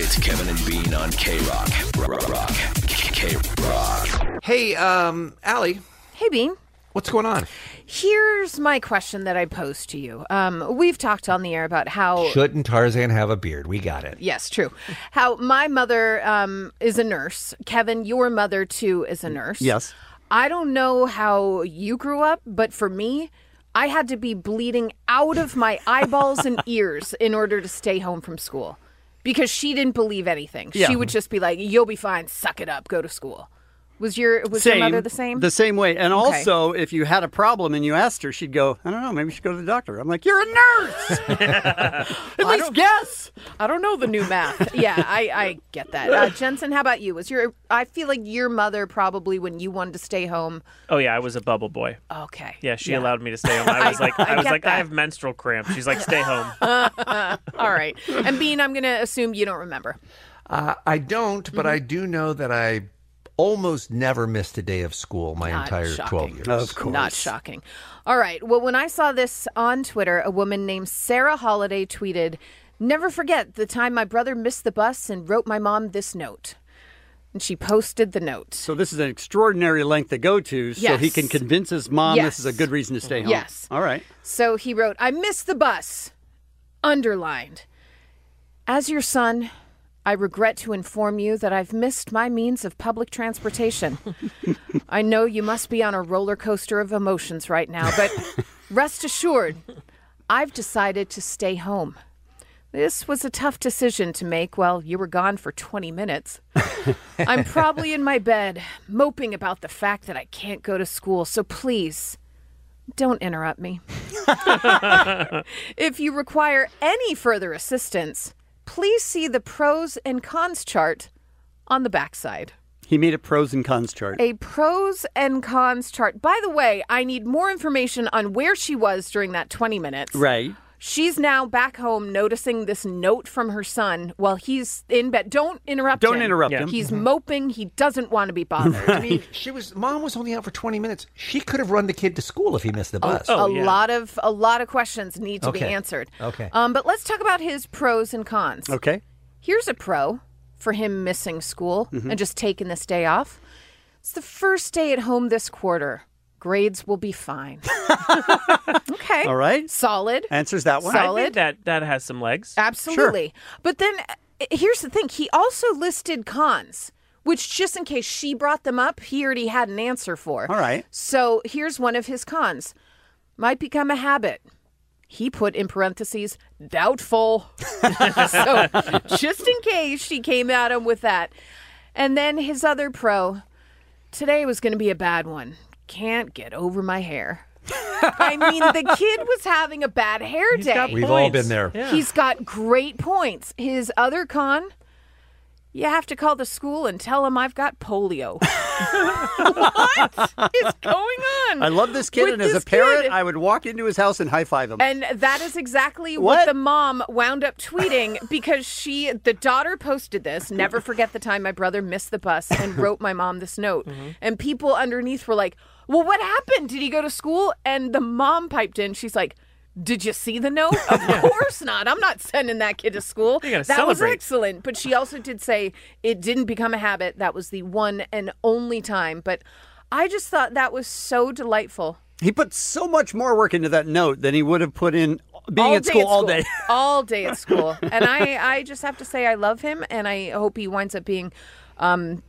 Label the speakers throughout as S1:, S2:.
S1: It's Kevin and Bean on K Rock. Rock. K Rock.
S2: Hey, um, Allie,
S3: Hey, Bean.
S2: what's going on?
S3: Here's my question that I posed to you. Um, we've talked on the air about how.
S2: Shouldn't Tarzan have a beard? We got it.
S3: Yes, true. How my mother um, is a nurse. Kevin, your mother too is a nurse.
S4: Yes.
S3: I don't know how you grew up, but for me, I had to be bleeding out of my eyeballs and ears in order to stay home from school because she didn't believe anything.
S4: Yeah.
S3: She would just be like, "You'll be fine. Suck it up. Go to school." Was your was your mother the same?
S4: The same way. And
S3: Okay.
S4: also, if you had a problem and you asked her, she'd go, I don't know, maybe you should go to the doctor. I'm like, you're a nurse. At least guess.
S3: I don't know the new math. yeah, I, I get that. Uh, Jensen, how about you? Was your I feel like your mother probably when you wanted to stay home.
S5: Oh yeah, I was a bubble boy.
S3: Okay.
S5: Yeah, she allowed me to stay home. I was like, I, was
S3: get
S5: like,
S3: that.
S5: I have menstrual cramps. She's like, stay home.
S3: All right. And Bean, I'm gonna assume you don't remember.
S2: Uh, I don't,
S3: Mm-hmm.
S2: but I do know that I almost never missed a day of school my entire
S3: shocking.
S2: 12 years.
S4: Of course.
S3: Not shocking. All right. Well, when I saw this on Twitter, a woman named Sarah Holiday tweeted, "Never forget the time my brother missed the bus and wrote my mom this note." And she posted the note.
S4: So this is an extraordinary length to go to so he
S3: Yes.
S4: can convince his mom
S3: Yes.
S4: this is a good reason to stay home.
S3: Yes.
S4: All right.
S3: So he wrote, I missed the bus. Underlined. As your son, I regret to inform you that I've missed my means of public transportation. I know you must be on a roller coaster of emotions right now, but rest assured, I've decided to stay home. This was a tough decision to make while you were gone for 20 minutes. I'm probably in my bed, moping about the fact that I can't go to school, so please don't interrupt me. if you require any further assistance, please see the pros and cons chart on the backside.
S4: He made a pros and cons chart.
S3: A pros and cons chart. By the way, I need more information on where she was during that 20 minutes.
S4: Right.
S3: She's now back home noticing this note from her son while he's in bed. Don't interrupt
S4: Don't
S3: him.
S4: interrupt Yeah. him.
S3: He's
S2: Mm-hmm.
S3: moping. He doesn't want to be bothered.
S2: I mean, she was, mom was only out for 20 minutes. She could have run the kid to school if he missed
S3: Oh,
S2: the bus.
S4: Oh,
S3: a lot of a lot of questions need to be
S2: Okay.
S3: answered.
S2: Okay.
S3: Um, but let's talk about his pros and cons.
S4: Okay.
S3: Here's a pro for him missing school
S4: Mm-hmm.
S3: and just taking this day off. It's the first day at home this quarter. Grades will be fine. okay.
S4: All right.
S3: Solid.
S4: Answers that one.
S5: I
S3: Solid.
S5: think that that has some legs.
S3: Absolutely. But then uh, here's the thing he also listed cons, which just in case she brought them up, he already had an answer for.
S4: All right.
S3: So here's one of his cons might become a habit. He put in parentheses, doubtful. so just in case she came at him with that. And then his other pro today was going to be a bad one. Can't get over my hair. I mean, the kid was having a bad hair
S5: He's
S3: day.
S5: got
S2: We've all
S5: points.
S2: been there.
S5: Yeah.
S3: He's got great points. His other con, you have to call the school and tell him I've got polio. what is going on?
S4: I love this kid,
S3: with
S4: and as a
S3: this
S4: parent,
S3: kid?
S4: I would walk into his house and high five him.
S3: And that is exactly what?
S4: What?
S3: the mom wound up tweeting because she, the daughter posted this. Never forget the time my brother missed the bus and wrote my mom this note.
S5: Mm-hmm.
S3: And people underneath were like, Well, what happened? Did he go to school? And the mom piped in. She's like, did you see the note? Of course not. I'm not sending that kid to school.
S5: You gotta
S3: That was
S5: celebrate.
S3: excellent. But she also did say it didn't become a habit. That was the one and only time. But I just thought that was so delightful.
S4: He put so much more work into that note than he would have put in being
S3: All
S4: at
S3: day
S4: school all day.
S3: all day at school. And I, I just have to say, I love him, and I hope he winds up being um,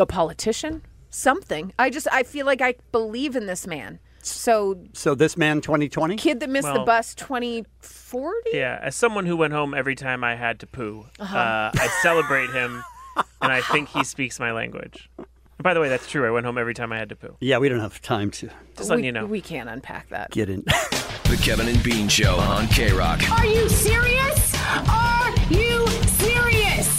S3: a politician, something. I just, I feel like I believe in this man. So,
S4: So this man, 2020.
S3: kid that missed the
S5: Well-
S3: bus, twenty forty.
S5: Yeah, as someone who went home every time I had to poo, uh
S3: Uh-huh.
S5: I celebrate him, and I think he speaks my language. By the way, that's true. I went home every time I had to poo.
S4: Yeah, we don't have time to
S5: Just letting
S3: we,
S5: you know.
S3: we can't unpack that.
S4: get in.
S1: The Kevin and Bean Show on K Rock.
S6: Are you serious? Are you serious?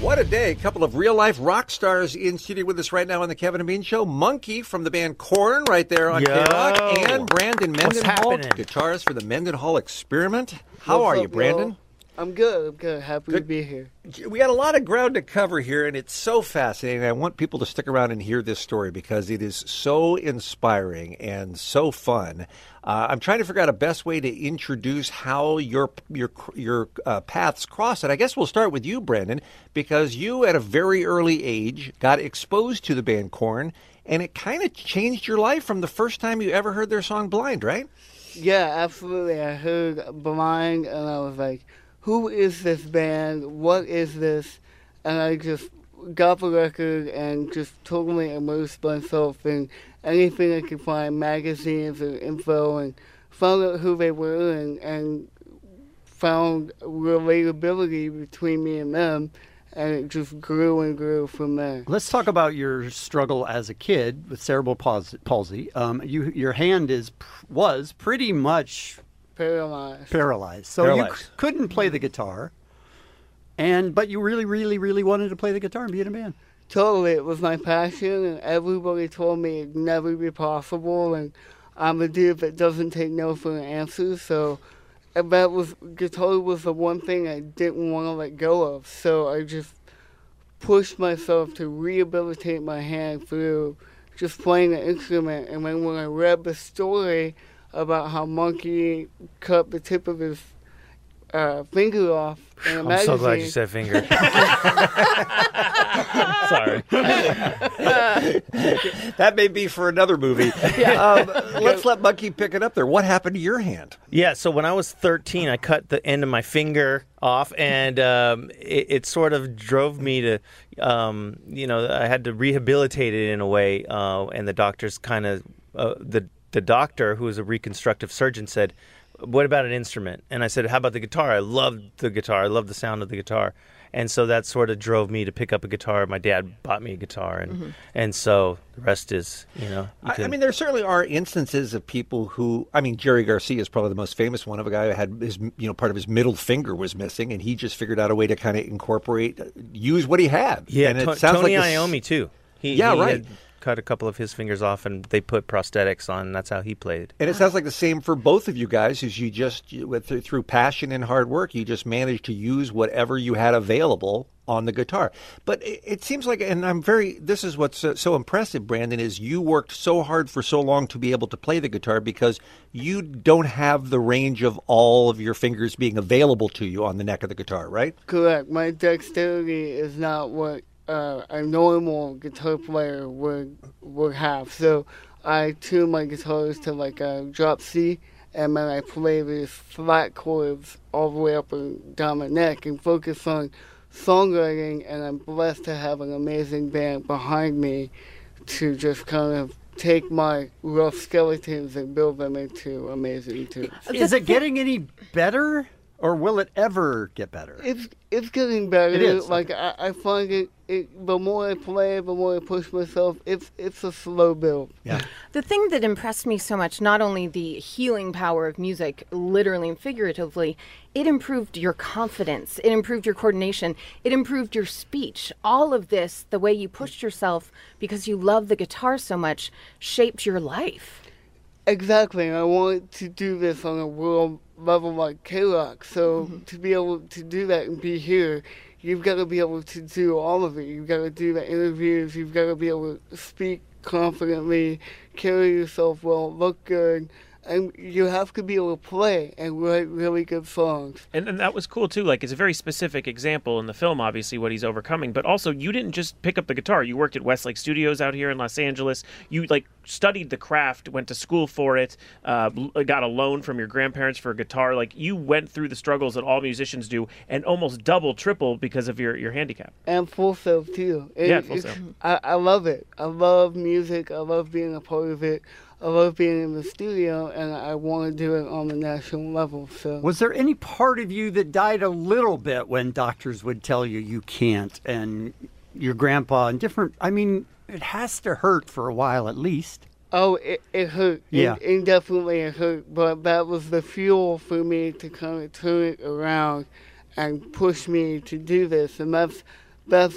S2: What a day. A couple of real life rock stars in studio with us right now on the Kevin and Bean Show. Monkey from the band Korn right there on
S6: Yo.
S2: K Rock and Brandon
S6: What's
S2: Mendenhall,
S6: happening?
S2: guitarist for the Mendenhall Experiment. How
S7: What's
S2: are
S7: up,
S2: you, Brandon?
S7: y'all? I'm good. I'm good. Happy to
S2: Good.
S7: be here.
S2: We got a lot of ground to cover here, and it's so fascinating. I want people to stick around and hear this story because it is so inspiring and so fun. Uh, I'm trying to figure out a best way to introduce how your your your uh, paths cross. And I guess we'll start with you, Brandon, because you at a very early age got exposed to the band Corn, and it kind of changed your life from the first time you ever heard their song "Blind." Right?
S7: Yeah, absolutely. I heard Blind and I was like, who is this band? What is this? And I just got the record and just totally immersed myself in anything I could find magazines and info and found out who they were and, and found relatability between me and them. And it just grew and grew from there.
S4: Let's talk about your struggle as a kid with cerebral pals- palsy. Um, you, your hand is pr- was pretty much
S7: Paralyzed.
S4: paralyzed, so you c-
S2: Paralyzed.
S4: couldn't play the guitar. And but you really, really, really wanted to play the guitar and be in a band.
S7: totally it was my passion and everybody told me it'd never be possible and i'm a dude that doesn't take no for an answer so and that was guitar was the one thing i didn't want to let go of so i just pushed myself to rehabilitate my hand through just playing the instrument and then when i read the story about how monkey cut the tip of his uh, finger off in a
S6: I'm so glad you
S7: magazine,
S6: said finger.
S8: Sorry.
S2: That may be for another movie. um, let's let Monkey pick it up there. What happened to your hand?
S8: Yeah, so when I was 13, I cut the end of my finger off, and um, it, it sort of drove me to, um, you know, I had to rehabilitate it in a way. Uh, and the doctors kind of, uh, the, the doctor, who was a reconstructive surgeon, said, What about an instrument? And I said, How about the guitar? I loved the guitar, I loved the sound of the guitar. And so that sort of drove me to pick up a guitar. My dad bought me a guitar, and, and so the rest is, you know. you
S2: Mm-hmm. I, I
S8: can-
S2: mean, there certainly are instances of people who. I mean, Jerry Garcia is probably the most famous one of a guy who had his, you know, part of his middle finger was missing, and he just figured out a way to kind of incorporate, use what he had.
S8: Yeah,
S2: and
S8: To- Tony Iommi too. He,
S2: Yeah,
S8: he
S2: right.
S8: had cut a couple of his fingers off, and they put prosthetics on. And that's how he played.
S2: And it sounds like the same for both of you guys, is you just you- with through passion and hard work, you just managed to use whatever you had available on the guitar. But it, it seems like, and I'm very, this is what's so, so impressive, Brandon, is you worked so hard for so long to be able to play the guitar because you don't have the range of all of your fingers being available to you on the neck of the guitar, right?
S7: Correct. My dexterity is not what uh, a normal guitar player would would have. So I tune my guitars to like a drop C, and then I play these flat chords all the way up and down my neck, and focus on songwriting. And I'm blessed to have an amazing band behind me to just kind of take my rough skeletons and build them into amazing tunes.
S4: Is it getting any better, or will it ever get better?
S7: It's it's getting better.
S4: It is,
S7: Like I, I find it, it. The more I play, the more I push myself. It's it's a slow build.
S4: Yeah.
S3: The thing that impressed me so much, not only the healing power of music, literally and figuratively, it improved your confidence, it improved your coordination, it improved your speech. All of this, the way you pushed yourself because you love the guitar so much, shaped your life.
S7: Exactly. and I wanted to do this on a world level like K Rock. So
S4: Mm-hmm.
S7: to be able to do that and be here, you've got to be able to do all of it. You've got to do the interviews. You've got to be able to speak confidently, carry yourself well, look good, and you have to be able to play and write really good songs.
S5: And, and that was cool too. Like it's a very specific example in the film, obviously what he's overcoming. But also, you didn't just pick up the guitar. You worked at Westlake Studios out here in Los Angeles. You like studied the craft, went to school for it, uh, l- got a loan from your grandparents for a guitar. Like you went through the struggles that all musicians do, and almost double, triple because of your your handicap.
S7: and full self too. It-
S5: Yeah, full
S7: it's-
S5: self.
S7: I, I love it. I love music. I love being a part of it. I love being in the studio, and I want to do it on the national level. So
S4: Was there any part of you that died a little bit when doctors would tell you you can't and your grandpa and different? I mean, it has to hurt for a while at least.
S7: oh, it, it hurt.
S4: Yeah.
S7: it, it definitely it hurt. But that was the fuel for me to kind of turn it around and push me to do this, and that's that's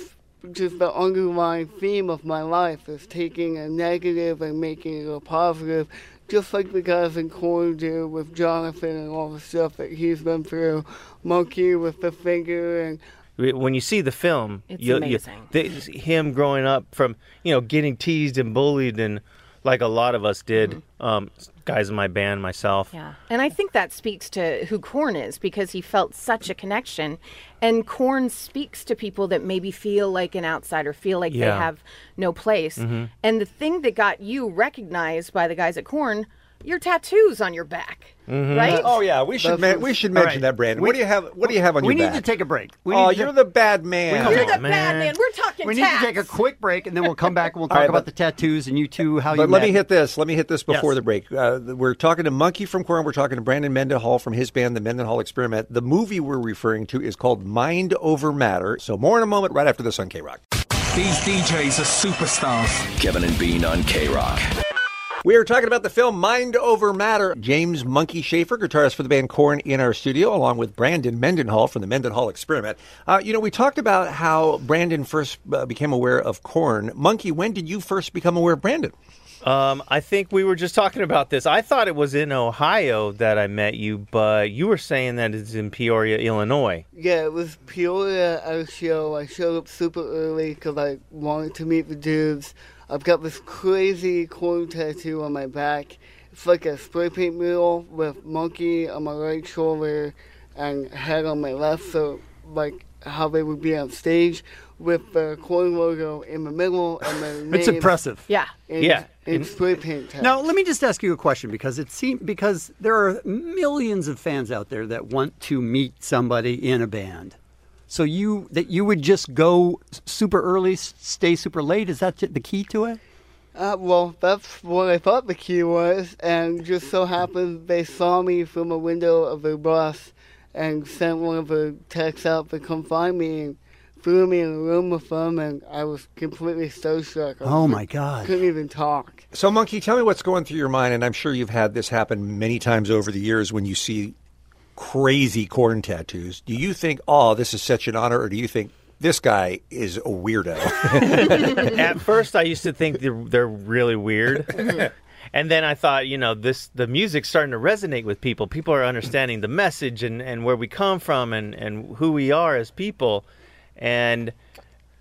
S7: just the underlying theme of my life is taking a negative and making it a positive, just like the guys in Corn do with Jonathan and all the stuff that he's been through, Monkey with the finger and
S8: when you see the film,
S3: It's
S8: you'll- you-
S3: amazing.
S8: th- him growing up from you know getting teased and bullied and like a lot of us did, um, guys in my band, myself.
S3: Mm-hmm. Yeah. And I think that speaks to who Korn is because he felt such a connection. And Korn speaks to people that maybe feel like an outsider, feel like they
S8: Yeah. Mm-hmm.
S3: have no place. And the thing that got you recognized by the guys at Korn, your tattoos on your back, right?
S2: Oh yeah, we should ma- we should mention
S4: Mm-hmm. right.
S2: that, Brandon.
S4: We-
S2: what do you have? What do you have on
S4: we
S2: your
S4: need
S2: back?
S4: to take a break. We
S2: oh,
S4: need to
S2: you're
S4: take-
S2: the bad man.
S4: Come
S3: You're
S4: on,
S3: the bad man. We're talking
S4: We need to take a
S3: tats.
S4: quick break, and then we'll come back and we'll talk
S2: right,
S4: about
S2: but-
S4: the tattoos and you two how you.
S2: But let me
S4: met.
S2: hit this. Let me hit this before
S4: Yes.
S2: the break. Uh, we're talking to Monkey from Corn. We're talking to Brandon Mendenhall from his band, The Mendenhall Experiment. The movie we're referring to is called Mind Over Matter. So more in a moment, right after this on K Rock.
S6: These DJs are superstars.
S1: Kevin and Bean on K Rock.
S2: We are talking about the film Mind Over Matter. James Monkey Schaefer, guitarist for the band Korn, in our studio, along with Brandon Mendenhall from the Mendenhall Experiment. Uh, you know, we talked about how Brandon first uh, became aware of Korn. Monkey, when did you first become aware of Brandon?
S8: Um, I think we were just talking about this. I thought it was in Ohio that I met you, but you were saying that it's in Peoria, Illinois.
S7: Yeah, it was Peoria at a show. I showed up super early because I wanted to meet the dudes. I've got this crazy corn tattoo on my back. It's like a spray paint mural with monkey on my right shoulder and head on my left, so like how they would be on stage with the corn logo in the middle and the name.
S4: It's impressive.
S3: Yeah.
S7: In,
S8: Yeah.
S7: In spray paint tag.
S4: Now, let me just ask you a question because it seems because there are millions of fans out there that want to meet somebody in a band. So you that you would just go s- super early, s- stay super late. Is that j- the key to it?
S7: Uh, well, that's what I thought the key was, and just so happened they saw me from a window of their bus and sent one of the techs out to come find me and threw me in a room with them, and I was completely starstruck. I
S4: Oh my God!
S7: couldn't even talk.
S2: So, Monkey, tell me what's going through your mind, and I'm sure you've had this happen many times over the years when you see crazy corn tattoos. Do you think, oh, this is such an honor, or do you think this guy is a weirdo?
S8: At first, I used to think they're, they're really weird. And then I thought, you know, this the music's starting to resonate with people. People are understanding the message and, and where we come from and, and who we are as people. And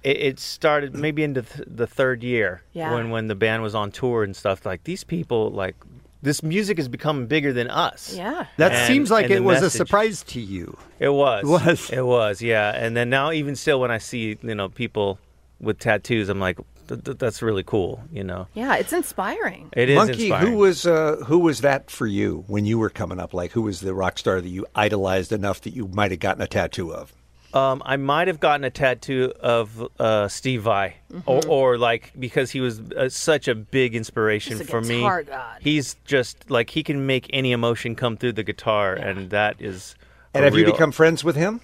S8: it, it started maybe into th- the third year
S3: Yeah.
S8: when when the band was on tour and stuff. Like these people, like this music is becoming bigger than us.
S3: Yeah.
S4: That
S8: And-
S4: seems like
S8: and
S4: it
S8: the
S4: was a
S8: message.
S4: surprise to you.
S8: It was. It
S4: was.
S8: It was. Yeah. And then now, even still, when I see you know people with tattoos, I'm like, "Th- th- that's really cool. You know,
S3: Yeah. It's inspiring.
S8: it is.
S2: Monkey,
S8: inspiring.
S2: who was uh, who was that for you when you were coming up? Like, who was the rock star that you idolized enough that you might have gotten a tattoo of?
S8: Um, I might have gotten a tattoo of uh, Steve Vai, or, or like because he was uh, such a big inspiration
S3: He's a
S8: for me.
S3: guitar god.
S8: He's just like he can make any emotion come through the guitar, and that is.
S2: And
S8: a
S2: have you
S8: real-
S2: become friends with him?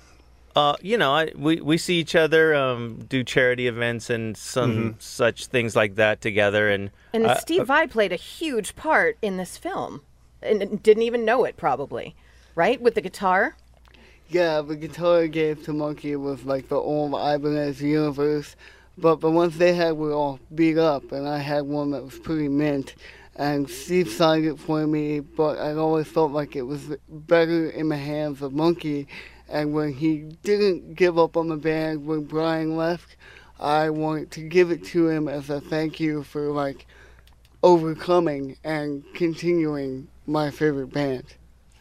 S8: Uh, you know, I, we we see each other, um, do charity events and some such things like that together, and
S3: And
S8: I-
S3: Steve Vai played a huge part in this film and- and didn't even know it, probably, right? With the guitar.
S7: Yeah, the guitar I gave to Monkey was like the old Ibanez universe, but the ones they had were all beat up, and I had one that was pretty mint. And Steve signed it for me, but I always felt like it was better in the hands of Monkey. And when he didn't give up on the band when Brian left, I wanted to give it to him as a thank you for like overcoming and continuing my favorite band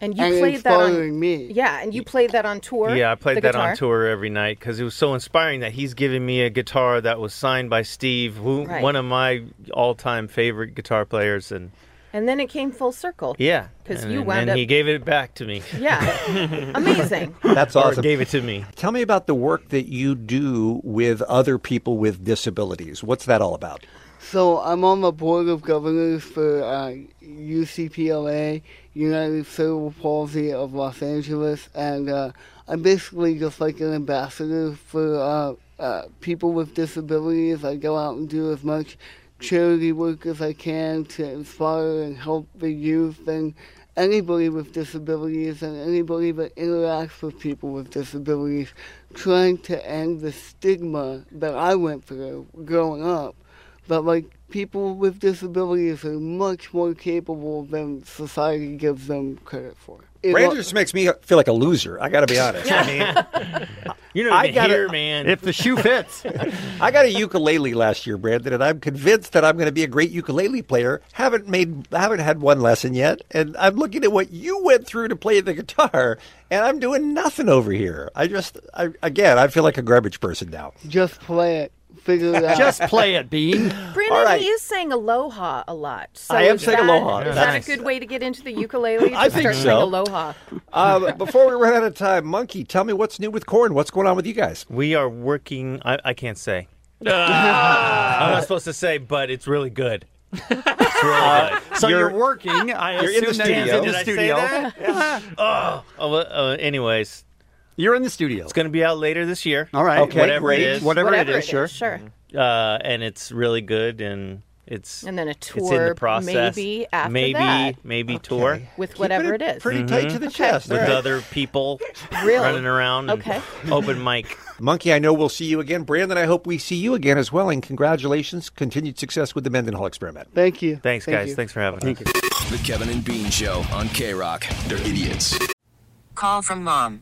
S3: And you
S7: and
S3: played that
S7: inspiring
S3: on.
S7: me.
S3: Yeah, and you played that on tour.
S8: Yeah, I played
S3: the
S8: that
S3: guitar?
S8: on tour every night because it was so inspiring that he's giving me a guitar that was signed by Steve, who
S3: Right.
S8: one of my all-time favorite guitar players, and
S3: And then it came full circle.
S8: yeah,
S3: 'Cause
S8: and,
S3: you
S8: and,
S3: wound
S8: and
S3: up-
S8: he gave it back to me.
S3: Yeah. Amazing.
S2: That's
S8: Or
S2: awesome.
S8: gave it to me.
S2: Tell me about the work that you do with other people with disabilities. What's that all about?
S7: So I'm on the board of governors for uh, UCPLA, United Cerebral Palsy of Los Angeles, and uh, I'm basically just like an ambassador for uh, uh, people with disabilities. I go out and do as much charity work as I can to inspire and help the youth and anybody with disabilities and anybody that interacts with people with disabilities, trying to end the stigma that I went through growing up. But like people with disabilities are much more capable than society gives them credit for. It
S2: Brandon
S7: wa-
S2: just makes me feel like a loser. I got to be honest. I mean,
S8: You're not
S2: I
S8: even
S2: gotta-
S8: here, man.
S4: If the shoe fits.
S2: I got a ukulele last year, Brandon, and I'm convinced that I'm going to be a great ukulele player. Haven't made, haven't had one lesson yet, and I'm looking at what you went through to play the guitar, and I'm doing nothing over here. I just, I, again, I feel like a garbage person now.
S7: Just play it. Figure it out.
S4: Just play it, Bean.
S3: Brandon,
S2: right.
S3: he is saying aloha a lot. So
S2: I am
S3: is
S2: saying
S3: that-
S2: aloha.
S3: Is that
S2: Nice.
S3: a good way to get into the ukulele? Just
S2: I think
S3: start
S2: so.
S3: saying aloha.
S2: Um, before we run out of time, Monkey, tell me what's new with Corn. What's going on with you guys?
S8: we are working. I, I can't say. I'm not supposed to say, but it's really good. It's really good.
S4: Uh, So you're, working. I
S2: you're in
S4: assume
S2: the
S4: that means
S2: studio.
S4: in
S8: Did
S4: the
S8: I say
S4: studio.
S8: that? Oh, well, uh, anyways,
S4: You're in the studio.
S8: it's going to be out later this year.
S4: All right.
S2: Okay,
S4: whatever
S2: great.
S4: It is, whatever,
S3: Whatever
S4: it is, sure.
S3: Sure.
S8: uh, and it's really good, and it's
S3: And then a
S8: It's in
S3: tour
S8: the process.
S3: maybe after
S8: maybe
S3: that.
S8: maybe tour Mm-hmm.
S3: With
S2: Keeping
S3: whatever it is.
S2: Pretty tight to the chest.
S8: with
S2: All right.
S8: other people
S3: Really?
S8: running around. and
S3: Okay.
S8: open mic.
S2: Monkey, I know we'll see you again. Brandon, I hope we see you again as well. And congratulations, continued success with the Mendenhall experiment.
S7: Thank you.
S8: Thanks,
S7: Thank
S8: guys.
S7: you.
S8: Thanks for having me.
S1: The Kevin and Bean Show on K Rock. They're idiots.
S9: Call from mom.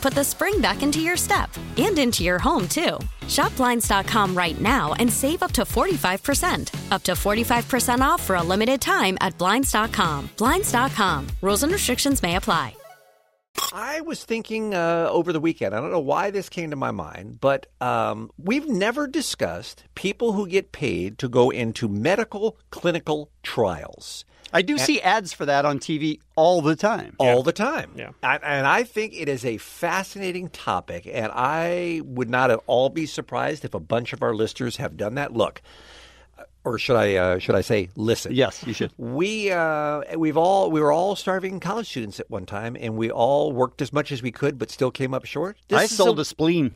S10: put the spring back into your step and into your home, too. Shop Blinds.com right now and save up to 45%. Up to 45% off for a limited time at Blinds.com. Blinds.com. Rules and restrictions may apply.
S2: I was thinking uh, over the weekend. I don't know why this came to my mind, but um, we've never discussed people who get paid to go into medical clinical trials
S4: I do see ads for that on TV all the time.
S2: all the time. Yeah. And, and I think it is a fascinating topic, and I would not at all be surprised if a bunch of our listeners have done that. Look, or should I uh, should I say listen?
S4: Yes, you should.
S2: We uh, we've all we were all starving college students at one time, and we all worked as much as we could, but still came up short. This
S4: I
S2: is
S4: sold a, spleen.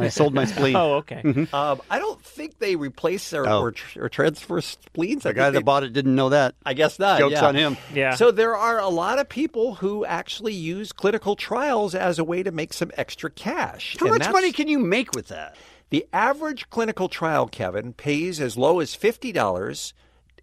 S4: I sold my spleen. Mm-hmm.
S11: Oh, okay.
S2: Um, I don't think they replace or,
S4: Oh.
S2: or, tr- or transfer spleens.
S4: the
S2: I
S4: guy
S2: think
S4: that
S2: they-
S4: bought it didn't know that.
S2: I guess not.
S4: Jokes
S2: yeah.
S4: on him.
S11: Yeah.
S2: So there are a lot of people who actually use clinical trials as a way to make some extra cash.
S4: How
S2: And
S4: much
S2: that's-
S4: money can you make with that?
S2: the average clinical trial, Kevin, pays as low as fifty dollars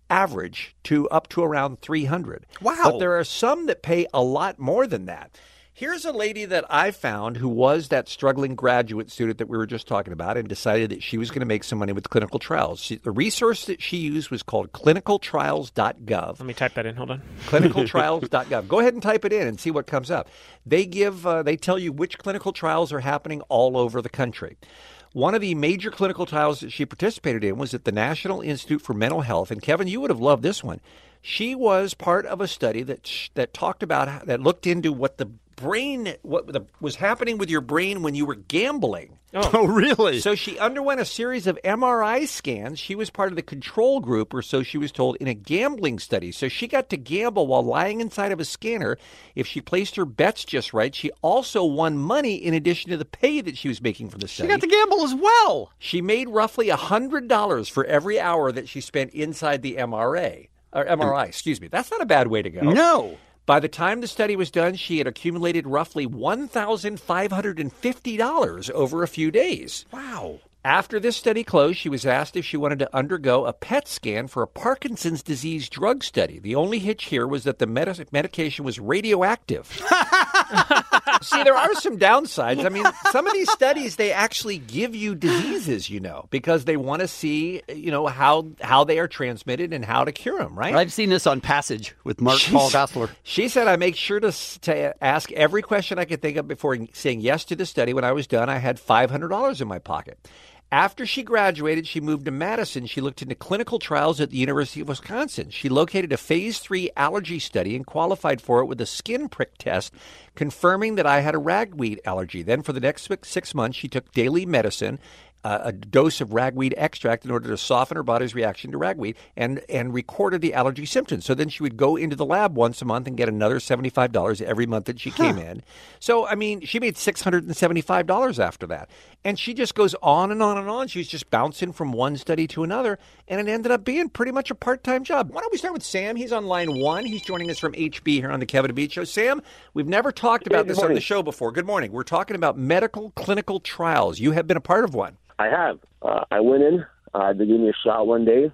S2: average to up to around three hundred.
S4: Wow.
S2: But there are some that pay a lot more than that. Here's a lady that I found who was that struggling graduate student that we were just talking about and decided that she was going to make some money with clinical trials. She, the resource that she used was called clinicaltrials.gov
S11: Let me type that in. Hold on.
S2: clinicaltrials.gov. Go ahead and type it in and see what comes up. They give uh, they tell you which clinical trials are happening all over the country. One of the major clinical trials that she participated in was at the National Institute for Mental Health and Kevin you would have loved this one. She was part of a study that sh- that talked about how- that looked into what the brain what the, was happening with your brain when you were gambling.
S4: Oh, really?
S2: So she underwent a series of MRI scans. She was part of the control group, or so she was told, in a gambling study. So she got to gamble while lying inside of a scanner. If she placed her bets just right, she also won money in addition to the pay that she was making from the
S4: you
S2: study.
S4: got to gamble as well.
S2: She made roughly $100 for every hour that she spent inside the MRA. Or MRI, excuse me. That's not a bad way to go.
S4: No.
S2: By the time the study was done, she had accumulated roughly $1,550 over a few days. Wow. After this study closed, she was asked if she wanted to undergo a PET scan for a Parkinson's disease drug study. The only hitch here was that the medi- medication was radioactive. See, there are some downsides. I mean, some of these studies they actually give you diseases, you know, because they want to see, you know, how how they are transmitted and how to cure them, right?
S4: I've seen this on Passage with Mark
S2: She's-
S4: Paul Gossler.
S2: She said, I make sure to, s- to ask every question I could think of before saying yes to the study. When I was done, I had $500 in my pocket. After she graduated, she moved to Madison. She looked into clinical trials at the University of Wisconsin. She located a phase three allergy study and qualified for it with a skin prick test, confirming that I had a ragweed allergy. Then, for the next six- six months, she took daily medicine uh, a dose of ragweed extract in order to soften her body's reaction to ragweed and, and recorded the allergy symptoms. So then she would go into the lab once a month and get another $75 every month that she came in. So, I mean, she made $675 after that. And she just goes on and on and on. She was just bouncing from one study to another, and it ended up being pretty much a part time job. Why don't we start with Sam? He's on line one. He's joining us from HB here on the Kevin and Beach Show. Sam, we've never talked about
S12: good
S2: this on the
S12: morning.
S2: show before. Good morning. We're talking about medical clinical trials. You have been a part of one.
S12: I have. Uh, I went in. Uh, they gave me a shot one day.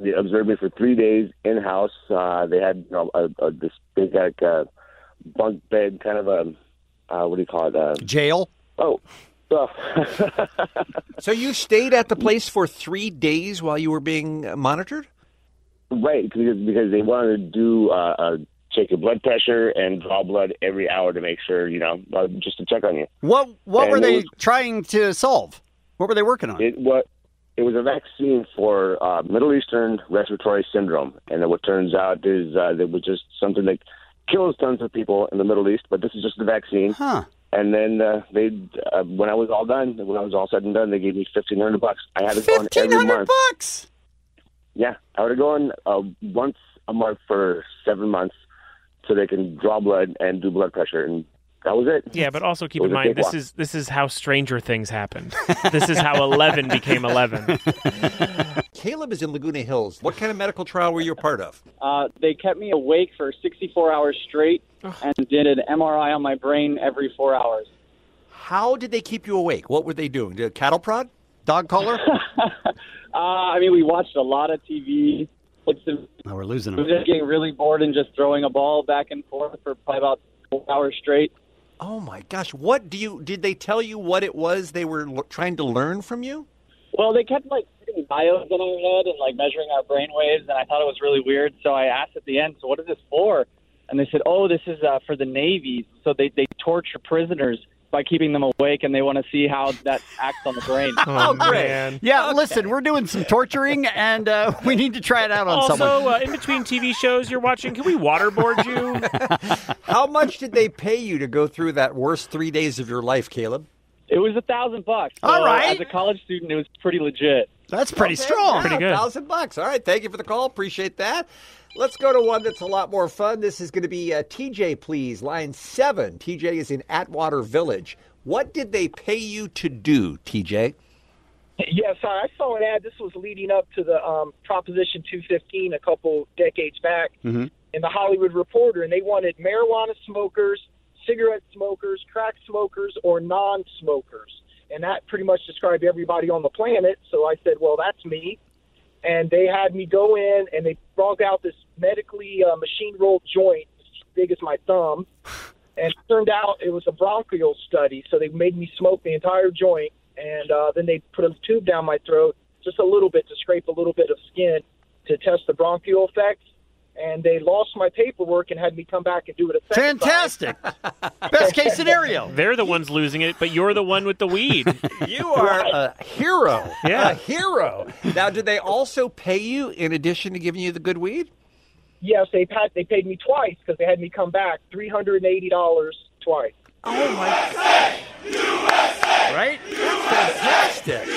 S12: They observed me for three days in house. Uh, they had you know, a, a, this big like uh, bunk bed, kind of a uh, what do you call it? Uh,
S4: Jail.
S12: Oh, oh.
S2: So you stayed at the place for three days while you were being uh, monitored?
S12: right, because because they wanted to do uh, uh, check your blood pressure and draw blood every hour to make sure you know uh, just to check on you.
S4: What what
S12: And
S4: were
S12: it
S4: they
S12: was-
S4: trying to solve? What were they working on?
S12: It was it was a vaccine for uh, Middle Eastern respiratory syndrome, and then what turns out is uh, that was just something that kills tons of people in the Middle East. But this is just the vaccine.
S4: Huh.
S12: And then uh, they, uh, when I was all done, when I was all said and done, they gave me fifteen hundred bucks. I had to go on every month.
S4: bucks.
S12: Yeah, I would have gone uh, once a month for seven months, so they can draw blood and do blood pressure, and that was it.
S5: Yeah, but also keep
S12: It
S5: in
S12: was a
S5: mind this
S12: cakewalk.
S5: is this is how Stranger Things happened. this is how Eleven became Eleven.
S2: Caleb is in Laguna Hills. What kind of medical trial were you a part of?
S13: Uh, they kept me awake for 64 hours straight and did an MRI on my brain every four hours.
S2: How did they keep you awake? What were they doing? Did cattle prod?
S4: Dog collar?
S13: Uh, I mean, we watched a lot of TV. It's the,
S4: Now Oh, we're losing
S13: we were
S4: them.
S13: just getting really bored and just throwing a ball back and forth for probably about four hours straight.
S2: Oh my gosh! What do you? Did they tell you what it was they were l- trying to learn from you?
S13: Well, they kept like putting bios in our head and like measuring our brain waves, and I thought it was really weird. So I asked at the end, "So what is this for?" And they said, "Oh, this is uh, for the Navy. So they they torture prisoners by keeping them awake, and they want to see how that acts on the brain."
S4: Oh, great. Yeah, listen, we're doing some torturing and uh, we need to try it out on
S5: also,
S4: someone.
S5: uh, in between TV shows you're watching, can we waterboard you?
S2: How much did they pay you to go through that worst three days of your life, Caleb?
S13: It was a thousand bucks. So
S2: All right.
S13: As a college student, it was pretty legit.
S4: That's
S2: Okay, yeah, Thousand bucks. All right. Thank you for the call. Appreciate that. Let's go to one that's a lot more fun. This is going to be uh, TJ, please. Line seven. TJ is in Atwater Village. What did they pay you to do, TJ?
S14: Yeah, sorry. I saw an ad. This was leading up to the um, Proposition 215 a couple decades back
S4: Mm-hmm.
S14: in the Hollywood Reporter, and they wanted marijuana smokers, cigarette smokers, crack smokers, or non smokers. And that pretty much described everybody on the planet. So I said, well, that's me. And they had me go in, and they brought out this medically uh, machine rolled joint as big as my thumb. And it turned out it was a bronchial study, so they made me smoke the entire joint, and uh, then they put a tube down my throat, just a little bit to scrape a little bit of skin to test the bronchial effects. And they lost my paperwork and had me come back and do it a second
S4: Fantastic. Best case scenario.
S5: They're the ones losing it, but you're the one with the weed.
S2: You are a hero.
S5: Yeah.
S2: A hero. Now, did they also pay you in addition to giving you the good weed?
S14: Yes, they had they paid me twice because they had me come back three hundred and eighty dollars twice.
S2: Oh my! Right? Fantastic.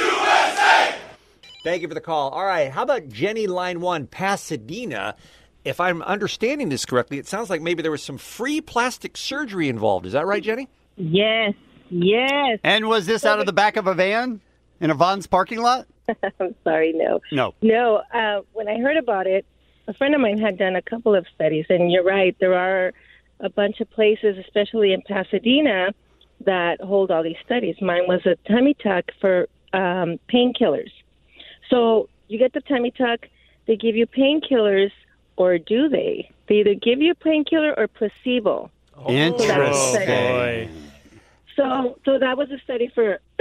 S2: Thank you for the call. All right. How about Jenny Line One, Pasadena? If I'm understanding this correctly, it sounds like maybe there was some free plastic surgery involved. Is that right, Jenny?
S15: Yes, yes.
S4: And was this out of the back of a van in a Vaughn's parking lot?
S15: I'm sorry, no.
S4: No.
S15: No, uh, when I heard about it, a friend of mine had done a couple of studies, and you're right, there are a bunch of places, especially in Pasadena, that hold all these studies. Mine was a tummy tuck for um, painkillers. So you get the tummy tuck, they give you painkillers, or do they? They either give you a painkiller or placebo.
S4: Interesting.
S15: So, so that was a study for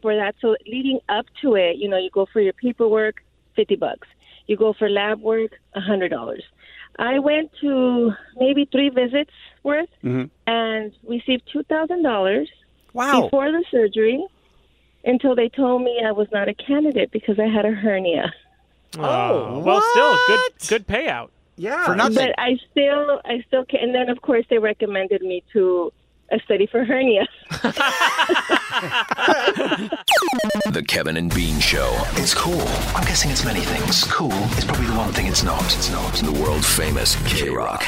S15: for that. So, leading up to it, you know, you go for your paperwork, fifty bucks. You go for lab work, a hundred dollars. I went to maybe three visits worth
S16: Mm-hmm.
S15: and received two thousand dollars.
S16: Wow.
S15: Before the surgery, until they told me I was not a candidate because I had a hernia.
S5: Oh, well, still good good payout.
S2: Yeah,
S15: But I still, I still can. And then, of course, they recommended me to a study for hernia.
S1: The Kevin and Bean Show. It's cool. I'm guessing it's many things. Cool is probably the one thing it's not. It's not. The world famous K Rock.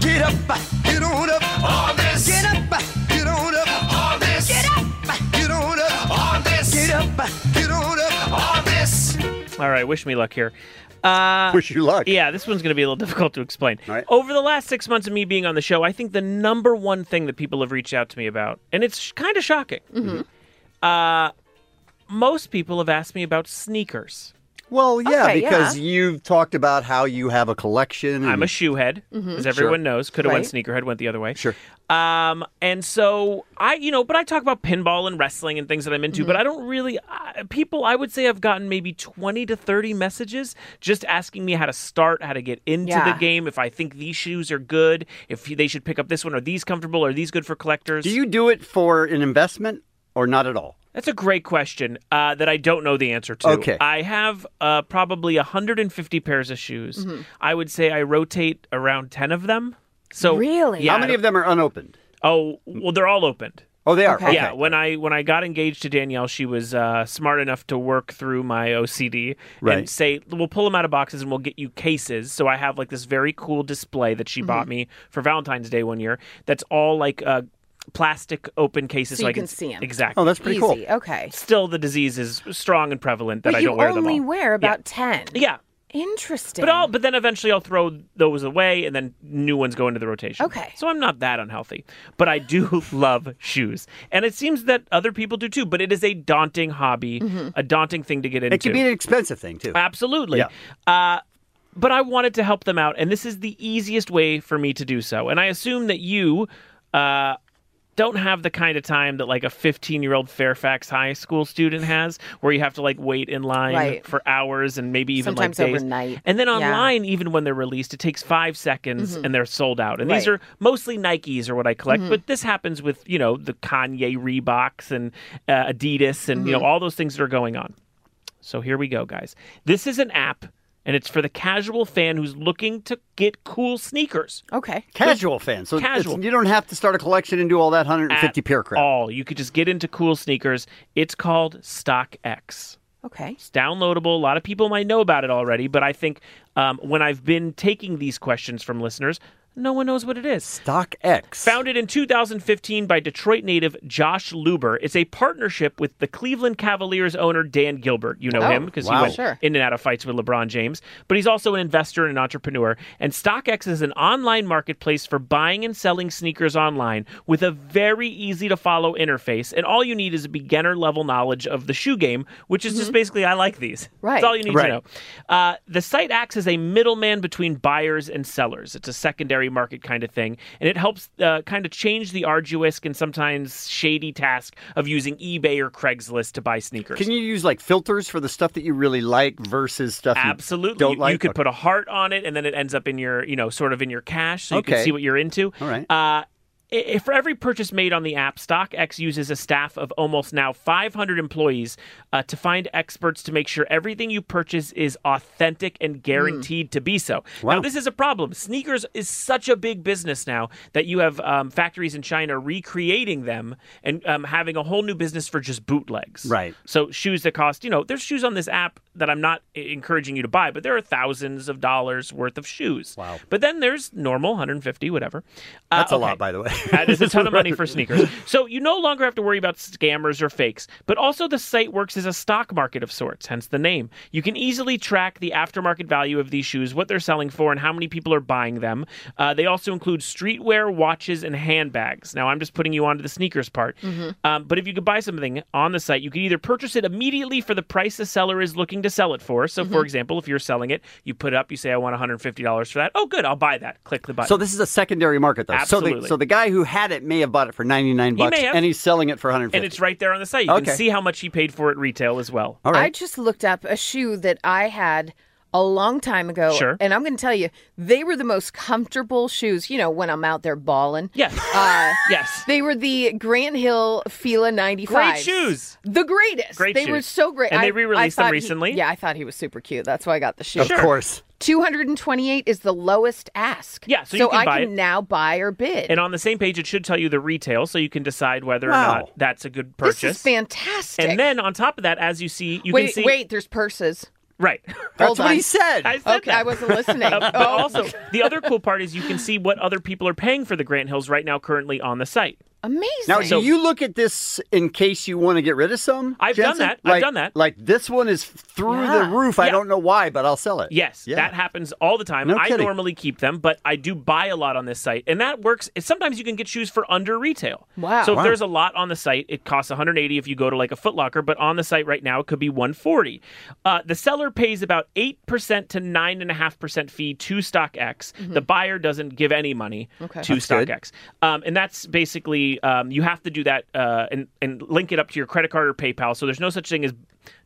S16: Get up, get on up, all this. Get up, get on up, all this. Get up, get on up, all this. Get up, get on up, all this.
S5: All right, wish me luck here. Uh,
S4: Wish you luck.
S5: Yeah, this one's going to be a little difficult to explain. Over the last six months of me being on the show, I think the number one thing that people have reached out to me about, and it's kind of shocking,
S2: Mm-hmm.
S5: uh, most people have asked me about sneakers.
S4: Well, yeah,
S5: Okay,
S4: because
S5: yeah.
S4: you've talked about how you have a collection.
S5: I'm a shoehead,
S15: Mm-hmm.
S4: Mhm.
S5: as everyone
S4: Sure.
S5: knows. Could have went
S4: Right.
S5: sneakerhead, went the other way.
S4: Sure.
S5: Um, and so I, you know, but I talk about pinball and wrestling and things that I'm into,
S4: Mhm.
S5: but I don't really. Uh, people, I would say I've gotten maybe 20 to 30 messages just asking me how to start, how to get into
S4: Yeah.
S5: the game, if I think these shoes are good, if they should pick up this one, are these comfortable, are these good for collectors?
S4: Do you do it for an investment or not at all?
S5: That's a great question uh, that I don't know the answer to.
S4: Okay.
S5: I have uh, probably 150 pairs of shoes.
S4: Mhm.
S5: I would say I rotate around 10 of them. So
S4: Really?
S5: yeah,
S4: How many of them are unopened?
S5: Oh, well, they're all opened.
S4: Oh, they are. Okay.
S5: Yeah, when I when I got engaged to Danielle, she was uh, smart enough to work through my OCD
S4: Right.
S5: and say, "We'll pull them out of boxes and we'll get you cases." So I have like this very cool display that
S4: Mm-hmm.
S5: she bought
S3: Mhm.
S5: me for Valentine's Day one year. That's all like uh, plastic open cases,
S3: So
S5: I
S3: you can see 'em.
S5: Exactly.
S3: Oh, that's pretty cool. Easy, okay.
S5: Still, the disease is strong and prevalent that
S3: but
S5: I
S3: you
S5: don't wear them
S3: only
S5: all.
S3: wear about ten.
S5: Yeah.
S3: Interesting.
S5: But I'll, but then eventually I'll throw those away, and then new ones go into the rotation. Okay. So I'm not that unhealthy, but I do love shoes, and it seems that other people do too. But it is a daunting hobby,
S3: Mm-hmm.
S4: Mhm.
S5: a daunting thing to get into.
S4: It could be an expensive thing too.
S5: Absolutely.
S4: Yeah.
S5: Uh, but I wanted to help them out, and this is the easiest way for me to do so. And I assume that you uh, don't have the kind of time that like a 15 year old Fairfax High School student has, where you have to like wait in line
S3: Right.
S5: for hours and maybe even
S3: Sometimes
S5: like days.
S3: overnight.
S5: And then
S3: Yeah.
S5: online, even when they're released, it takes five seconds
S3: Mhm.
S5: and they're sold out. And these
S3: Right.
S5: are mostly Nikes or what I collect,
S3: Mhm.
S5: but this happens with you know the Kanye Reeboks and uh, Adidas and you know
S3: Mhm.
S5: all those things that are going on. So here we go, guys. This is an app, and it's for the casual fan who's looking to get cool sneakers.
S3: Okay.
S4: Casual fan. So it's-
S5: Casual.
S4: you don't have to start a collection and do all that 150 pair crap.
S5: All you could just get into cool sneakers. It's called Stock X.
S3: Okay.
S5: It's downloadable. A lot of people might know about it already, but I think um, when I've been taking these questions from listeners, no one knows what it is.
S4: Stock X.
S5: Founded in 2015 by Detroit native Josh Luber, it's a partnership with the Cleveland Cavaliers owner Dan Gilbert. You know
S3: Oh,
S5: him because
S3: wow.
S5: he went
S3: Sure.
S5: in and out of fights with LeBron James, but he's also an investor and an entrepreneur. And StockX is an online marketplace for buying and selling sneakers online with a very easy to follow interface. And all you need is a beginner level knowledge of the shoe game, which is just basically, I like these.
S3: Mm-hmm. Right.
S5: That's all you need
S3: Right.
S5: to know. Uh, the site acts as a middleman between buyers and sellers. It's a secondary market kind of thing, and it helps uh, kind of change the arduous and sometimes shady task of using eBay or Craigslist to buy sneakers.
S4: Can you use like filters for the stuff that you really like versus stuff
S5: Absolutely.
S4: you don't
S5: you,
S4: like?
S5: you could
S4: Okay.
S5: put a heart on it, and then it ends up in your, you know, sort of in your cash, so you
S4: Okay.
S5: can see what you're into. All
S4: right.
S5: Uh, if for every purchase made on the app, StockX uses a staff of almost now 500 employees uh, to find experts to make sure everything you purchase is authentic
S4: Hmm.
S5: and guaranteed to be so. Now, this is a problem. Sneakers is such a big business now that you have um, factories in China recreating them and um, having a whole new business for just bootlegs.
S4: Right.
S5: So shoes that cost, you know, there's shoes on this app that I'm not i- encouraging you to buy, but there are thousands of dollars worth of shoes. Wow. But then there's normal 150, whatever. Uh,
S8: That's a
S5: okay.
S8: lot, by the way.
S5: That is a ton of money for sneakers. So you no longer have to worry about scammers or fakes, but also the site works as a stock market of sorts, hence the name. You can easily track the aftermarket value of these shoes, what they're selling for, and how many people are buying them. Uh, they also include streetwear, watches, and handbags. Now, I'm just putting you onto the sneakers part.
S16: Mhm.
S5: Um, but if you could buy something on the site, you could either purchase it immediately for the price the seller is looking to sell it for. So,
S3: Mm-hmm.
S5: for example, if you're selling it, you put up, you say, I want $150 for that. Oh, good, I'll buy that. Click the button.
S4: So this is a secondary market, though. So
S5: Absolutely.
S4: the, so the guy who had it may have bought it for ninety nine
S5: He may
S4: bucks,
S5: have.
S4: and he's selling it for one hundred
S5: and
S4: fifty.
S5: it's right there on the site. You
S4: Okay.
S5: can see how much he paid for it retail as well.
S3: I just looked up a shoe that I had a long time ago.
S5: Sure.
S3: And I'm going to tell you, they were the most comfortable shoes, you know, when I'm out there balling.
S5: Yes.
S3: Uh,
S5: yes.
S3: They were the Grant Hill Fila 95.
S5: Great shoes.
S3: The greatest.
S5: Great
S3: they were
S5: shoes.
S3: so great.
S5: And they
S3: I-
S5: re-released
S3: I
S5: them
S3: thought he-
S5: recently?
S3: yeah, I thought he was super cute. That's why I got the shoe.
S4: Of course.
S3: 228 is the lowest ask.
S5: Yeah, so
S3: so
S5: you can
S3: I
S5: buy
S3: can
S5: it.
S3: now buy or bid.
S5: And on the same page, it should tell you the retail, so you can decide whether
S3: Wow.
S5: or not that's a good
S3: this
S5: purchase.
S3: is fantastic.
S5: And then on top of that, as you see, you
S3: wait,
S5: can see.
S3: wait, there's purses.
S5: Right.
S3: Hold on.
S5: I said
S3: okay,
S5: that.
S3: I wasn't listening.
S5: Uh, but
S3: oh.
S5: also, the other cool part is you can see what other people are paying for the Grant Hills right now, currently on the site.
S3: Amazing.
S4: Now,
S5: So-
S4: do you look at this in case you want to get rid of some?
S5: I've done
S4: Jensen?
S5: that. I've
S4: Like,
S5: done that.
S4: Like this one is through
S5: Yeah.
S4: the roof. I don't know why, but I'll sell it.
S5: Yes,
S4: Yeah.
S5: that happens all the time.
S4: No
S5: I
S4: kidding.
S5: normally keep them, but I do buy a lot on this site, and that works. Sometimes you can get shoes for under retail.
S3: Wow.
S5: So if
S3: Wow.
S5: there's a lot on the site, it costs 180 if you go to like a Foot Locker, but on the site right now it could be 140. Uh, the seller pays about eight percent to nine and a half percent fee to StockX.
S17: Mhm.
S5: The buyer doesn't give any money
S17: Okay.
S5: to
S17: That's good.
S5: StockX, um, and that's basically um, you have to do that uh, and and link it up to your credit card or PayPal. So there's no such thing as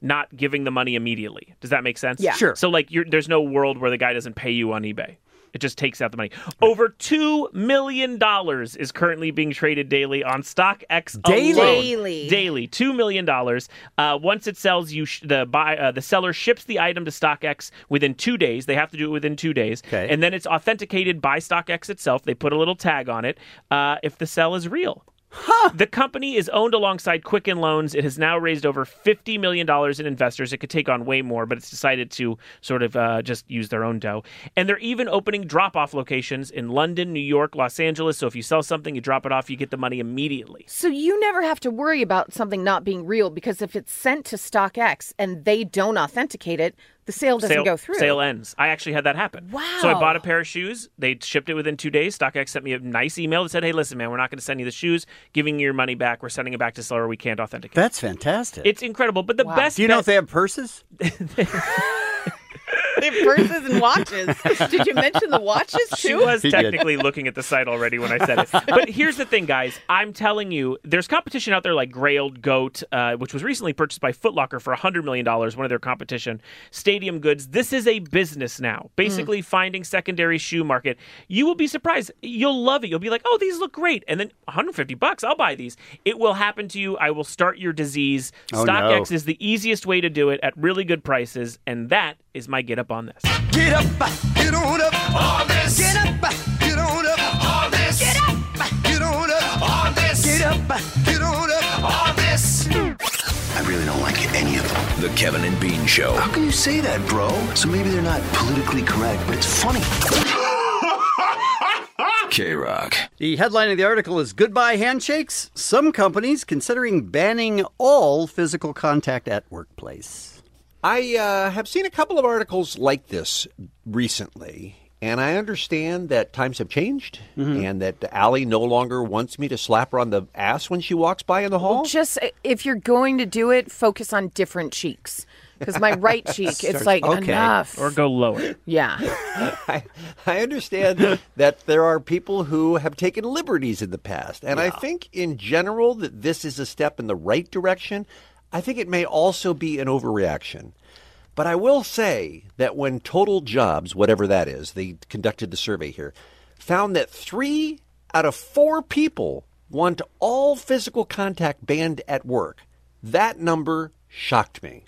S5: not giving the money immediately. Does that make sense?
S17: Yeah. Sure.
S5: So like, you're, there's no world where the guy doesn't pay you on eBay. It just takes out the money. Over two million dollars is currently being traded daily on StockX
S17: Daily?
S5: alone.
S17: Daily.
S5: daily, two million dollars. Uh, once it sells, you sh- the buy uh, the seller ships the item to StockX within two days. They have to do it within two days, okay. and then it's authenticated by StockX itself. They put a little tag on it uh, if the sell is real. The company is owned alongside Quicken Loans. It has now raised over $50 million in investors. It could take on way more, but it's decided to sort of uh, just use their own dough. And they're even opening drop off locations in London, New York, Los Angeles. So if you sell something, you drop it off, you get the money immediately.
S3: So you never have to worry about something not being real because if it's sent to StockX and they don't authenticate it, the sale doesn't
S5: sale,
S3: go through.
S5: Sale ends. I actually had that happen. Wow. So I bought a pair of shoes. They shipped it within two days. StockX sent me a nice email that said, hey, listen, man, we're not going to send you the shoes, giving you your money back. We're sending it back to seller. We can't authenticate.
S4: That's fantastic.
S5: It's incredible. But the
S4: Wow.
S5: best
S4: Do you know
S5: bet-
S4: if they have purses?
S3: purses and watches. Did you mention the watches too?
S5: She was
S4: He did.
S5: technically looking at the site already when I said it. But here's the thing, guys. I'm telling you, there's competition out there like Grailed Goat, uh, which was recently purchased by Foot Locker for $100 million, one of their competition. Stadium Goods. This is a business now. Basically,
S3: Mm.
S5: finding secondary shoe market. You will be surprised. You'll love it. You'll be like, oh, these look great. And then 150 bucks, I'll buy these. It will happen to you. I will start your disease.
S17: Oh,
S5: StockX
S17: no.
S5: is the easiest way to do it at really good prices. And that is my get up on this.
S16: Get up, get on up, all this. Get up, get on up, all this. Get up, get on up, all this. Get up, get on up, all this.
S1: I really don't like any of them. The Kevin and Bean Show. How can you say that, bro? So maybe they're not politically correct, but it's funny. K Rock.
S4: The headline of the article is Goodbye Handshakes. Some companies considering banning all physical contact at workplace.
S2: I uh, have seen a couple of articles like this recently, and I understand that times have changed and that Allie no longer wants me to slap her on the ass when she walks by in the hall.
S3: Well, just uh, if you're going to do it, focus on different cheeks. Because my right cheek, it's
S2: Starts-
S3: like
S2: Okay.
S3: enough.
S5: Or go lower.
S3: Yeah.
S2: I, I understand that there are people who have taken liberties in the past, and I think in general that this is a step in the right direction. I think it may also be an overreaction. But I will say that when Total Jobs, whatever that is, they conducted the survey here, found that three out of four people want all physical contact banned at work. That number shocked me.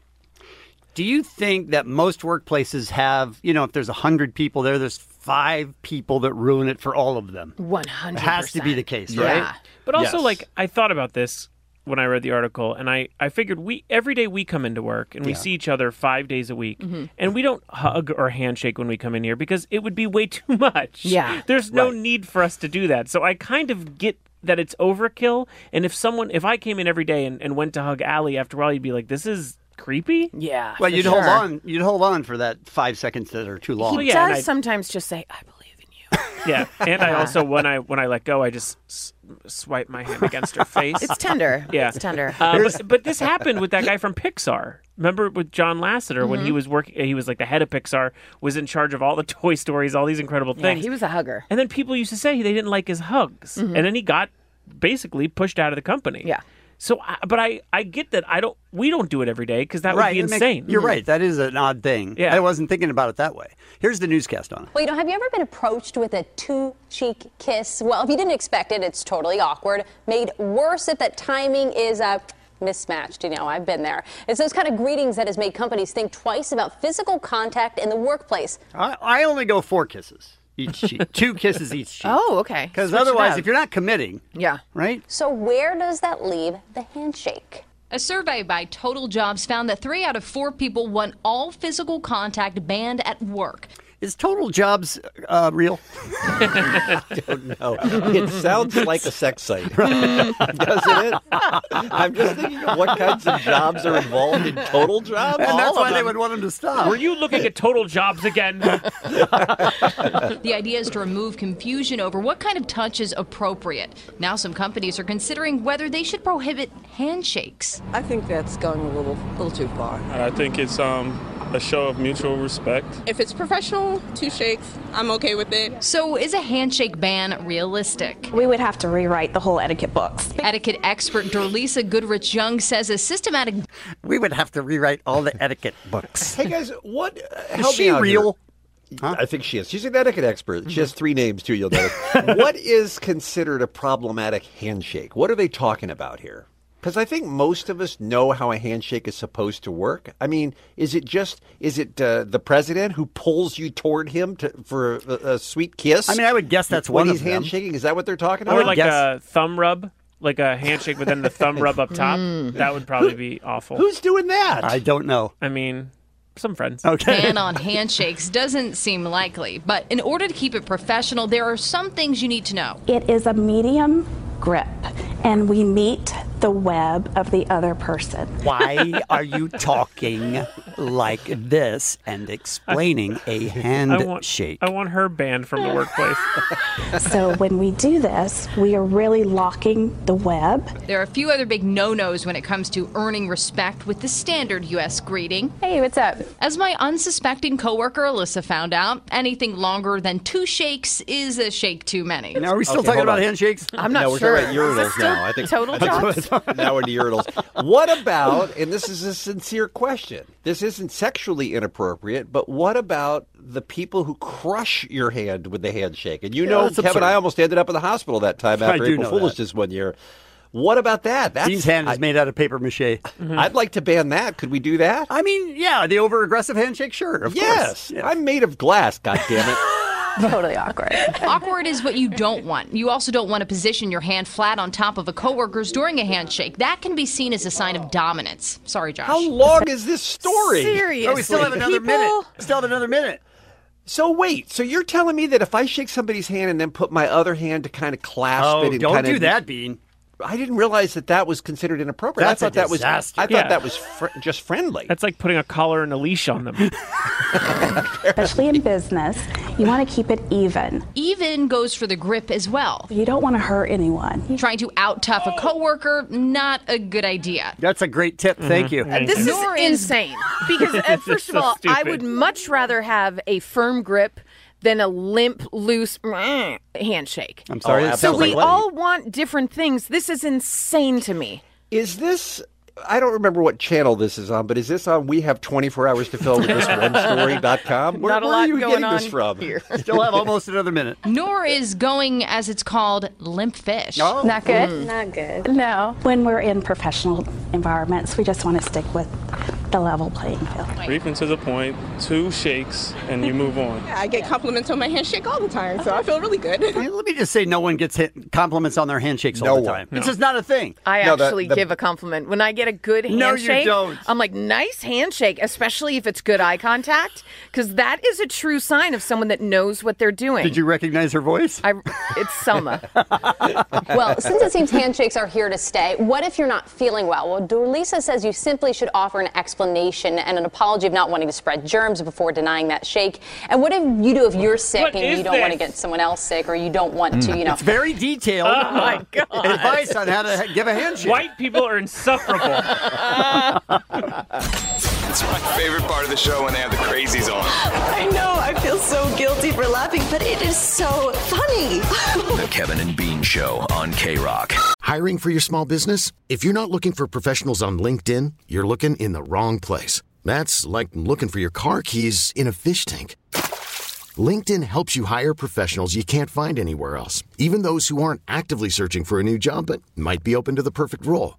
S4: Do you think that most workplaces have, you know, if there's 100 people there, there's five people that ruin it for all of them?
S3: 100%.
S4: It has to be the case, right?
S5: But also,
S4: Yes.
S5: like, I thought about this when I read the article, and I, I figured we every day we come into work and we
S18: Yeah.
S5: see each other five days a week,
S18: Mhm.
S5: and we don't hug or handshake when we come in here because it would be way too much.
S18: Yeah.
S5: there's no need for us to do that. So I kind of get that it's overkill. And if someone, if I came in every day and, and went to hug Allie after a while, you'd be like, this is creepy.
S3: Yeah,
S4: Well, you'd hold on. You'd hold on for that five seconds that are too long.
S3: He does sometimes just say, I believe.
S5: Yeah, and I also when I when I let go, I just s- swipe my hand against her face.
S3: It's tender.
S5: Yeah,
S3: It's tender.
S5: Uh,
S3: There's-
S5: but, but this happened with that guy from Pixar. Remember with John Lasseter when he
S3: Mhm.
S5: was work, he was like the head of Pixar, was in charge of all the Toy Stories, all these incredible
S3: Yeah,
S5: things.
S3: he was a hugger.
S5: And then people used to say they didn't like his hugs,
S3: Mhm.
S5: and then he got basically pushed out of the company. Yeah. So, I, but I I get that I don't we don't do it every day because that
S4: right,
S5: would be
S4: it makes-
S5: insane.
S2: Hmm.
S4: you're right. That is an odd thing. Yeah. I wasn't thinking about it that way. Here's the newscast on it.
S19: Well, you know, have you ever been approached with a two cheek kiss? Well, if you didn't expect it, it's totally awkward. Made worse if that timing is uh, mismatched. You know, I've been there. It's those kind of greetings that has made companies think twice about physical contact in the workplace.
S4: I, I only go four kisses each cheek, two kisses each cheek.
S3: Oh, okay.
S5: Ah,
S4: Because
S3: Switch it
S4: otherwise,
S3: up.
S4: if you're not committing,
S3: Yeah.
S4: right?
S19: So, where does that leave the handshake?
S20: A survey by Total Jobs found that three out of four people want all physical contact banned at work.
S4: Is total jobs uh, real?
S2: No, it sounds like a sex site, doesn't it? I'm just thinking of what kinds of jobs are involved in total jobs.
S4: And that's why they
S2: would
S4: want them to stop.
S5: Were you looking at total jobs again?
S20: The idea is to remove confusion over what kind of touch is appropriate. Now, some companies are considering whether they should prohibit handshakes.
S21: I think that's going a little, little too far.
S22: I think it's um, a show of mutual respect.
S20: If it's professional, two shakes, I'm okay with it. So, is a handshake ban realistic?
S6: We would have to rewrite the whole etiquette books.
S20: Etiquette expert Dorlisa Goodrich Young says a systematic
S4: We would have to rewrite all the etiquette books.
S2: Hey guys, what? Uh,
S4: is she real?
S2: I think she is. She's an etiquette expert. She has three names too. You'll notice. what is considered a problematic handshake? What are they talking about here? Because I think most of us know how a handshake is supposed to work. I mean, is it just is it uh, the president who pulls you toward him to, for a, a sweet kiss?
S4: I mean, I would guess that's
S2: when
S4: one of
S2: he's
S4: them.
S2: handshaking. Is that what they're talking about?
S5: or like uh, a thumb rub, like a handshake, but then the thumb rub up top.
S2: Mm.
S5: That would probably be awful.
S2: Who's doing that?
S4: I don't know.
S5: I mean, some friends.
S20: ban on handshakes doesn't seem likely, but in order to keep it professional, there are some things you need to know.
S6: It is a medium grip, and we meet the web of the other person.
S4: Why are you talking like this and explaining a
S5: I
S4: handshake?
S5: want I want her banned from the workplace.
S6: so when we do this, we are really locking the web.
S20: There are a few other big no-nos when it comes to earning respect with the standard U.S. greeting.
S6: Hey, what's up?
S20: As my unsuspecting coworker Alyssa found out, anything longer than two shakes is a shake too many.
S4: Now, are we still
S2: Okay,
S4: talking
S2: hold
S4: about
S2: on.
S4: handshakes?
S2: no, we're talking about urinals now. I think that's what- now we're to urinals. What about? And this is a sincere question. This isn't sexually inappropriate, but what about the people who crush your hand with the handshake? And you
S4: Yeah,
S2: know,
S4: that's
S2: Kevin,
S4: absurd.
S2: I almost ended up in the hospital that time
S4: I
S2: after
S4: do
S2: April
S4: know
S2: Fool's
S4: that.
S2: this one year. What about that? That's Mm-hmm.
S4: Dean's hand is made out of paper mache.
S2: I'd like to ban that. Could we do that?
S4: I mean, yeah, the over aggressive handshake, sure. Of
S2: yes, I'm made of glass. God damn it.
S6: Totally awkward.
S20: Awkward is what you don't want. You also don't want to position your hand flat on top of a coworker's during a handshake. That can be seen as a sign of dominance. Sorry, Josh.
S2: How long is this story?
S4: Oh, we still have another minute. Still have another minute.
S2: So wait, so you're telling me that if I shake somebody's hand and then put my other hand to kind of clasp
S4: Oh,
S2: it and
S4: don't
S2: kind
S4: do
S2: of,
S4: that, Bean.
S2: I didn't realize that that was considered inappropriate.
S4: That's
S2: I
S4: a
S2: thought that was I
S4: disaster.
S2: thought
S4: Yeah.
S2: that was fr- just friendly.
S5: That's like putting a collar and a leash on them.
S6: Especially in business, you want to keep it even.
S20: Even goes for the grip as well.
S6: You don't want to hurt anyone.
S20: Trying to out tough a coworker, not a good idea.
S4: That's a great tip. Thank you.
S20: Mhm.
S3: This is
S20: Nor is-
S3: insane. Because, uh,
S4: It's
S3: first of
S4: so
S3: all, I
S4: stupid.
S3: would much rather have a firm grip than a limp, loose mm, handshake.
S4: I'm sorry,
S2: Oh,
S4: that
S3: so
S4: sounds
S3: we
S4: like-
S3: all want different things. This is insane to me.
S2: Is this? I don't remember what channel this is on, but is this on? We have 24 hours to fill with this one story.com. Where,
S20: Not a
S2: where are
S20: lot
S2: you
S20: going
S2: getting
S20: on
S2: this from?
S20: here.
S4: Still have almost another minute.
S20: Nor is going, as it's called, limp fish.
S6: Oh. Not
S4: Mm.
S6: good?
S20: Not good.
S6: No. When we're in professional environments, we just want to stick with the level playing field.
S23: Briefing to the point, two shakes, and you move on.
S24: I get compliments on my handshake all the time, so I feel really good.
S4: Let me just say, no one gets hit compliments on their handshakes all the time. It's just not a thing.
S3: I
S4: No, the-
S3: actually
S4: the-
S3: give a compliment when I get a good
S4: No, you
S3: handshake.
S4: don't.
S3: I'm like, nice handshake, especially if it's good eye contact, because that is a true sign of someone that knows what they're doing.
S4: Did you recognize her voice?
S3: I, it's Selma.
S20: well, since it seems handshakes are here to stay, what if you're not feeling well? Well, Dulisa says you simply should offer an explanation and an apology of not wanting to spread germs before denying that shake. And what if you do if you're sick
S4: What
S20: and
S4: is
S20: you don't want to
S4: this? Mm.
S20: get someone else sick or you don't want to, you know?
S4: It's very detailed.
S20: Oh, my God.
S4: Advice on how to give a handshake.
S5: White people are insufferable.
S16: It's my favorite part of the show when they have the crazies on.
S25: I know, I feel so guilty for laughing, but it is so funny.
S1: The Kevin and Bean Show on K Rock.
S26: Hiring for your small business? If you're not looking for professionals on LinkedIn, you're looking in the wrong place. That's like looking for your car keys in a fish tank. LinkedIn helps you hire professionals you can't find anywhere else, even those who aren't actively searching for a new job but might be open to the perfect role.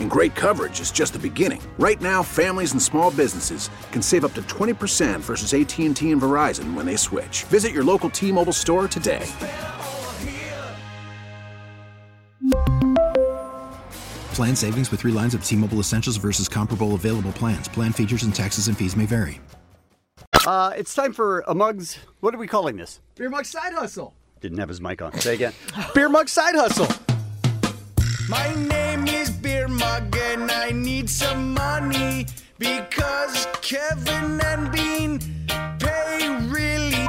S27: And great coverage is just the beginning. Right now, families and small businesses can save up to 20% versus AT&T and Verizon when they switch. Visit your local T-Mobile store today.
S28: Plan savings with three lines of T Mobile Essentials versus comparable available plans. Plan features and taxes and fees may vary.
S4: Uh, it's time for a mug's. What are we calling this?
S29: Beer Mug Side Hustle.
S4: Didn't have his mic on. Say again.
S29: Beer Mug Side Hustle. My name is Beer Mug and I need some money because Kevin and Bean pay really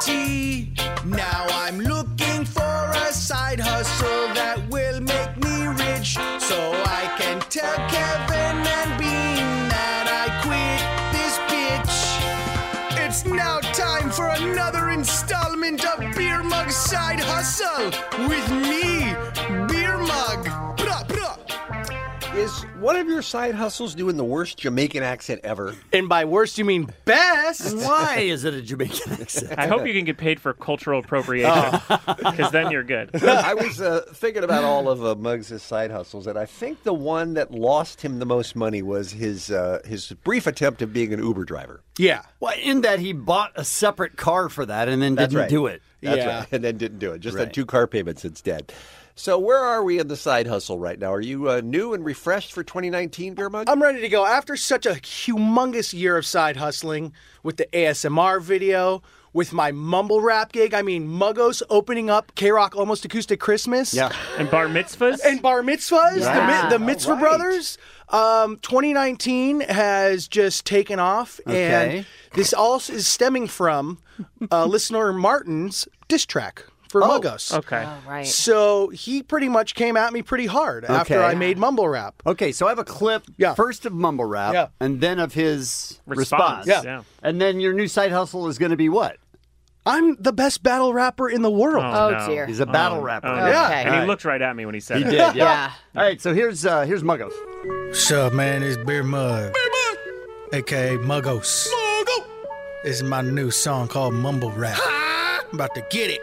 S29: tea. Now I'm looking for a side hustle that will make me rich so I can tell Kevin and Bean that I quit this bitch. It's now time for another installment of Beer Mug Side Hustle with me, Beer Mug. Bruh, bruh.
S2: Is one of your side hustles doing the worst Jamaican accent ever?
S29: And by worst, you mean best.
S4: Why is it a Jamaican accent? Oh.
S5: I hope you can get paid for cultural appropriation because then you're good.
S2: I was uh, thinking about all of uh, Muggs' side hustles, and I think the one that lost him the most money was his uh, his brief attempt at being an Uber driver.
S4: Yeah. Well, in that he bought a separate car for that and then
S2: That's
S4: didn't
S2: right.
S4: do it.
S2: That's right. And then didn't do it. Just
S4: Right.
S2: had two car payments instead. So where are we in the side hustle right now? Are you uh, new and refreshed for 2019, Beer Mug?
S29: I'm ready to go. After such a humongous year of side hustling with the ASMR video, with my mumble rap gig, I mean, Muggos opening up K Rock Almost Acoustic Christmas.
S5: Yeah. And bar mitzvahs?
S29: And bar mitzvahs.
S5: Yeah.
S29: The, mi- the Mitzvah Brothers. Um, 2019 has just taken off.
S4: Okay.
S29: And this all is stemming from uh, listener Martin's diss track for Muggos.
S5: Okay. Oh,
S29: right. So he pretty much came at me pretty hard after
S4: Okay.
S29: I made mumble rap.
S4: Okay, so I have a clip first of Mumble Rap
S29: Yeah.
S4: and then of his response.
S29: Response, Yeah. yeah.
S4: And then your new side hustle is going to be what?
S29: I'm the best battle rapper in the world.
S4: Oh, Oh, no. dear. He's a battle rapper.
S5: Um, oh, no.
S4: Yeah.
S5: And
S4: Okay.
S5: he looked right at me when he said
S4: He
S5: it.
S4: did, yeah. All right, so here's uh, here's Muggos.
S29: Sup,
S30: man? It's Beer Mug. AKA Muggos. This is my new song called Mumble Rap. I'm about to get it.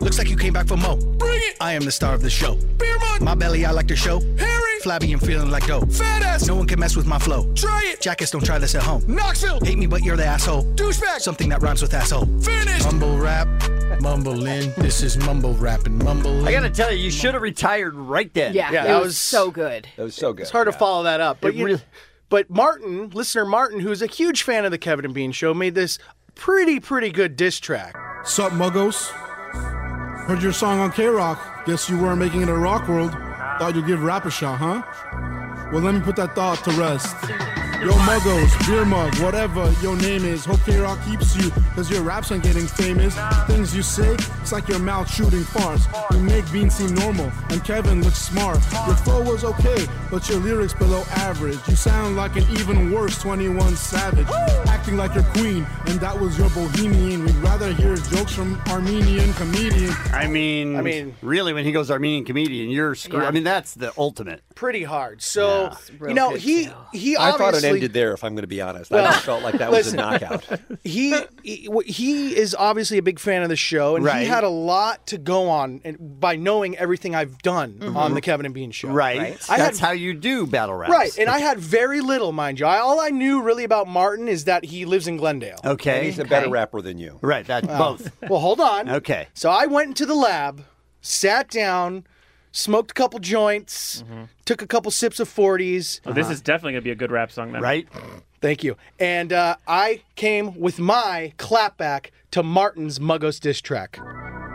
S30: Looks like you came back for more. Bring it. I am the star of the show. Beer Mug. My belly, I like to show. Harry. Flabby and feeling like dope. Fat ass. No one can mess with my flow. Try it. Jackets, don't try this at home. Knoxville. Hate me, but you're the asshole. Douchebag. Something that rhymes with asshole. Finished. Mumble rap. Mumbling. this is mumble rapping. Mumbling.
S4: I got to tell you, you should have retired right then.
S29: Yeah, Yeah. it was so
S3: good.
S2: That was so good.
S29: It's hard to follow that up, but
S4: It
S29: you,
S4: really-
S29: but Martin, listener Martin, who's a huge fan of the Kevin and Bean Show, made this pretty pretty good diss track.
S30: Sup, muggos? Heard your song on K Rock. Guess you weren't making it in Rock World. Thought you'd give rap a shot, huh? Well, let me put that thought to rest.
S31: Yo, muggles, beer mug, whatever your name is. Hope K-Rock keeps you, cause your raps ain't getting famous. Things you say, it's like your mouth shooting farce. You make Bean seem normal, and Kevin looks smart. Your flow was okay, but your lyrics below average. You sound like an even worse 21 Savage. Acting like your queen, and that was your bohemian. We'd rather hear jokes from Armenian comedian.
S4: I mean,
S31: I mean-
S4: really, when he goes Armenian comedian, you're screwed. I mean, that's the ultimate.
S32: pretty hard. So
S4: real
S32: you know
S4: good
S32: he he
S2: I
S32: obviously
S2: thought it ended there, if I'm going to be honest.
S32: Well,
S2: I just felt like that was a
S32: listen.
S2: knockout.
S32: he he- he is obviously a big fan of the show, and he
S2: Right.
S32: had a lot to go on and by knowing everything I've done
S2: Mm-hmm.
S32: on the Kevin and Bean show.
S4: Right.
S32: I had-
S4: That's how you do battle raps.
S32: Right, and I had very little, mind you. I, all I knew really about Martin is that he lives in Glendale.
S4: Okay.
S2: And he's a better rapper than you.
S4: Right. That
S32: Wow.
S4: both.
S32: Well, hold on.
S4: Okay.
S32: So I went into the lab, sat down, smoked a couple joints,
S4: Mm-hmm.
S32: took a couple sips of 40s.
S5: Oh, This is definitely going to be a good rap song then.
S4: Right?
S32: Thank you. And uh, I came with my clapback to Martin's Muggos diss track.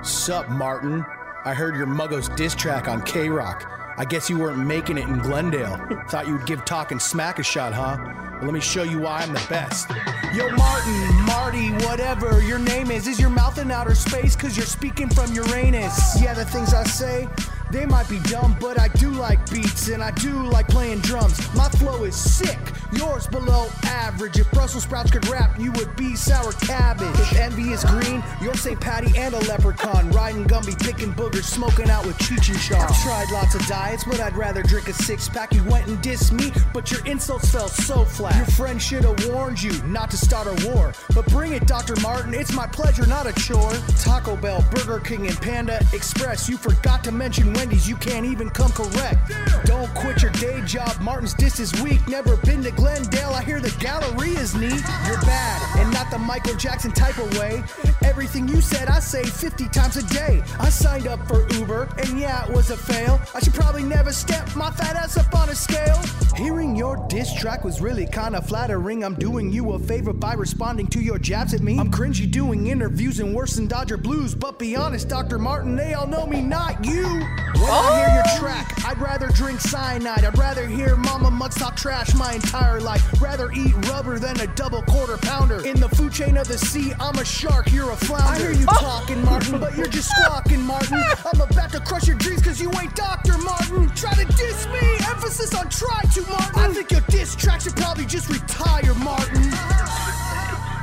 S30: Sup, Martin? I heard your Muggos diss track on K Rock. I guess you weren't making it in Glendale. Thought you would give talking smack a shot, huh? Well, let me show you why I'm the best.
S29: Yo, Martin, Marty, whatever your name is, is your mouth in outer space? Cause you're speaking from Uranus. Yeah, the things I say, they might be dumb, but I do like beats and I do like playing drums. My flow is sick, yours below average. If Brussels sprouts could rap, you would be sour cabbage. If envy is green, you're St. Patty and a leprechaun. Riding Gumby, picking boogers, smoking out with Cheech and Shaw. I've tried lots of diets, but I'd rather drink a six pack. You went and dissed me, but your insults fell so flat. Your friend should have warned you not to start a war. But bring it, Dr. Martin, it's my pleasure, not a chore. Taco Bell, Burger King, and Panda Express. You forgot to mention Wendy's, you can't even come correct. Don't quit your day job, Martin's diss is weak. Never been to Glendale, I hear the gallery is neat. You're bad, and not the Michael Jackson type of way. Everything you said, I say 50 times a day. I signed up for Uber, and yeah, it was a fail. I should probably never step my fat ass up on a scale. Hearing your diss track was really kinda flattering. I'm doing you a favor by responding to your jabs at me. I'm cringy doing interviews and worse than Dodger Blues, but be honest, Dr. Martin, they all know me, not you. When I hear your track, I'd rather drink cyanide. I'd rather hear Mama Mugs talk trash my entire life. Rather eat rubber than a double quarter pounder. In the food chain of the sea, I'm a shark, you're a flounder. I hear you talking, Martin, but you're just squawking, Martin. I'm about to crush your dreams because you ain't Dr. Martin. Try to diss me, emphasis on try to, Martin. I think your diss track should probably just retire, Martin.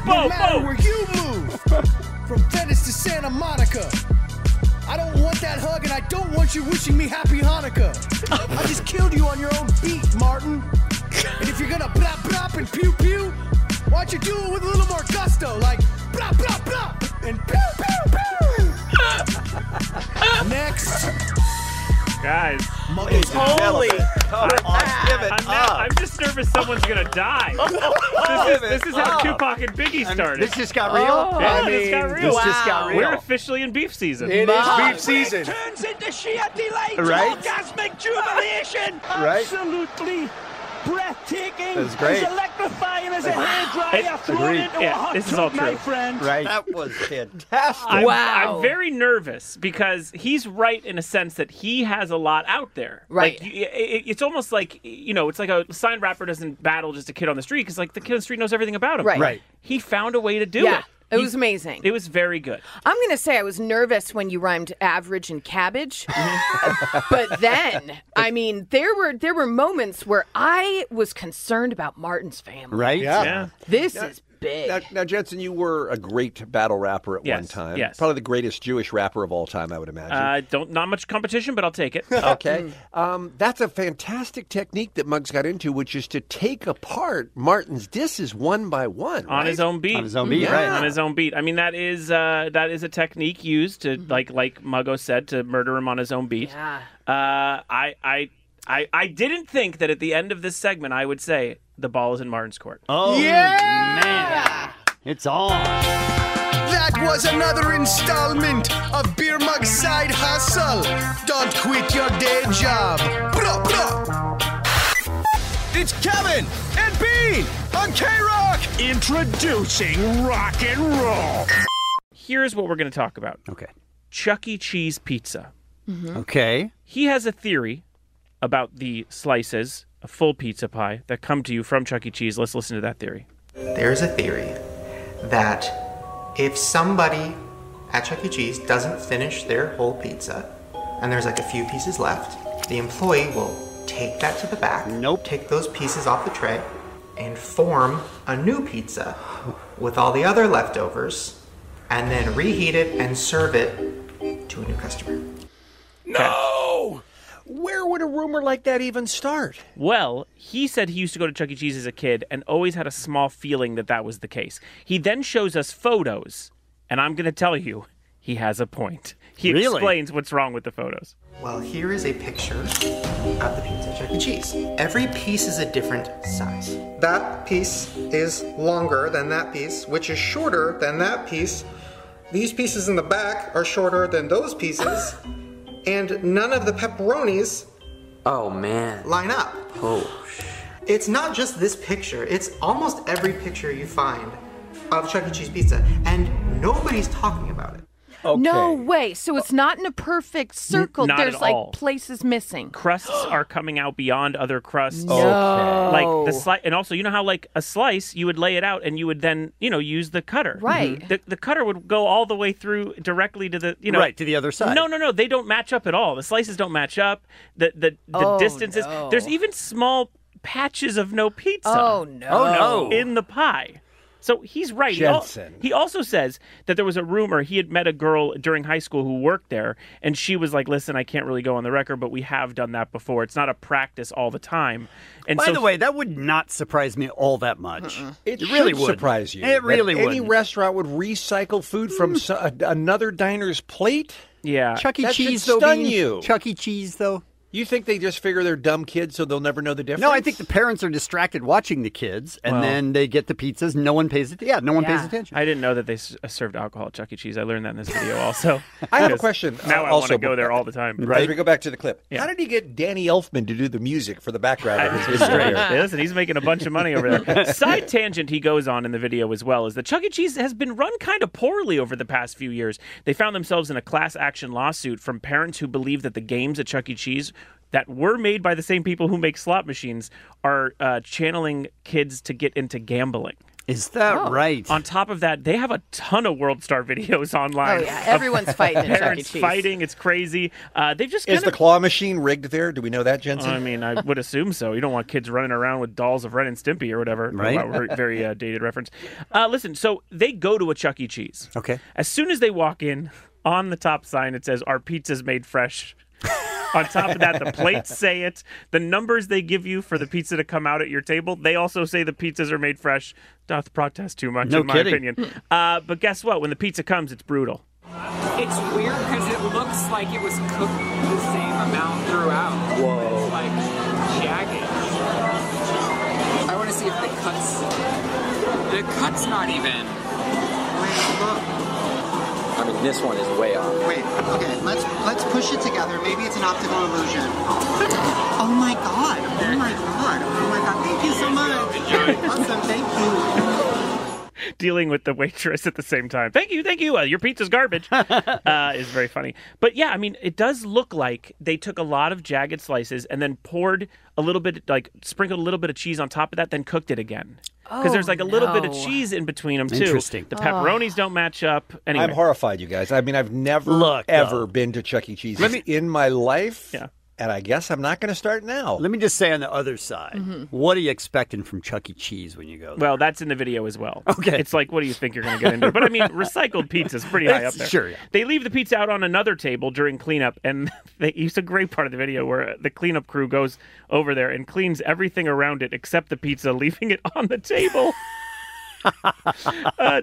S29: No matter where you move, from Venice to Santa Monica. I don't want that hug, and I don't want you wishing me happy Hanukkah. I just killed you on your own beat, Martin. And if you're gonna blop blop and pew pew, why don't you do it with a little more gusto, like blop blop blop and pew pew pew. Next,
S5: guys.
S29: Muggles
S5: Holy!
S29: develop. Come
S5: I'm-
S29: on, give it
S5: I'm, now-
S29: up.
S5: I'm just nervous someone's gonna die. this,
S29: Give
S5: is, this
S29: it
S5: is how
S29: up.
S5: Tupac and Biggie
S29: I'm-
S5: started.
S29: this just got real? Oh,
S5: yeah,
S29: I
S5: this got
S29: mean,
S5: real.
S29: this just got
S5: We're
S29: real.
S5: officially in beef season.
S29: It is My. beef
S32: season.
S29: turns into sheer delight,
S5: Right?
S29: orgasmic jubilation,
S5: Right?
S29: absolutely breathtaking,
S5: That's great.
S29: as electrifying as a
S5: That's-
S29: hairdryer
S5: It's-
S29: thrown
S5: Agreed.
S29: into a
S5: Yeah,
S29: hot
S5: this is
S29: tub,
S5: all
S29: my
S5: true.
S29: friend.
S5: Right.
S29: That
S4: was fantastic.
S5: I'm,
S29: Wow.
S5: I'm very nervous because he's right in a sense that he has a lot out there.
S29: Right.
S5: Like, y- it- it's almost like, you know, it's like a sign rapper doesn't battle just a kid on the street because, like, the kid on the street knows everything about him.
S3: Right. Right.
S5: He found a way to do
S3: yeah,
S5: it.
S3: it
S5: He-
S3: was amazing.
S5: It was very good.
S3: I'm going to say I was nervous when you rhymed average and cabbage. but then, I mean, there were there were moments where I was concerned about Martin's family.
S4: Right?
S2: Yeah.
S3: This is big.
S2: Now, now, Jensen, you were a great battle rapper at one
S5: Yes,
S2: time.
S5: yes.
S2: Probably the greatest Jewish rapper of all time, I would imagine.
S5: Uh, don't Not much competition, but I'll take it.
S2: okay. Um, that's a fantastic technique that Muggs got into, which is to take apart Martin's disses one by one.
S5: on his
S2: right?
S5: own beat.
S2: Yeah.
S5: On his own beat. I mean, that is uh, that is a technique used to like like Muggo said to murder him on his own beat.
S3: Mm-hmm. Yeah.
S5: Uh, I I I I didn't think that at the end of this segment I would say the ball is in Martin's court.
S4: Oh
S29: Yeah!
S4: man, it's on.
S30: That was another installment of Beer Mug Side Hustle. Don't quit your day job. Blah, blah.
S16: It's Kevin and Bean on K Rock. Introducing rock and roll.
S5: Here's what we're going to talk about.
S4: Okay. Mm-hmm.
S5: Chuck E. Cheese pizza.
S4: Okay.
S5: He has a theory about the slices a full pizza pie that come to you from Chuck E. Cheese. Let's listen to that theory.
S33: There's a theory that if somebody at Chuck E. Cheese doesn't finish their whole pizza and there's like a few pieces left, the employee will take that to the back, nope. take those pieces off the tray, and form a new pizza with all the other leftovers and then reheat it and serve it to a new customer.
S2: No! Oh, Where would a rumor like that even start?
S5: Well, he said he used to go to Chuck E. Cheese as a kid and always had a small feeling that that was the case. He then shows us photos, and I'm going to tell you, he has a point. He
S33: Really?
S5: explains what's wrong with the photos.
S33: Well, here is a picture of the pizza Chuck E. Cheese. Every piece is a different size. That piece is longer than that piece, which is shorter than that piece. These pieces in the back are shorter than those pieces, and none of the pepperonis
S34: Oh man.
S33: line up.
S34: Oh.
S33: It's not just this picture, it's almost every picture you find of Chuck E. Cheese pizza, and nobody's talking about it.
S3: No way. So it's not in a perfect circle.
S5: not at
S3: There's like
S5: all.
S3: places missing.
S5: Crusts are coming out beyond other crusts.
S3: No. Okay.
S5: Like the slice, and also you know how like a slice, you would lay it out and you would then you know use the cutter. Mm-hmm.
S3: Right.
S5: The, the cutter would go all the way through directly to the you know
S4: Right, to the other side.
S5: No, no, no. They don't match up at all. The slices don't match up. The the the
S3: Oh,
S5: distances.
S3: no.
S5: There's even small patches of no pizza.
S3: Oh, no. Oh, no.
S5: In the pie. So he's right. He al-
S2: Jensen.
S5: He also says that there was a rumor he had met a girl during high school who worked there, and she was like, "Listen, I can't really go on the record, but we have done that before. It's not a practice all the time." And
S4: By
S5: so
S4: the way, that would not surprise me all that much.
S2: It,
S4: really
S2: should
S4: would
S2: surprise you.
S4: It
S2: that
S4: really would.
S2: Any restaurant would recycle food
S5: Mm.
S2: from so- a- another diner's plate.
S5: Yeah,
S4: Chuck E.
S2: that should
S4: Cheese though.
S2: stun
S4: being-
S2: you.
S4: Chuck E. Cheese though.
S2: You think they just figure they're dumb kids, so they'll never know the difference?
S4: No, I think the parents are distracted watching the kids, and
S2: Well.
S4: then they get the pizzas. No one pays it. Yeah, no one pays attention.
S5: I didn't know that they s- uh, served alcohol at Chuck E. Cheese. I learned that in this video also.
S2: I have a
S5: Because
S2: question. uh,
S5: Now I
S2: also,
S5: want to go there all the time.
S2: As we go back to the clip, how did he get Danny Elfman to do the music for the background of his video?
S5: Straight.
S2: here?
S5: Listen, he's making a bunch of money over there. Side tangent he goes on in the video as well is that Chuck E. Cheese has been run kind of poorly over the past few years. They found themselves in a class action lawsuit from parents who believe that the games at Chuck E. Cheese that were made by the same people who make slot machines are uh, channeling kids to get into gambling.
S4: Is that
S3: Oh.
S4: right?
S5: On top of that, they have a ton of World Star videos online.
S3: Oh, yeah.
S5: of
S3: Everyone's fighting at Chuck E.
S5: Parents
S3: Cheese.
S5: fighting. It's crazy. Uh, they've just
S2: Is
S5: kind
S2: the
S5: of
S2: claw machine rigged there? Do we know that, Jensen?
S5: I mean, I would assume so. You don't want kids running around with dolls of Ren and Stimpy or whatever.
S2: Right.
S5: Wow, we're- very uh, dated reference. Uh, listen, so they go to a Chuck E. Cheese.
S4: Okay.
S5: As soon as they walk in, on the top sign it says, "Our pizza's made fresh." on top of that, the plates say it. The numbers they give you for the pizza to come out at your table, they also say the pizzas are made fresh. Doth protest too much,
S4: No
S5: in my
S4: kidding.
S5: opinion. Uh, but guess what? When the pizza comes, it's brutal.
S35: It's weird because it looks like it was cooked the same amount throughout. Whoa. It's like jagged. I want to see if the cuts. The cut's not even.
S34: I mean, this one is way off.
S33: Wait, okay, let's let's push it together. Maybe it's an optical illusion. Oh my god! Oh my god! Oh my god! Thank you so much. awesome, thank you.
S5: dealing with the waitress at the same time. Thank you, thank you. Uh, your pizza's garbage uh, is very funny. But yeah, I mean, it does look like they took a lot of jagged slices and then poured a little bit, like sprinkled a little bit of cheese on top of that, then cooked it again. Because there's like a little bit of
S4: no.
S5: cheese in between them too.
S4: Interesting.
S5: The
S4: Oh.
S5: pepperonis don't match up. Anyway,
S2: I'm horrified, you guys. I mean, I've never,
S4: Look,
S2: ever
S4: though.
S2: been to Chuck E. Cheese
S4: Let me-
S2: in my life.
S5: Yeah.
S2: And I guess I'm not going to start now.
S4: Let me just say on the other side, what are you expecting from Chuck E. Cheese when you go there?
S5: Well, that's in the video as well.
S4: Okay.
S5: It's like, what do you think you're going to get into? But I mean, recycled pizza's pretty high up
S4: It's-
S5: there.
S4: sure, yeah.
S5: They leave the pizza out on another table during cleanup, and they, it's a great part of the video where the cleanup crew goes over there and cleans everything around it except the pizza, leaving it on the table. uh,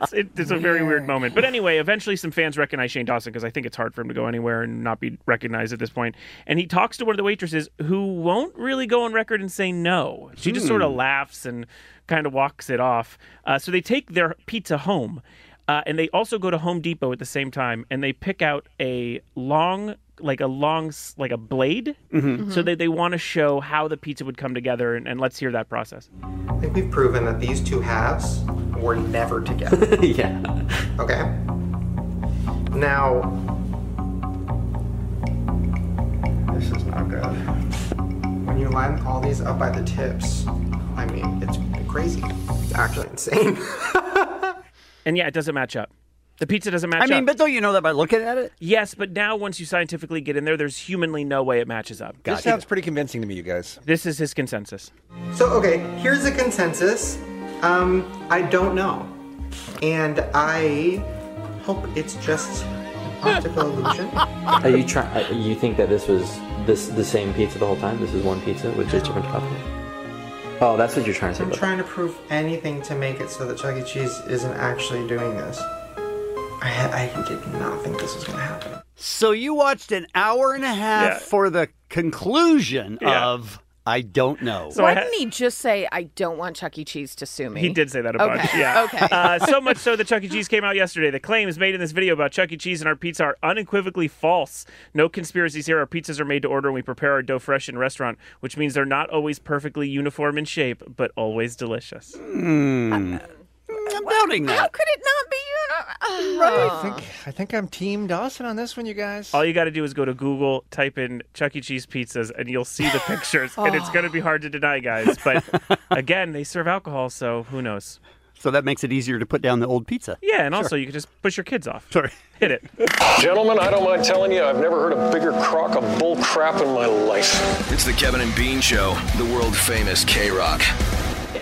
S5: it's, it, it's a very weird moment. But anyway, eventually some fans recognize Shane Dawson because I think it's hard for him to go anywhere and not be recognized at this point. And he talks to one of the waitresses who won't really go on record and say no. She just
S4: Hmm.
S5: sort of laughs and kind of walks it off. Uh, so they take their pizza home. Uh, and they also go to Home Depot at the same time, and they pick out a long, like a long, s- like a blade.
S4: Mm-hmm.
S5: So they, they want to show how the pizza would come together, and, and let's hear that process.
S33: I think we've proven that these two halves were never together. yeah. Okay. Now. This is not good. When
S7: when you line all these up by the tips, I mean, it's crazy. It's actually insane.
S5: and yeah, it doesn't match up. The pizza doesn't match
S4: I
S5: up.
S4: mean, but don't you know that by looking at it?
S5: Yes, but now once you scientifically get in there, there's humanly no way it matches up.
S2: This sounds pretty convincing to me, you guys.
S5: This is his consensus.
S7: So, okay, here's the consensus. Um, I don't know. And I hope it's just optical illusion.
S8: Are you trying? You think that this was this the same pizza the whole time? This is one pizza with just different toppings. Oh, that's what you're trying to say.
S7: I'm
S8: about-
S7: trying to prove anything to make it so that Chuck E. Cheese isn't actually doing this. I, I did not think this was going to happen.
S4: So you watched an hour and a half
S7: Yeah.
S4: Ah, for the conclusion
S7: Yeah.
S4: of I don't know.
S3: Why didn't he just say, I don't want Chuck E. Cheese to sue me?
S5: He did say that a
S3: okay.
S5: bunch. Yeah.
S3: Okay.
S5: Uh, so much so that Chuck E. Cheese came out yesterday. The claims made in this video about Chuck E. Cheese and our pizza are unequivocally false. No conspiracies here. Our pizzas are made to order, and we prepare our dough fresh in restaurant, which means they're not always perfectly uniform in shape, but always delicious.
S2: Hmm.
S4: I'm doubting
S3: How could it not be you?
S2: Right. I think I think I'm Team Dawson on this one, you guys.
S5: All you got to do is go to Google, type in Chuck E. Cheese pizzas, and you'll see the pictures. And it's going to be hard to deny, guys. But again, they serve alcohol, so who knows?
S4: So that makes it easier to put down the old pizza.
S5: Yeah, and also you can just push your kids off.
S4: Sorry.
S5: Hit it.
S12: Gentlemen, I don't mind telling you, I've never heard a bigger crock of bull crap in my life.
S1: It's the Kevin and Bean Show, the world famous K Rock.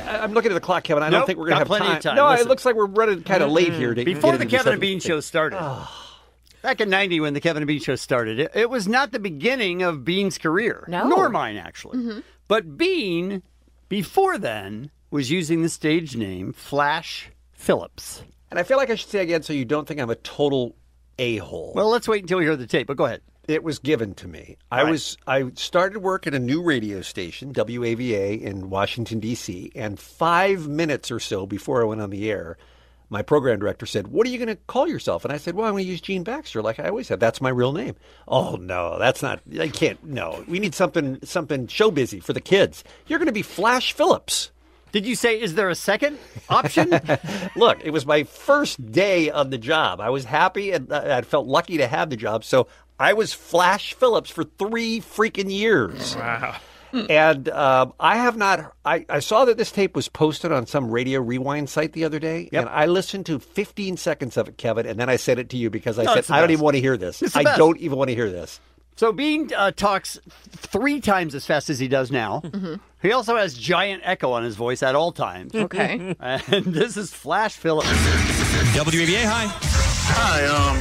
S2: I- I'm looking at the clock, Kevin. I don't
S1: Nope,
S2: think we're
S1: got
S2: gonna have
S1: plenty
S2: time.
S1: of time.
S2: No,
S4: Listen.
S2: it looks like we're running kind of late here. To
S4: Before
S2: get
S4: the
S2: into Oh.
S4: Kevin
S2: other
S4: and Bean
S2: thing.
S4: show started. Back in 90 when the Kevin and Bean show started, it, it was not the beginning of Bean's career.
S3: No.
S4: Nor mine, actually.
S3: Mhm.
S4: But Bean, before then, was using the stage name Flash Phillips.
S2: And I feel like I should say again, so you don't think I'm a total a hole.
S4: Well, let's wait until we hear the tape. But go ahead.
S2: It was given to me. I
S4: Right.
S2: was I started work at a new radio station, WAVA in Washington D.C., and 5 minutes or so before I went on the air, my program director said, "What are you going to call yourself?" And I said, "Well, I'm going to use Gene Baxter like I always have. That's my real name." "Oh, no, that's not. I can't. No. We need something something show busy for the kids. You're going to be Flash Phillips."
S4: Did you say is there a second option?
S2: Look, it was my first day on the job. I was happy and uh, I felt lucky to have the job. So I was Flash Phillips for three freaking years. Wow. And um, I have not. I, I saw that this tape was posted on some radio rewind site the other day, and I listened to 15 seconds of it, Kevin, and then I sent it to you because I
S4: No, it's
S2: said
S4: the
S2: I don't
S4: best.
S2: even want to hear this.
S4: It's the
S2: I
S4: best.
S2: don't even want to hear this.
S4: So Bean uh, talks three times as fast as he does now. He also has giant echo on his voice at all times.
S3: Okay.
S4: and this is Flash Phillips.
S36: WAVA, hi. Hi, um,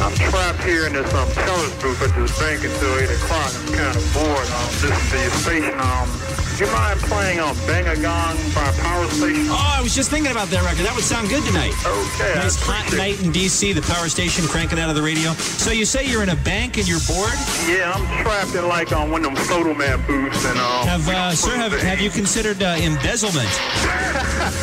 S36: I'm trapped here in this um, teller's booth at this bank until 8 o'clock. I'm kind of bored. Um, listening to your station. Um, do you mind playing um, Bang a Gong by Power Station?
S34: Oh, I was just thinking about that record. That would sound good tonight. Okay. Nice hot night in D.C., the power station cranking out of the radio. So you say you're in a bank and you're bored?
S36: Yeah, I'm trapped in like um, one of them soda man booths and um.
S34: Have, uh, sir, have, have you considered uh, embezzlement?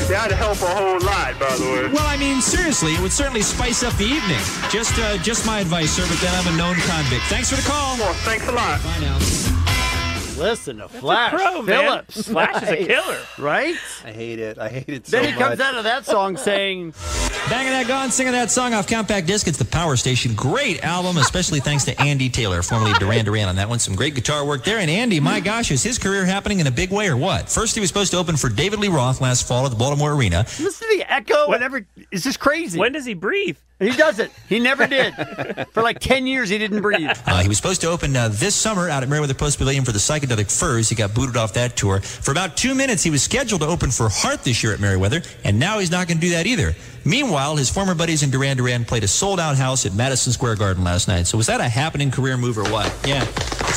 S36: That'd help a whole lot, by the way.
S34: Well, I mean, seriously, it would certainly spice up the evening. Just, uh, just my advice, sir, but then I'm a known convict. Thanks for the call. Well,
S36: thanks a lot.
S34: Bye now.
S4: Listen to
S34: a
S4: Flash
S34: pro, man.
S4: Phillips.
S34: Flash is a killer.
S4: Right?
S2: I hate it. I hate it
S4: Then
S34: so
S4: he comes
S34: much.
S4: out of that song saying,
S34: Banging that gun, singing that song off Compact Disc. It's the Power Station. Great album, especially thanks to Andy Taylor, formerly Duran Duran, on that one. Some great guitar work there. And Andy, my gosh, is his career happening in a big way or what? First, he was supposed to open for David Lee Roth last fall at the Baltimore Arena.
S4: listen to the echo and every. It's just crazy. When
S5: does he breathe?
S4: He doesn't. He never did. For like 10 years, he didn't breathe.
S34: Uh, he was supposed to open uh, this summer out at Meriwether Post Pavilion for the Psychedelic Furs. He got booted off that tour. For about two minutes, he was scheduled to open for Heart this year at Meriwether, and now he's not going to do that either. Meanwhile, his former buddies in Duran Duran played a sold out house at Madison Square Garden last night. So was that a happening career move or what? Yeah.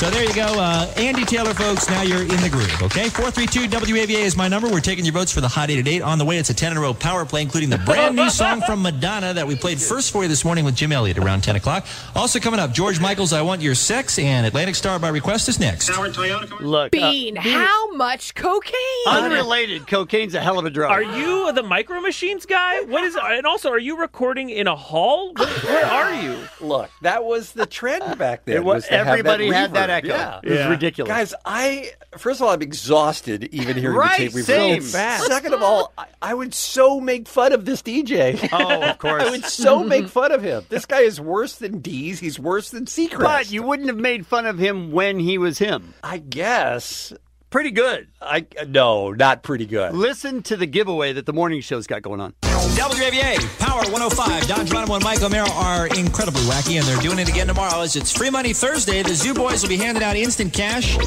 S34: So there you go. Uh, Andy Taylor, folks, now you're in the groove, okay? 432 WAVA is my number. We're taking your votes for the Hot 8 at 8. On the way, it's a 10 in a row power play, including the brand new song from Madonna that we played first for you this morning with Jim Elliott around 10 o'clock. Also coming up, George Michael's I Want Your Sex and Atlantic Star by Request is next.
S5: uh,
S4: Look,
S3: Bean, how much cocaine?
S4: Unrelated, cocaine's a hell of a drug.
S5: Are you the micro machines guy? What is? And also, are you recording in a hall? Where, where are you?
S2: Look, that was the trend back then.
S5: It wa-
S2: to have
S5: everybody had that
S2: reverb.
S5: echo.
S2: Yeah.
S5: It was Yeah. ridiculous.
S2: Guys, I first of all, I'm exhausted even hearing
S4: Right,
S2: the tape. We've
S4: same.
S2: So fast. Second of all, I, I would so make fun of this DJ.
S4: Oh, of course.
S2: I would so make fun of him. This guy is worse than Dees. He's worse than Secret.
S4: But you wouldn't have made fun of him when he was him.
S2: I guess.
S4: Pretty good.
S2: I no, not pretty good.
S4: Listen to the giveaway that the morning show's got going on.
S34: WAVA, Power 105, Don Geronimo and Mike O'Mara are incredibly wacky, and they're doing it again tomorrow as it's Free Money Thursday. The Zoo Boys will be handing out instant cash. I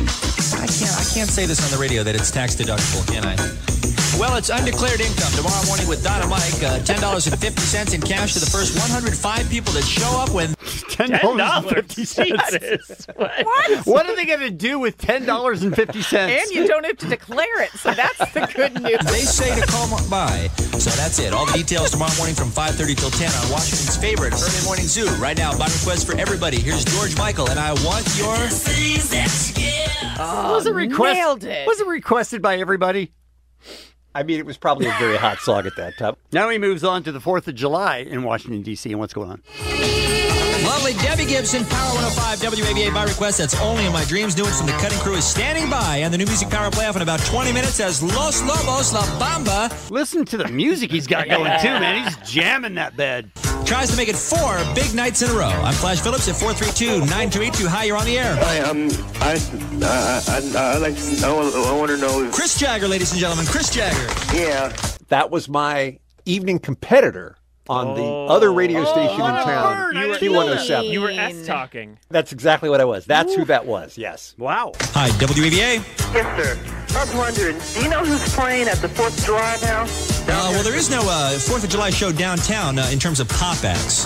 S34: can't, I can't say this on the radio that it's tax deductible, can I? Well, it's undeclared income tomorrow morning with Don and Mike. Uh, $10.50 in cash to the first 105 people that show up when
S4: $10.50. What? what are they going to do with $10.50?
S3: And you don't have to declare it, so that's the good news.
S34: They say to call by. So that's it. All the details tomorrow morning from 5.30 till 10 on Washington's favorite Early Morning Zoo. Right now, by request for everybody, here's George Michael, and I want your...
S4: Oh, was it request-
S3: nailed it.
S4: Was it requested by everybody?
S2: I mean, it was probably a very hot song at that time.
S4: Now he moves on to the 4th of July in Washington, D.C., and what's going on?
S34: Lovely Debbie Gibson, Power 105 WAVA by request. That's only in my dreams. New and from the cutting crew is standing by, and the new music power playoff in about 20 minutes as Los Lobos La Bamba.
S4: Listen to the music he's got going, too, man. He's jamming that bed.
S34: Tries to make it four big nights in a row. I'm Flash Phillips at 432 9282. Hi, you're on the air.
S6: Hi, um, I, I, I, I like to know, I want to know.
S34: Chris Jagger, ladies and gentlemen. Chris Jagger.
S6: Yeah.
S2: That was my evening competitor on
S5: Oh.
S2: the other radio station in town,
S5: You were-
S2: P107.
S5: You were S talking.
S2: That's exactly what I was. That's who that was. Yes.
S4: Wow.
S34: Hi, WAVA.
S15: Yes, sir. I'm wondering, do you know who's playing at the 4th of July now?
S34: Uh, well, there is no uh, Fourth of July show downtown uh, in terms of pop acts.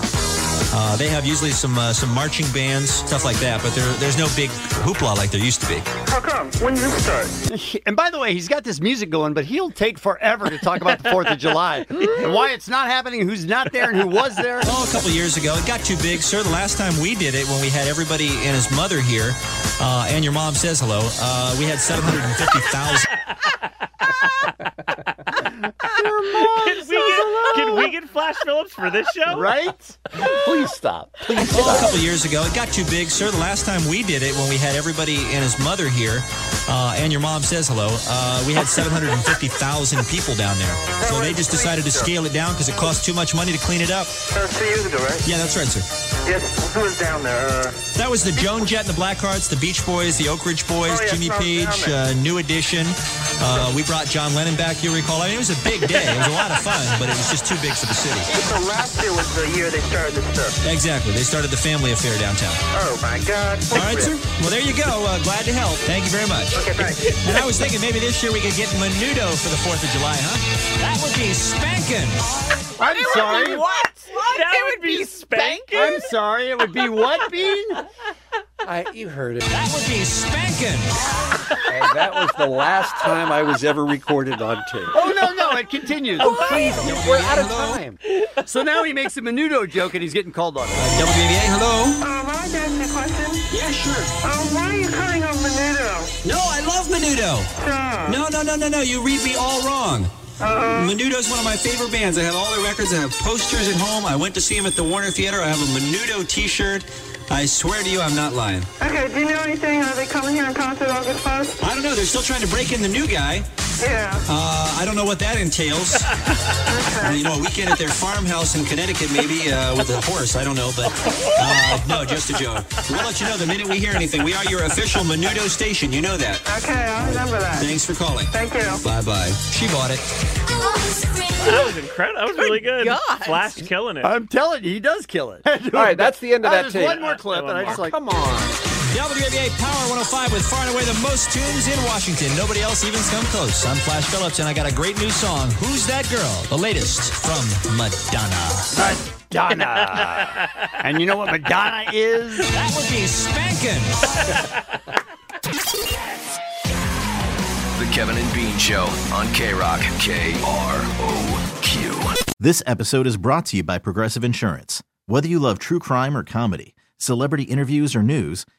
S34: Uh, they have usually some uh, some marching bands, stuff like that, but there, there's no big hoopla like there used to be.
S15: How come? When did this start?
S4: And by the way, he's got this music going, but he'll take forever to talk about the 4th of July and why it's not happening, who's not there, and who was there.
S34: Oh, a couple years ago, it got too big, sir. The last time we did it, when we had everybody and his mother here, uh, and your mom says hello, uh, we had seven hundred and fifty thousand.
S5: Can we, get, can we get Flash Phillips for this show?
S4: Right? Please stop. Please
S34: Oh, a couple years ago, it got too big, sir. The last time we did it, when we had everybody and his mother here, uh, and your mom says hello, uh, we had 750,000 people down there. So they just decided to scale it down because it cost too much money to clean it up.
S15: Uh, two years ago, right?
S34: Yeah, that's right, sir.
S15: Yes, who was down there? Uh,
S34: That was the Joan Jett and the Blackhearts, the Beach Boys, the Oak Ridge Boys,
S15: Oh, yeah,
S34: Jimmy
S15: it's not
S34: Page, uh, New Edition. Uh, we brought John Lennon back, you'll recall. I mean, it was a big day. It was a lot of fun, but it was just too big for the city.
S15: so last year was the year they started this stuff.
S34: Exactly. They started the family affair downtown.
S15: Oh, my God.
S34: All right, sir. Well, there you go. Uh, glad to help. Thank you very much.
S15: Okay, thanks.
S34: And I was thinking maybe this year we could get Menudo for the 4th of July, huh? That would be spankin'.
S4: I'm
S16: It would
S4: sorry.
S16: be what? What? That It would would be be spanking? spanking?
S4: I'm sorry. It would be what, Bean?
S2: I, you heard it.
S34: That would be spankin'.
S2: And that was the last time I was ever recorded on tape.
S4: Oh, no, no. It continues.
S2: Oh, please,
S4: We're out of time. So now he makes a menudo joke and he's getting called on it.
S34: WBA, hello.
S15: Um, I got a question.
S34: Yeah, sure.
S15: Um, why are you calling on Menudo?
S34: No, I love Menudo. No, no, no, no, no. You read me all wrong. Menudo is one of my favorite bands. I have all their records. I have posters at home. I went to see them at the Warner Theater. I have a Menudo T-shirt. I swear to you, I'm not lying.
S15: Okay, do you know anything? Are they coming here in concert August 1st?
S34: I don't know. They're still trying to break in the new guy.
S15: Yeah.
S34: Uh, I don't know what that entails. Uh, you know, a weekend at their farmhouse in Connecticut, maybe uh, with a horse. I don't know, but uh, no, just a joke. We'll let you know the minute we hear anything. We are your official Menudo station. You know that.
S15: Okay, I'll remember that.
S34: Thanks for calling.
S15: Thank you.
S34: Bye bye. She bought it.
S5: That was incredible. That was really good. Flash killing it.
S4: I'm telling you, he does kill it.
S2: All right, that's the end of
S4: Uh,
S2: that
S4: there's
S2: tape.
S4: one more clip, and I just like.
S2: Come on.
S34: WAVA Power 105 with far and away the most tunes in Washington. Nobody else even come close. I'm Flash Phillips, and I got a great new song, Who's That Girl? The latest from Madonna.
S4: Madonna. and you know what Madonna is?
S34: That would be spanking.
S1: The Kevin and Bean Show on K Rock. K R O Q.
S17: This episode is brought to you by Progressive Insurance. Whether you love true crime or comedy, celebrity interviews or news,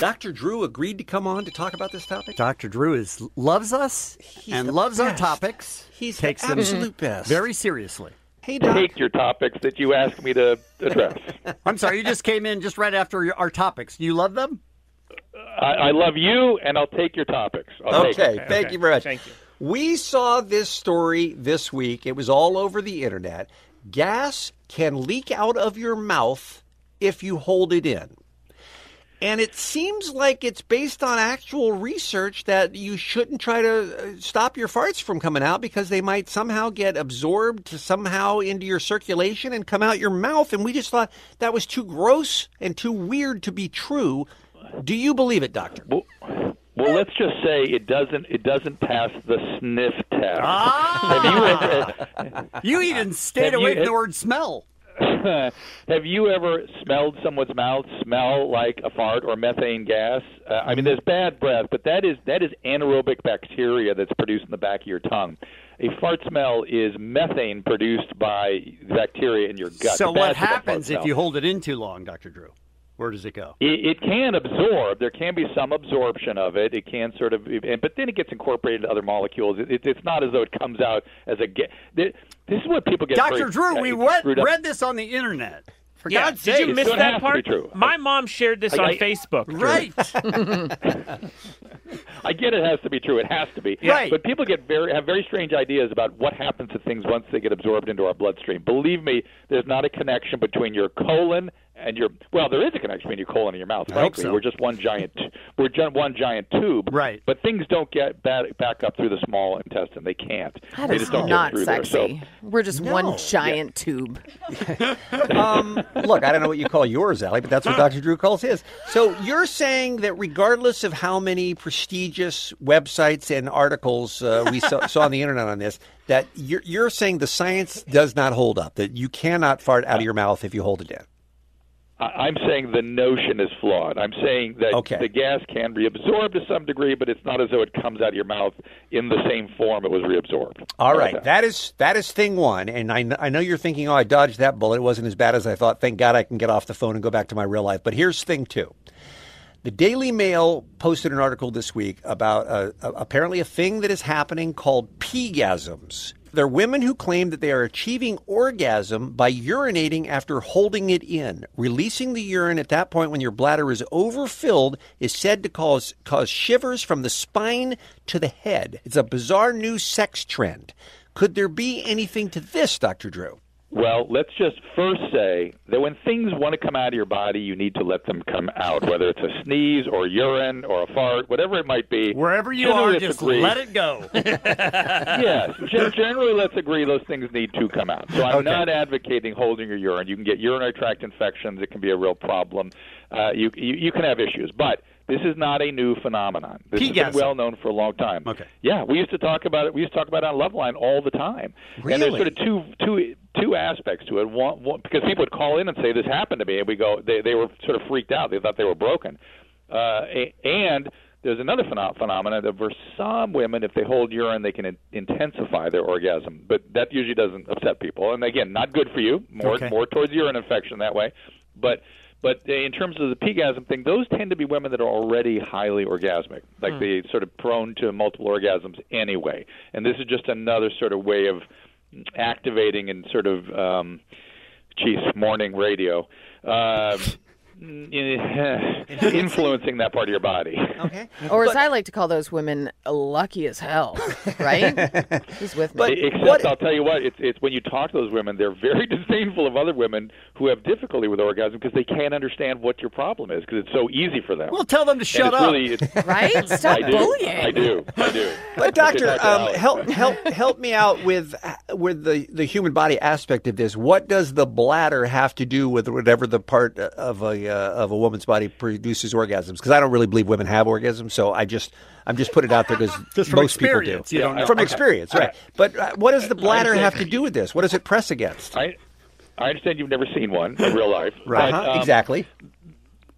S2: Dr. Drew agreed to come on to talk about this topic.
S4: Dr. Drew is loves us and loves our topics. He
S2: the
S4: takes them
S2: absolute best.
S4: very seriously.
S2: Hey,
S37: Take your topics that you asked me to address.
S4: I'm sorry, you just came in just right after your, our topics. You love them?
S37: I, I love you, and I'll take your topics.
S4: Oh.
S37: I'll
S2: Okay,
S37: take it.
S2: thank you very much. Thank you. We saw this story this week. It was all over the internet. Gas can leak out of your mouth if you hold it in. And it seems like it's based on actual research that you shouldn't try to uh, stop your farts from coming out because they might somehow get absorbed somehow into your circulation and come out your mouth. And we just thought that was too gross and too weird to be true. Do you believe it, Doctor?
S37: Well, let's just say it doesn't. It doesn't pass the sniff test. Ah! Have you, ever,
S4: You even stayed
S37: Have you-
S4: away from the word smell.
S37: have you ever smelled someone's mouth smell like a fart or methane gas? Uh, I mean, there's bad breath, but that is that is anaerobic bacteria that's produced in the back of your tongue. A fart smell is methane produced by bacteria in your gut.
S4: So
S37: That's
S4: what
S37: a fart
S4: happens if
S37: smell.
S4: you hold it in too long, Dr. Drew? Where does it go?
S37: It, it can absorb. There can be some absorption of it. It can sort of, and- but then it gets incorporated into other molecules. It, it, it's not as though it comes out as a. ga- This this is what people get.
S4: Dr.
S37: very-
S4: Drew,
S37: uh,
S4: we
S37: screwed
S4: went,
S37: up.
S4: read this on the internet. For
S5: yeah,
S4: God's
S5: did
S4: sake.
S5: you miss that part? My mom shared this
S37: I-
S5: on
S37: I-
S5: Facebook.
S4: Right.
S37: I get it has to be true. It has to be.
S5: Right.
S37: But people get very have very strange ideas about what happens to things once they get absorbed into our bloodstream. Believe me, there's not a connection between your colon and your well, there is a connection between your colon and your mouth.
S4: I hope
S37: Frankly,
S4: so.
S37: we're just one giant we're ju- one giant tube. Right. But things don't get back, back up through the small intestine. They can't.
S3: That
S37: they
S3: is
S37: just don't
S3: not
S37: get through There. So,
S3: sexy. We're just
S37: No.
S3: one giant tube.
S2: um, look, I don't know what you call yours, Allie, but that's what Dr. Drew calls his. So you're saying that regardless of how many prestigious websites and articles uh, we saw, saw on the internet on this, that you're, you're saying the science does not hold up, that you cannot fart out of your mouth if you hold it in.
S37: I- I'm saying the notion is flawed. I'm saying that the gas can be absorbed to some degree, but it's not as though it comes out of your mouth in the same form it was reabsorbed.
S2: All right, that is that is thing one, and I, kn- I know you're thinking, oh, I dodged that bullet. It wasn't as bad as I thought. Thank God I can get off the phone and go back to my real life. But here's thing two: the Daily Mail posted an article this week about uh, a, apparently a thing that is happening called pegasms. They're women who claim that they are achieving orgasm by urinating after holding it in. Releasing the urine at that point when your bladder is overfilled is said to cause cause shivers from the spine to the head. It's a bizarre new sex trend. Could there be anything to this, Dr. Drew?
S37: Well, let's just first say that when things want to come out of your body, you need to let them come out, whether it's a sneeze or urine or a fart, whatever it might be.
S4: Wherever you
S37: Generally,
S4: are,
S37: let's
S4: just
S37: agree-
S4: let it go.
S37: yes, gen- generally, let's agree those things need to come out. So I'm not advocating holding your urine. You can get urinary tract infections; it can be a real problem. Uh, you, you you can have issues, but this is not a new phenomenon. This has
S38: Pegasm.
S37: been well known for a long time. Okay. Yeah, we used to talk about it. We used to talk about it on Loveline all the time. And there's
S38: Really?
S37: sort of two two two aspects to it. One, one because people would call in and say this happened to me, and we go they they were sort of freaked out. They thought they were broken. Uh, a- and there's another pheno- phenomena that for some women, if they hold urine, they can in- intensify their orgasm, but that usually doesn't upset people. And again, not good for you. More
S38: Okay.
S37: more towards urine infection that way, but. But in terms of the pegasm thing, those tend to be women that are already highly orgasmic, like
S38: Hmm.
S37: they sort of prone to multiple orgasms anyway. And this is just another sort of way of activating and sort of, um, geez, morning radio, um, influencing that part of your body.
S2: Okay.
S3: Or as I like to call those women, lucky as hell, right? He's with me.
S37: E-, Except I'll tell you what, it's, it's when you talk to those women, they're very disdainful of other women who have difficulty with orgasm because they can't understand what your problem is because it's so easy for them.
S4: Well, tell them to
S37: And
S4: shut
S37: it's
S4: up.
S37: really- it's-
S4: Right? Stop
S37: I do,
S4: bullying.
S37: I do. I do.
S2: But
S37: I should
S2: doctor,
S37: knock it
S2: um,
S37: out.
S2: help help help me out with with the, the human body aspect of this. What does the bladder have to do with whatever the part of a body uh, of a woman's body produces orgasms because I don't really believe women have orgasms. So I just I'm just putting it out there because
S4: Just from
S2: most people do.
S4: experience, you don't know.
S2: From
S4: Okay.
S2: experience, right?
S4: All
S2: But uh, what does the bladder
S37: I
S2: have to
S37: think-
S2: do with this? What does it press against?
S37: I I understand you've never seen one in real life,
S2: Right.
S37: but,
S2: Uh-huh,
S37: um,
S2: exactly.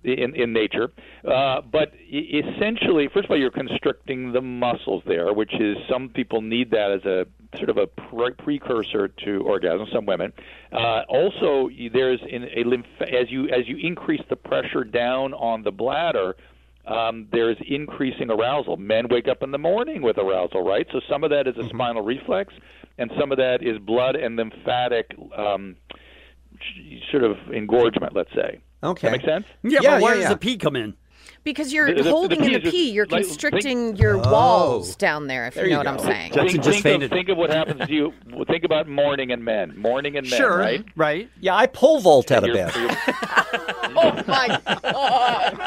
S37: In in nature, uh, but e- essentially, first of all, you're constricting the muscles there, which is some people need that as a sort of a pre- precursor to orgasm. Some women. Uh, also, you- there's in a lymph as you as you increase the pressure down on the bladder. Um, there's increasing arousal. Men wake up in the morning with arousal, right? So some of that is a spinal reflex, and some of that is blood and lymphatic um, sort of engorgement, let's say.
S2: Okay.
S37: That make sense?
S4: Yeah,
S37: Yeah,
S4: but where
S37: yeah,
S4: does
S37: yeah.
S4: the pee come in?
S3: Because you're
S37: The- the- the
S3: holding
S37: pee
S3: in
S37: is
S3: the
S37: just
S3: pee, you're
S37: like-
S3: constricting your
S37: Oh.
S3: walls down there. If you know what I'm saying.
S37: think, think of, think of what happens to you. Think about morning and men. Morning and men,
S4: Sure,
S37: right?
S4: right.
S2: Yeah, I pole vault out of
S37: You're-
S2: bed.
S3: Oh my god! Come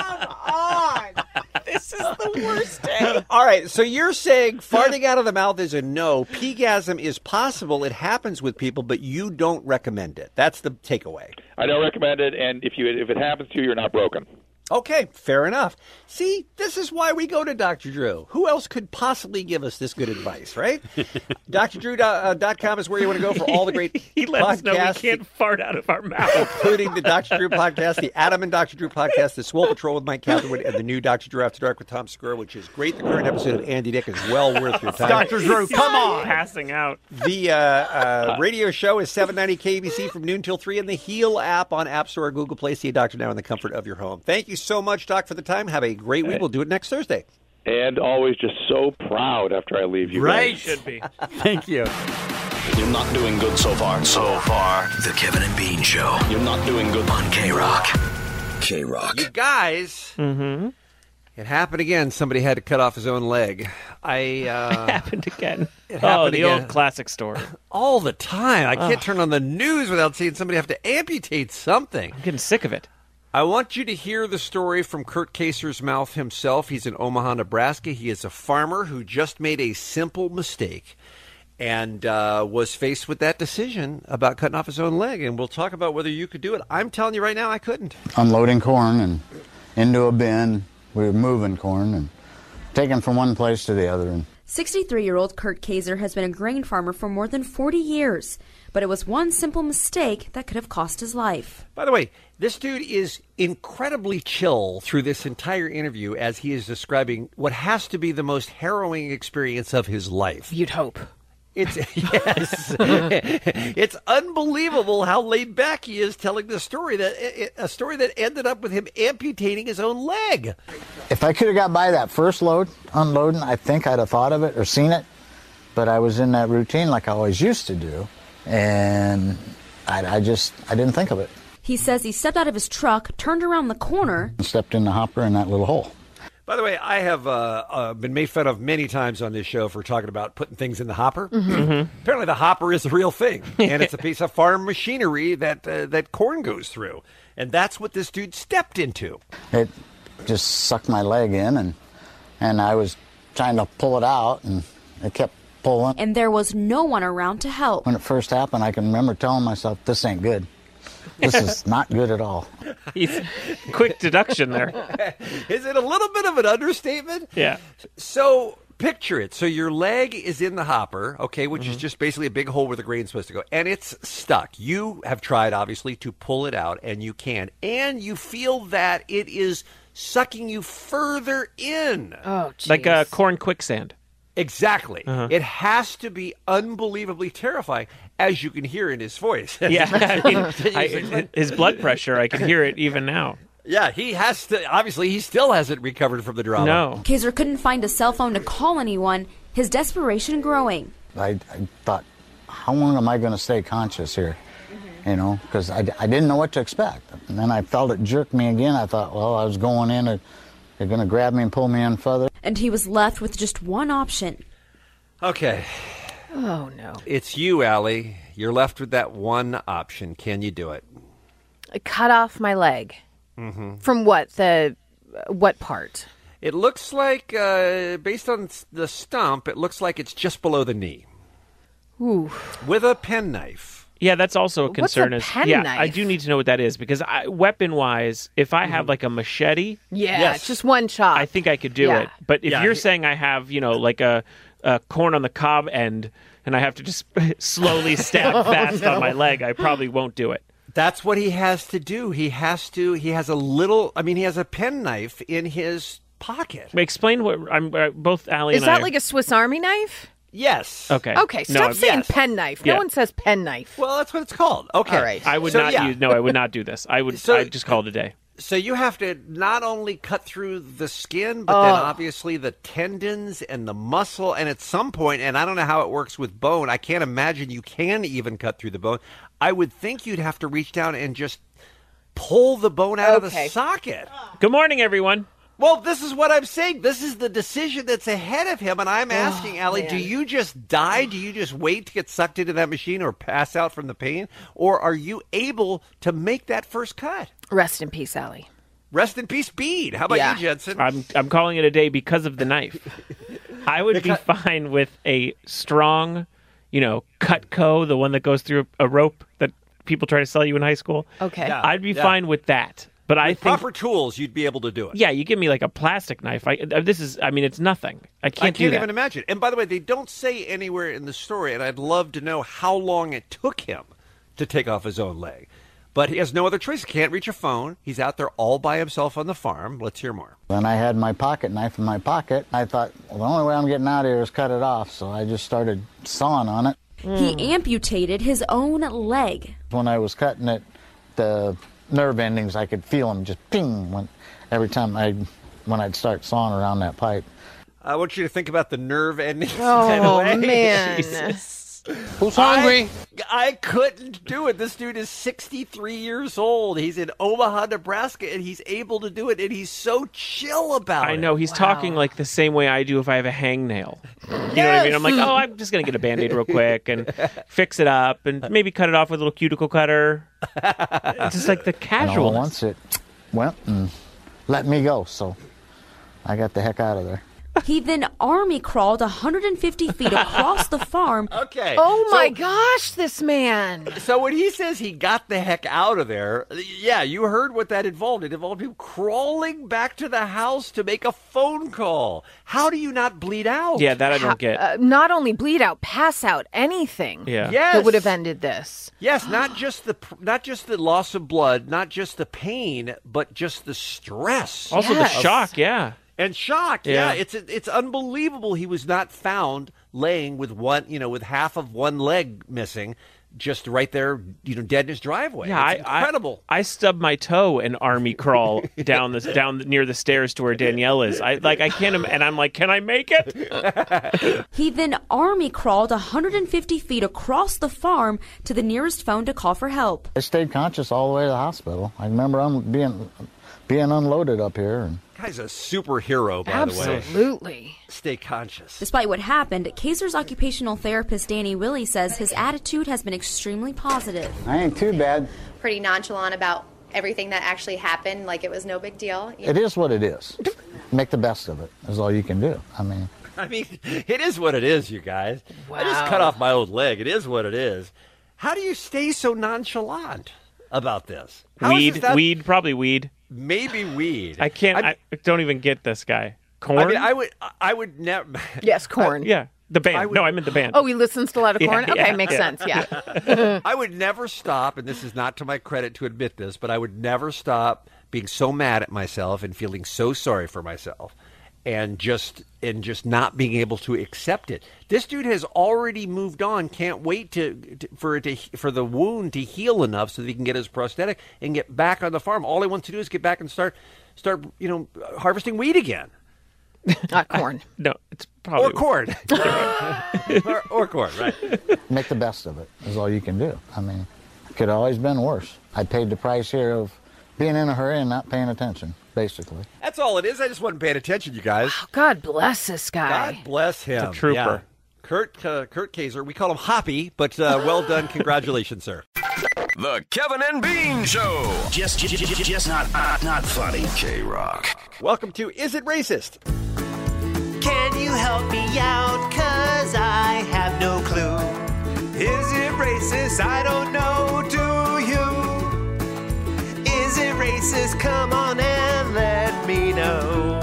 S3: on, this is the worst day.
S2: All right, so you're saying farting out of the mouth is a no. Pegasm is possible. It happens with people, but you don't recommend it. That's the takeaway.
S37: I don't recommend it, and if you if it happens to you, you're not broken.
S2: Okay, fair enough. See, this is why we go to Dr. Drew. Who else could possibly give us this good advice, right? DrDrew.com uh, is where you want to go for all the great
S5: He let us know we
S2: podcasts,
S5: can't fart out of our mouth.
S2: including the Dr. Drew podcast, the Adam and Dr. Drew podcast, the Swole Patrol with Mike Catherwood, and the new Dr. Drew After Dark with Tom Segura, which is great. The current episode of Andy Dick is well worth your time.
S5: Passing out.
S2: The uh, uh, radio show is 790 KBC from noon till 3 and the Heal app on App Store or Google Play. See a doctor now in the comfort of your home. Thank you so much, Doc, for the time. Have a great week. We'll do it next Thursday.
S37: And always just so proud after I leave you.
S2: Right.
S37: guys.
S5: Should be.
S4: Thank you.
S1: You're not doing good so far. So far. The Kevin and Bean Show. You're not doing good on K Rock. K Rock.
S2: You guys, it happened again. Somebody had to cut off his own leg. I uh,
S5: happened again.
S2: It happened
S5: Oh, the
S2: again.
S5: old classic story.
S2: all the time. I can't
S5: Ugh.
S2: turn on the news without seeing somebody have to amputate something. I'm
S5: getting sick of it.
S2: I want you to hear the story from Kurt Caser's mouth himself. He's in Omaha, Nebraska. He is a farmer who just made a simple mistake and uh, was faced with that decision about cutting off his own leg. And we'll talk about whether you could do it. I'm telling you right now, I couldn't.
S31: unloading corn and into a bin. We were moving corn and taking from one place to the other. And
S38: 63 year old Kurt Kaiser has been a grain farmer for more than 40 years, but it was one simple mistake that could have cost his life.
S2: By the way, this dude is incredibly chill through this entire interview as he is describing what has to be the most harrowing experience of his life.
S3: You'd hope.
S2: It's yes, it's unbelievable how laid back he is telling the story that eh, a story that ended up with him amputating his own leg.
S31: if I could have got by that first load unloading, I think I'd have thought of it or seen it. But I was in that routine like I always used to do, and I, I just I didn't think of it.
S38: He says he stepped out of his truck, turned around the corner,
S31: And stepped in the hopper in that little hole.
S2: By the way, I have uh, uh, been made fun of many times on this show for talking about putting things in the hopper. Apparently, the hopper is the real thing, and it's a piece of farm machinery that uh, that corn goes through, and that's what this dude stepped into.
S31: It just sucked my leg in, and and I was trying to pull it out, and it kept pulling.
S38: and there was no one around to help.
S31: When it first happened, I can remember telling myself, "This ain't good. This is not good at all."
S5: He's quick deduction there.
S2: is it a little bit of an understatement?
S5: Yeah.
S2: So picture it. So your leg is in the hopper, okay, which
S5: Mm-hmm.
S2: is just basically a big hole where the grain's supposed to go, and it's stuck. You have tried, obviously, to pull it out, and you can. And you feel that it is sucking you further in.
S3: Oh,
S5: Like uh, corn quicksand.
S2: Exactly.
S5: Uh-huh.
S2: It has to be unbelievably terrifying, as you can hear in his voice.
S5: Yeah, I mean,
S2: He's
S5: I,
S2: like-
S5: his blood pressure, I can hear it even now.
S2: yeah, he has to. Obviously, he still hasn't recovered from the drama.
S5: No.
S38: Kaiser couldn't find a cell phone to call anyone, his desperation growing.
S31: I, I thought, how long am I going to stay conscious here? You know, because I, I didn't know what to expect. And then I felt it jerk me again. I thought, well, I was going in, or they're going to grab me and pull me in further.
S38: And he was left with just one option.
S2: Okay.
S3: Oh no.
S2: It's you, Allie. You're left with that one option. Can you do it?
S3: I cut off my leg.
S2: Mm-hmm.
S3: From what the what part?
S2: It looks like, uh, based on s- the stump, it looks like it's just below the knee
S3: Ooh.
S2: with a penknife.
S5: Yeah, that's also a
S3: What's a
S5: concern. is
S3: pen
S5: yeah, I
S3: knife? Mm-hmm.
S5: do need to know what that is because I, weapon-wise, if I have like a machete,
S3: Yeah, just one chop.
S5: I think I could do
S3: Yeah.
S5: it. But if
S3: Yeah,
S5: you're
S3: he-
S5: saying I have, you know, like a, a corn on the cob end, and I have to just slowly stab
S2: Oh,
S5: fast
S2: no.
S5: on my leg, I probably won't do it.
S2: That's what he has to do. He has to. He has a little. I mean, he has a penknife in his pocket.
S5: Explain what I'm. Uh, both Allie
S3: Is
S5: and I.
S3: that like a Swiss Army knife?
S2: Yes.
S5: Okay.
S3: Okay,
S5: No,
S3: stop
S5: I'm-
S3: saying
S5: Yes.
S3: pen knife. No
S5: Yeah.
S3: one says pen knife.
S2: Well, that's what it's called. Okay.
S3: All right.
S5: I would
S2: So,
S5: not
S2: yeah.
S5: use. No, I would not do this. I would.
S2: So-
S5: I just call it a day.
S2: So you have to not only cut through the skin, but
S5: Oh.
S2: then obviously the tendons and the muscle. And at some point, and I don't know how it works with bone. I can't imagine you can even cut through the bone. I would think you'd have to reach down and just pull the bone out of
S5: Okay.
S2: the socket.
S5: Good morning, everyone.
S2: Well, this is what I'm saying. This is the decision that's ahead of him, and
S5: Oh,
S2: I'm asking, Allie, do you just die? Do you just wait to get sucked into that machine or pass out from the pain? Or are you able to make that first cut?
S3: Rest in peace, Allie.
S2: Rest in peace, Bede. How about
S3: Yeah.
S2: you, Jensen?
S5: I'm I'm calling it a day because of the knife. I would be fine with a strong, you know, Cutco, the one that goes through a rope that people try to sell you in high school.
S3: Okay.
S2: Yeah,
S5: I'd be
S2: yeah.
S5: fine with that. But I
S2: With
S5: think
S2: proper tools, you'd be able to do it.
S5: yeah, you give me like a plastic knife. I uh, this is I mean it's nothing. I can't,
S2: I
S5: do
S2: can't
S5: that.
S2: even imagine. And by the way, they don't say anywhere in the story, and I'd love to know how long it took him to take off his own leg. But he has no other choice. He can't reach a phone. He's out there all by himself on the farm. Let's hear more.
S31: Then I had my pocket knife in my pocket. I thought, well, the only way I'm getting out of here is cut it off. So I just started sawing on it.
S3: Hmm.
S38: He amputated his own leg.
S31: When I was cutting it, the nerve endings, I could feel them just ping when, every time I, when I'd start sawing around that pipe.
S2: I want you to think about the nerve endings.
S3: Oh,
S2: in that way.
S3: man.
S2: Who's
S3: hungry?
S2: I, I couldn't do it. This dude is 63 years old. He's in Omaha, Nebraska, and he's able to do it, and he's so chill about
S5: I
S2: it.
S5: know he's talking like the same way I do if I have a hangnail. You know what I mean? I'm like,
S2: Yes.
S5: oh, I'm just gonna get a band aid real quick and fix it up and maybe cut it off with a little cuticle cutter. It's just like the
S31: And all at
S5: casual.
S31: once it went and let me go. So I got the heck out of there.
S38: He then army crawled 150 feet across the farm.
S2: Okay.
S3: Oh
S2: So-
S3: my gosh, this man.
S2: So when he says he got the heck out of there, yeah, you heard what that involved. It involved him crawling back to the house to make a phone call. How do you not bleed out?
S5: Yeah, that I don't get.
S3: Uh, not only bleed out, pass out, anything
S5: Yeah.
S3: that would have
S2: Yes.
S3: ended this.
S2: Yes, not just the pr- not just the loss of blood, not just the pain, but just the stress.
S5: Also the shock, yeah.
S2: and shock. Yeah,
S5: Yeah.
S2: it's it's unbelievable. He was not found laying with one, you know, with half of one leg missing, just right there, you know, dead in his driveway.
S5: Yeah,
S2: It's
S5: I- I-
S2: incredible.
S5: I stubbed my toe and army crawl down this down near the stairs to where Danielle is. I like I can't im- and I'm like, can I make it?
S38: He then army crawled 150 feet across the farm to the nearest phone to call for help.
S31: I stayed conscious all the way to the hospital. I remember I'm being, being unloaded up here. And
S2: Guy's a superhero, by the way.
S3: Absolutely.
S2: Stay conscious.
S38: Despite what happened, Kaiser's occupational therapist Danny Willie says his attitude has been extremely positive.
S31: I ain't too bad.
S32: pretty nonchalant about everything that actually happened, like it was no big deal.
S31: It is what it is. Make the best of it is all you can do. I mean,
S2: I mean, it is what it is, you guys. I just cut
S31: Wow.
S2: off my old leg. It is what it is. How do you stay so nonchalant about this? How is
S5: weed,
S2: it that-
S5: weed, probably weed.
S2: Maybe weed.
S5: I can't.
S2: I'm-
S5: I, don't even get this guy. Corn.
S2: I mean, I would, I would never.
S3: Yes, corn.
S5: yeah, the band. No, I meant the band.
S3: Oh, he listens to a lot of
S5: Yeah,
S3: corn? okay,
S5: yeah,
S3: makes
S5: yeah.
S3: sense. Yeah.
S2: I would never stop, and this is not to my credit to admit this, but I would never stop being so mad at myself and feeling so sorry for myself and just and just not being able to accept it. This dude has already moved on, can't wait to, to for it to for the wound to heal enough so that he can get his prosthetic and get back on the farm. All he wants to do is get back and start start, you know, harvesting wheat again.
S3: Not corn.
S5: no, it's probably
S2: or corn. or, or corn, right.
S31: make the best of it is all you can do. I mean, it could have always been worse. I paid the price here of being in a hurry and not paying attention, basically.
S2: That's all it is. I just wasn't paying attention, you guys.
S3: God bless this guy.
S2: God bless him.
S5: a trooper.
S2: Yeah. Kurt uh, Kurt Kaiser. We call him Hoppy, but uh, well done. Congratulations, sir.
S1: The Kevin and Bean Show. Just, just, just, just not, uh, not funny. K Rock.
S2: Welcome to Is It Racist?
S16: Can you help me out? Cause I have no clue. Is it racist? I don't know. Do you? Is it racist? Come on and let me know.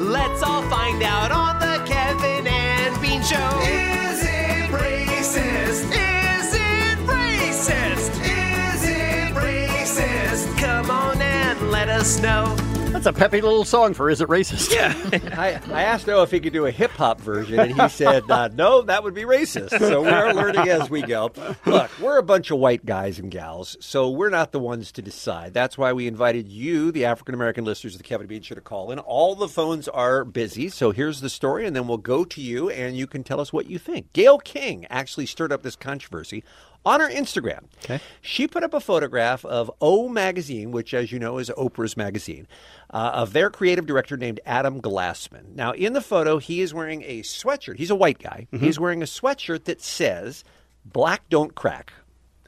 S16: Let's all find out on the Kevin and Bean Show. Is it racist? Is it racist? Is it racist? Come on and let us know.
S4: That's a peppy little song for Is It Racist?
S2: Yeah. I, I asked O if he could do a hip hop version, and he said, uh, no, that would be racist. So we are learning as we go. Look, we're a bunch of white guys and gals, so we're not the ones to decide. That's why we invited you, the African American listeners of the Kevin and Bean Show, to call in. All the phones are busy, so here's the story, and then we'll go to you, and you can tell us what you think. Gail King actually stirred up this controversy on her Instagram. She put up a photograph of O Magazine, which, as you know, is Oprah's magazine, uh, of their creative director named Adam Glassman. Now, in the photo, he is wearing a sweatshirt. He's a white guy. He's wearing a sweatshirt that says, Black don't crack.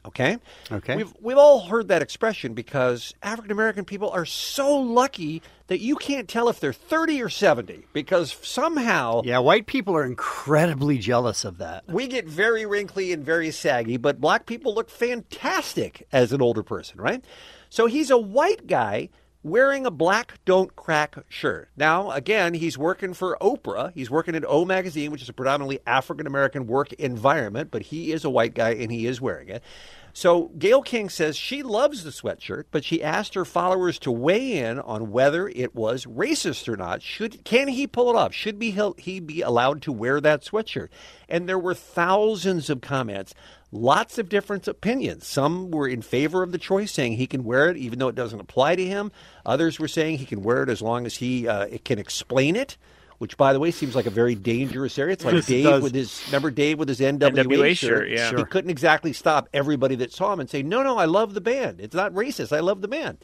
S2: Okay?
S4: Okay.
S2: We've, we've all heard that expression because African American people are so lucky that you can't tell if they're 30 or 70 because somehow.
S4: Yeah, white people are incredibly jealous of that.
S2: We get very wrinkly and very saggy, but black people look fantastic as an older person, right? So he's a white guy wearing a black don't crack shirt. Now, again, he's working for Oprah. He's working at O Magazine, which is a predominantly African American work environment, but he is a white guy and he is wearing it. So Gail King says she loves the sweatshirt, but she asked her followers to weigh in on whether it was racist or not. Should can he pull it off? Should be he, he be allowed to wear that sweatshirt? And there were thousands of comments, lots of different opinions. Some were in favor of the choice, saying he can wear it even though it doesn't apply to him. Others were saying he can wear it as long as he uh, it can explain it. Which, by the way, seems like a very dangerous area. It's like
S5: Yes, it
S2: Dave
S5: does.
S2: with his remember Dave with his NWA,
S5: NWA shirt, yeah.
S2: He
S5: Sure.
S2: couldn't exactly stop everybody that saw him and say, "No, no, I love the band. It's not racist. I love the band."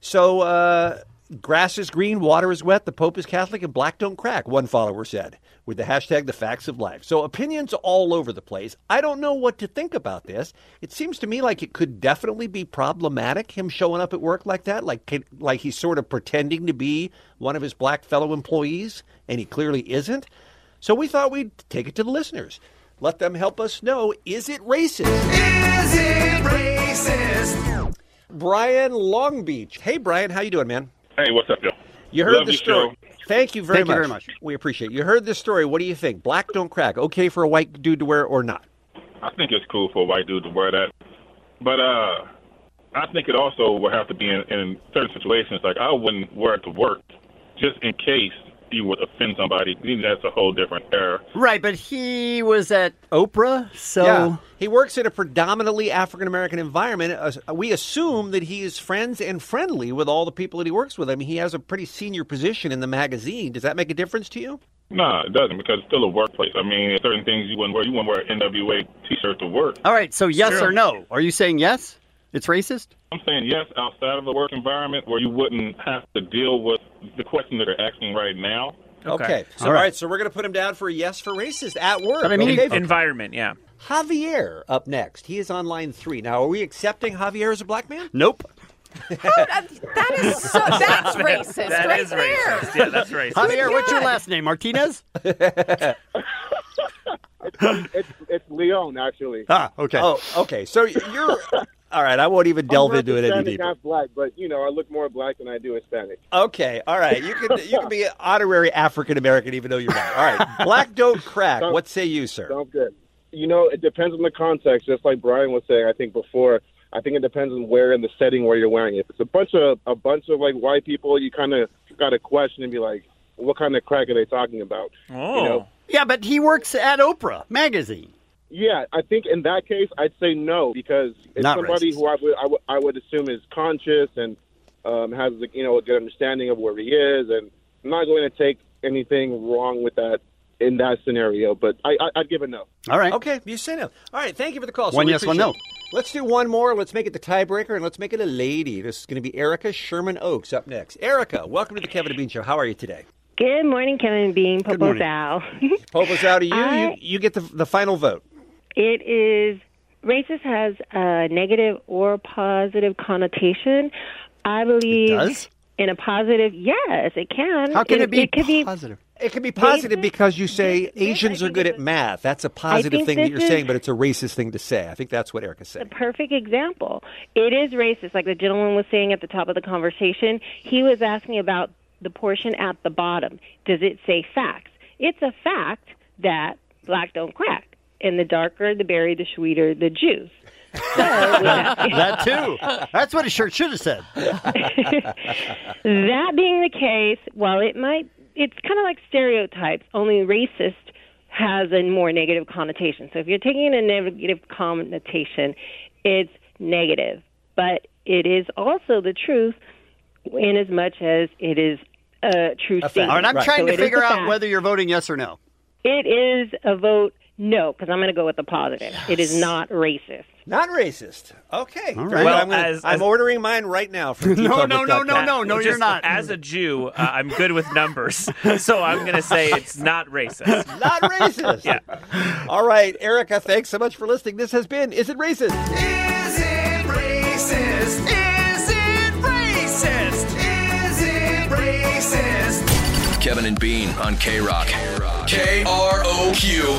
S2: So, uh, grass is green, water is wet. The Pope is Catholic, and black don't crack. One follower said with the hashtag "The Facts of Life." So, opinions all over the place. I don't know what to think about this. It seems to me like it could definitely be problematic. Him showing up at work like that, like like he's sort of pretending to be one of his black fellow employees, and he clearly isn't. So we thought we'd take it to the listeners. Let them help us know is it racist? Is it racist? Brian Long Beach. Hey Brian, how you doing, man?
S22: Hey, what's up, Joe?
S2: You heard
S22: Love
S2: the
S22: your
S2: story. Thank you very
S22: Thank you
S2: much.
S22: very
S2: We appreciate it. You heard this story. What do you think? Black don't crack. Okay for a white dude to wear or not?
S22: I think it's cool for a white dude to wear that, but uh, I think it also will have to be in, in certain situations. Like I wouldn't wear it to work, just in case you would offend somebody. Then that's a whole different era.
S4: Right, but he was at Oprah, so
S2: Yeah. He works in a predominantly African American environment. Uh, We assume that he is friends and friendly with all the people that he works with. I mean, he has a pretty senior position in the magazine. Does that make a difference to you?
S22: Nah, it doesn't because it's still a workplace. I mean, certain things you wouldn't wear. You wouldn't wear an NWA T-shirt to work.
S4: All right, so yes
S22: Sure.
S4: or no? Are you saying yes? It's racist?
S22: I'm saying yes, outside of the work environment where you wouldn't have to deal with the question that are asking right now.
S2: Okay. So, all
S22: All
S2: right.
S22: right.
S2: So we're going to put him down for a yes for racist at work.
S22: But I mean,
S2: okay?
S5: environment, yeah.
S2: Javier up next. He is on line three. Now, are we accepting Javier as a black man?
S4: Nope.
S3: That is so. That's racist.
S5: That
S3: right
S5: is
S3: there.
S5: racist. Yeah, that's racist.
S4: Javier, what's your
S3: God.
S4: last name? Martinez?
S23: It's, it's Leon, actually.
S4: ah, okay.
S2: Oh, okay. So you're. all right. I won't even delve
S23: I'm
S2: into it any
S23: Hispanic,
S2: deeper.
S23: Not black, but you know, I look more black than I do Hispanic.
S2: Okay, all right. You can you can be an honorary African American even though you're not. All right, black don't crack.
S23: Sounds-
S2: What say you, sir?
S23: Sounds good. You know, it depends on the context. Just like Brian was saying, I think before, I think it depends on where in the setting where you're wearing it. If it's a bunch of a bunch of like white people, you kind of got to question and be like, what kind of crack are they talking about? You know?
S4: Yeah, but he works at Oprah magazine.
S23: Yeah, I think in that case, I'd say no because it's
S4: Not
S23: somebody
S4: racist.
S23: who I would, I would I would assume is conscious and um, has you know a good understanding of where he is, and I'm not going to take anything wrong with that in that scenario. But I, I I'd give a no.
S4: All right.
S2: Okay, you say no. All right, thank you for the call. So
S23: One
S2: we
S23: yes, one
S2: appreciate it. Let's do one more. Let's make it the tiebreaker and let's make it a lady. This is going to be Erica Sherman Oaks up next. Erica, welcome to the Kevin and Bean Show. How are you today?
S39: Good morning, Kevin and Bean. Popo
S2: morning.
S39: Bow.
S2: Pope us out of you. You,
S39: Mm-hmm. I-
S2: you get the, the final vote.
S39: it is racist has a negative or positive connotation. I believe
S2: does?
S39: in a positive. Yes, it can.
S4: How can it be
S39: could
S4: positive?
S2: It can be positive because you say Asians are good at math. That's a positive
S39: think
S2: thing that
S39: this
S2: you're
S39: is-
S2: saying, but it's a racist thing to say. I think that's what Erica's saying.
S39: perfect example. It is racist. Like the gentleman was saying at the top of the conversation, he was asking about the portion at the bottom. Does it say facts? It's a fact that black don't crack. And the darker the berry, the sweeter the juice.
S4: that too. That's what his shirt should have said.
S39: That being the case, while it might, it's kind of like stereotypes, only racist has a more negative connotation. So if you're taking a negative connotation, it's negative. But it is also the truth in as much as it is a true statement.
S4: All right, I'm trying
S39: So
S4: to
S39: it is
S4: figure
S39: a
S4: out
S39: fact.
S4: whether you're voting yes or no.
S39: It is a vote no, because I'm going to go with the positive. It is not racist.
S2: Not racist. Okay.
S4: All
S5: right.
S2: Well, I'm, gonna-
S5: As-
S2: I'm
S5: as-
S2: ordering mine right now. From
S5: Just As a Jew, uh, I'm good with numbers, so I'm going to say it's not racist.
S2: Not racist. yeah. All right, Erica, thanks so much for listening. This has been Is It Racist?
S16: Is it racist? Is it racist? Is it racist?
S1: Kevin and Bean on K Rock. K R O Q.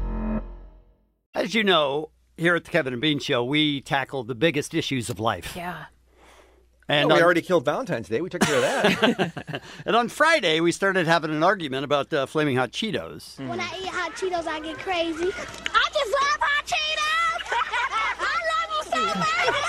S4: As you know, here at the Kevin and Bean Show, we tackle the biggest issues of life.
S3: Yeah.
S4: And
S2: Oh, we
S4: on-
S2: already killed Valentine's Day. We took care of that.
S4: And on Friday, we started having an argument about uh, flaming hot Cheetos.
S39: Mm-hmm.
S8: When I eat hot Cheetos, I get crazy. I just love hot Cheetos. I love them so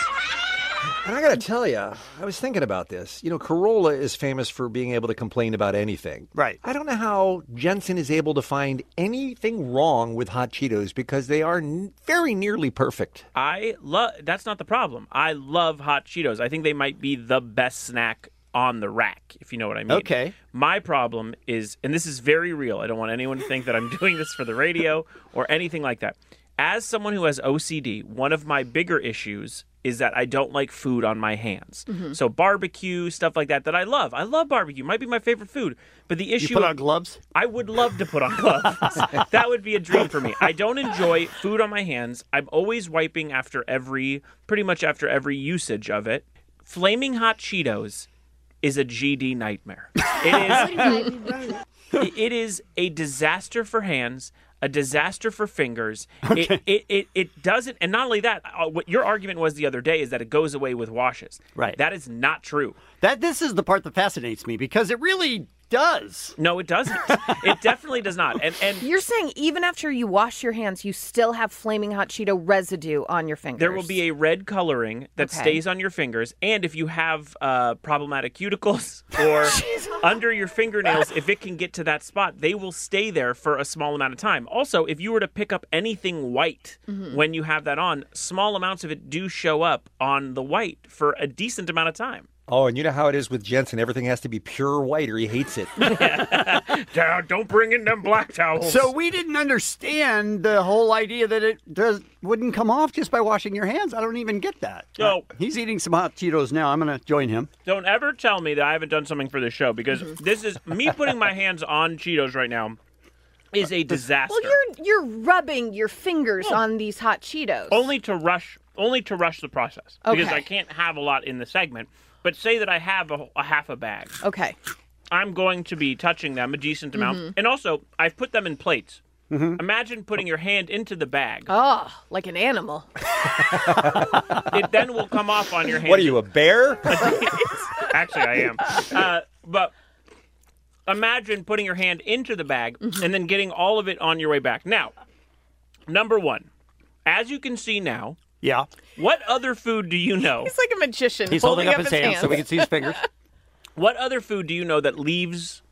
S2: And I got to tell you, I was thinking about this. You know, Corolla is famous for being able to complain about anything. Right. I don't know how Jensen is able to find anything wrong with Hot Cheetos because they are n- very nearly perfect.
S5: I love. That's not the problem. I love hot Cheetos. I think they might be the best snack on the rack, if you know what I mean.
S4: Okay.
S5: My problem is, and this is very real. I don't want anyone to think that I'm doing this for the radio or anything like that. As someone who has OCD, one of my bigger issues is that I don't like food on my hands.
S16: Mhm.
S5: So barbecue stuff like that that I love. I love barbecue. Might be my favorite food. But the issue
S4: put on gloves?
S5: I would love to put on gloves. that would be a dream for me. I don't enjoy food on my hands. I'm always wiping after every, pretty much after every usage of it. Flaming hot Cheetos is a GD nightmare. It is. it is a disaster for hands. A disaster for fingers. It, it, it, it doesn't, and not only that, uh, what your argument was the other day is that it goes away with washes. Right. That is not true.
S4: That this is the part that fascinates me because it really does.
S5: No, it doesn't. it definitely does not. And and
S3: You're saying even after you wash your hands, you still have flaming hot Cheeto residue on your fingers.
S5: There will be a red coloring that
S3: Okay.
S5: stays on your fingers, and if you have uh, problematic cuticles or under your fingernails, if it can get to that spot, they will stay there for a small amount of time. Also, if you were to pick up anything white
S16: Mhm.
S5: when you have that on, small amounts of it do show up on the white for a decent amount of time.
S2: Oh, and you know how it is with Jensen. Everything has to be pure white or he hates it.
S5: don't bring in them black
S2: Oh.
S5: towels.
S4: So we didn't understand the whole idea that it does wouldn't come off just by washing your hands. I don't even get that. Uh,
S5: No.
S4: he's eating some hot Cheetos now. I'm going to join him.
S5: Don't ever tell me that I haven't done something for this show because this is me putting my hands on Cheetos right now is a disaster.
S3: Well, you're you're rubbing your fingers
S5: Oh.
S3: on these hot Cheetos.
S5: only to rush only to rush the process because
S3: Okay.
S5: I can't have a lot in the segment. But say that I have a, a half a bag.
S3: Okay.
S5: I'm going to be touching them a decent amount,
S3: Mhm.
S5: and also I've put them in plates.
S2: Mm-hmm.
S5: Imagine putting your hand into the bag;
S3: Oh, like an animal.
S5: it then will come off on your hand.
S2: What are you, a bear?
S5: Actually, I am. Uh, but imagine putting your hand into the bag
S3: Mm-hmm.
S5: and then getting all of it on your way back. Now, number one, as you can see now,
S4: yeah,
S5: what other food do you know?
S3: He's like a magician.
S4: fingers.
S5: What other food do you know that leaves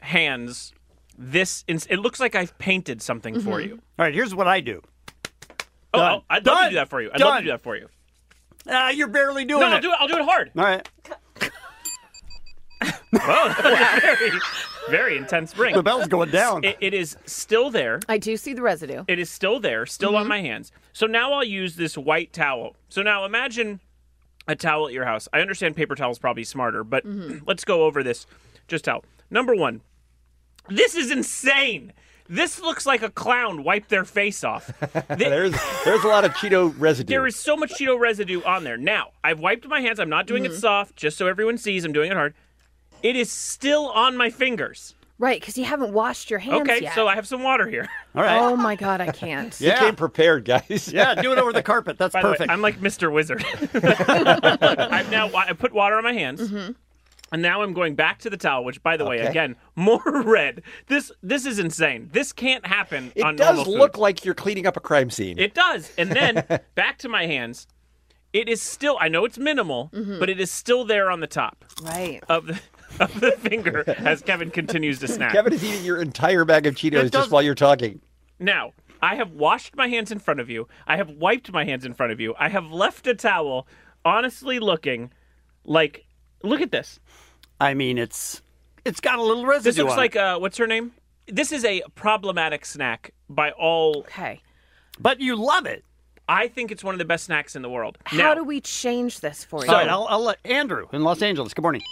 S5: hands this? In- it looks like I've painted something for
S4: Mhm.
S5: you.
S4: All right, here's what I do.
S5: Oh,
S4: Done.
S5: I'll- I'd love to
S4: Done.
S5: do that for you. I'd love
S4: Done.
S5: to do that for you.
S4: Ah,
S2: Uh,
S4: you're barely doing
S5: no,
S4: it.
S5: I'll do it. I'll do it hard.
S4: All right.
S5: Whoa, that was very- very intense ring.
S4: The bell's going down.
S5: It- it is still there.
S3: I do see the residue.
S5: It is still there, still
S4: Mm-hmm.
S5: on my hands. So now I'll use this white towel. So now imagine a towel at your house. I understand paper towel's probably smarter, but
S3: Mm-hmm.
S24: Mhm.
S5: let's go over this just out. Number one, this is insane. This looks like a clown wiped their face off.
S2: there's there's a lot of Cheeto residue.
S5: There is so much Cheeto residue on there. Now, I've wiped my hands. I'm not doing
S3: Mm-hmm.
S5: it soft, just so everyone sees I'm doing it hard. It is still on my fingers.
S3: Right, because you haven't washed your hands
S5: okay,
S3: yet.
S5: so I have some water here.
S3: Oh my god, I can't.
S2: You came prepared, guys.
S4: carpet. That's
S5: By the way,
S2: perfect.
S5: I'm like Mr. Wizard. I've now I put water on my hands.
S3: Mm-hmm.
S5: And now I'm going back to the towel, which, by the way,
S2: Okay.
S5: again, more red. This this is insane. This can't happen.
S2: It
S5: on
S2: does
S5: normal
S2: look
S5: food.
S2: like you're cleaning up a crime scene.
S5: It does. And then back to my hands. It is still. I know it's minimal,
S3: Mhm.
S5: but it is still there on the top
S3: Right.
S5: of the of the finger as Kevin continues to snap.
S2: Kevin is eating your entire bag of Cheetos
S5: does-
S2: just while you're talking.
S5: Now, I have washed my hands in front of you. I have wiped my hands in front of you. I have left a towel, honestly looking like. Look at this.
S4: I mean, it's it's got a little residue.
S5: This looks
S4: on
S5: like
S4: it.
S5: uh, what's her name? This is a problematic snack by all.
S3: Okay.
S4: But you love it.
S5: I think it's one of the best snacks in the world.
S3: How
S5: now,
S3: do we change this for you?
S4: All right, I'll, I'll let Andrew in Los Angeles. Good morning.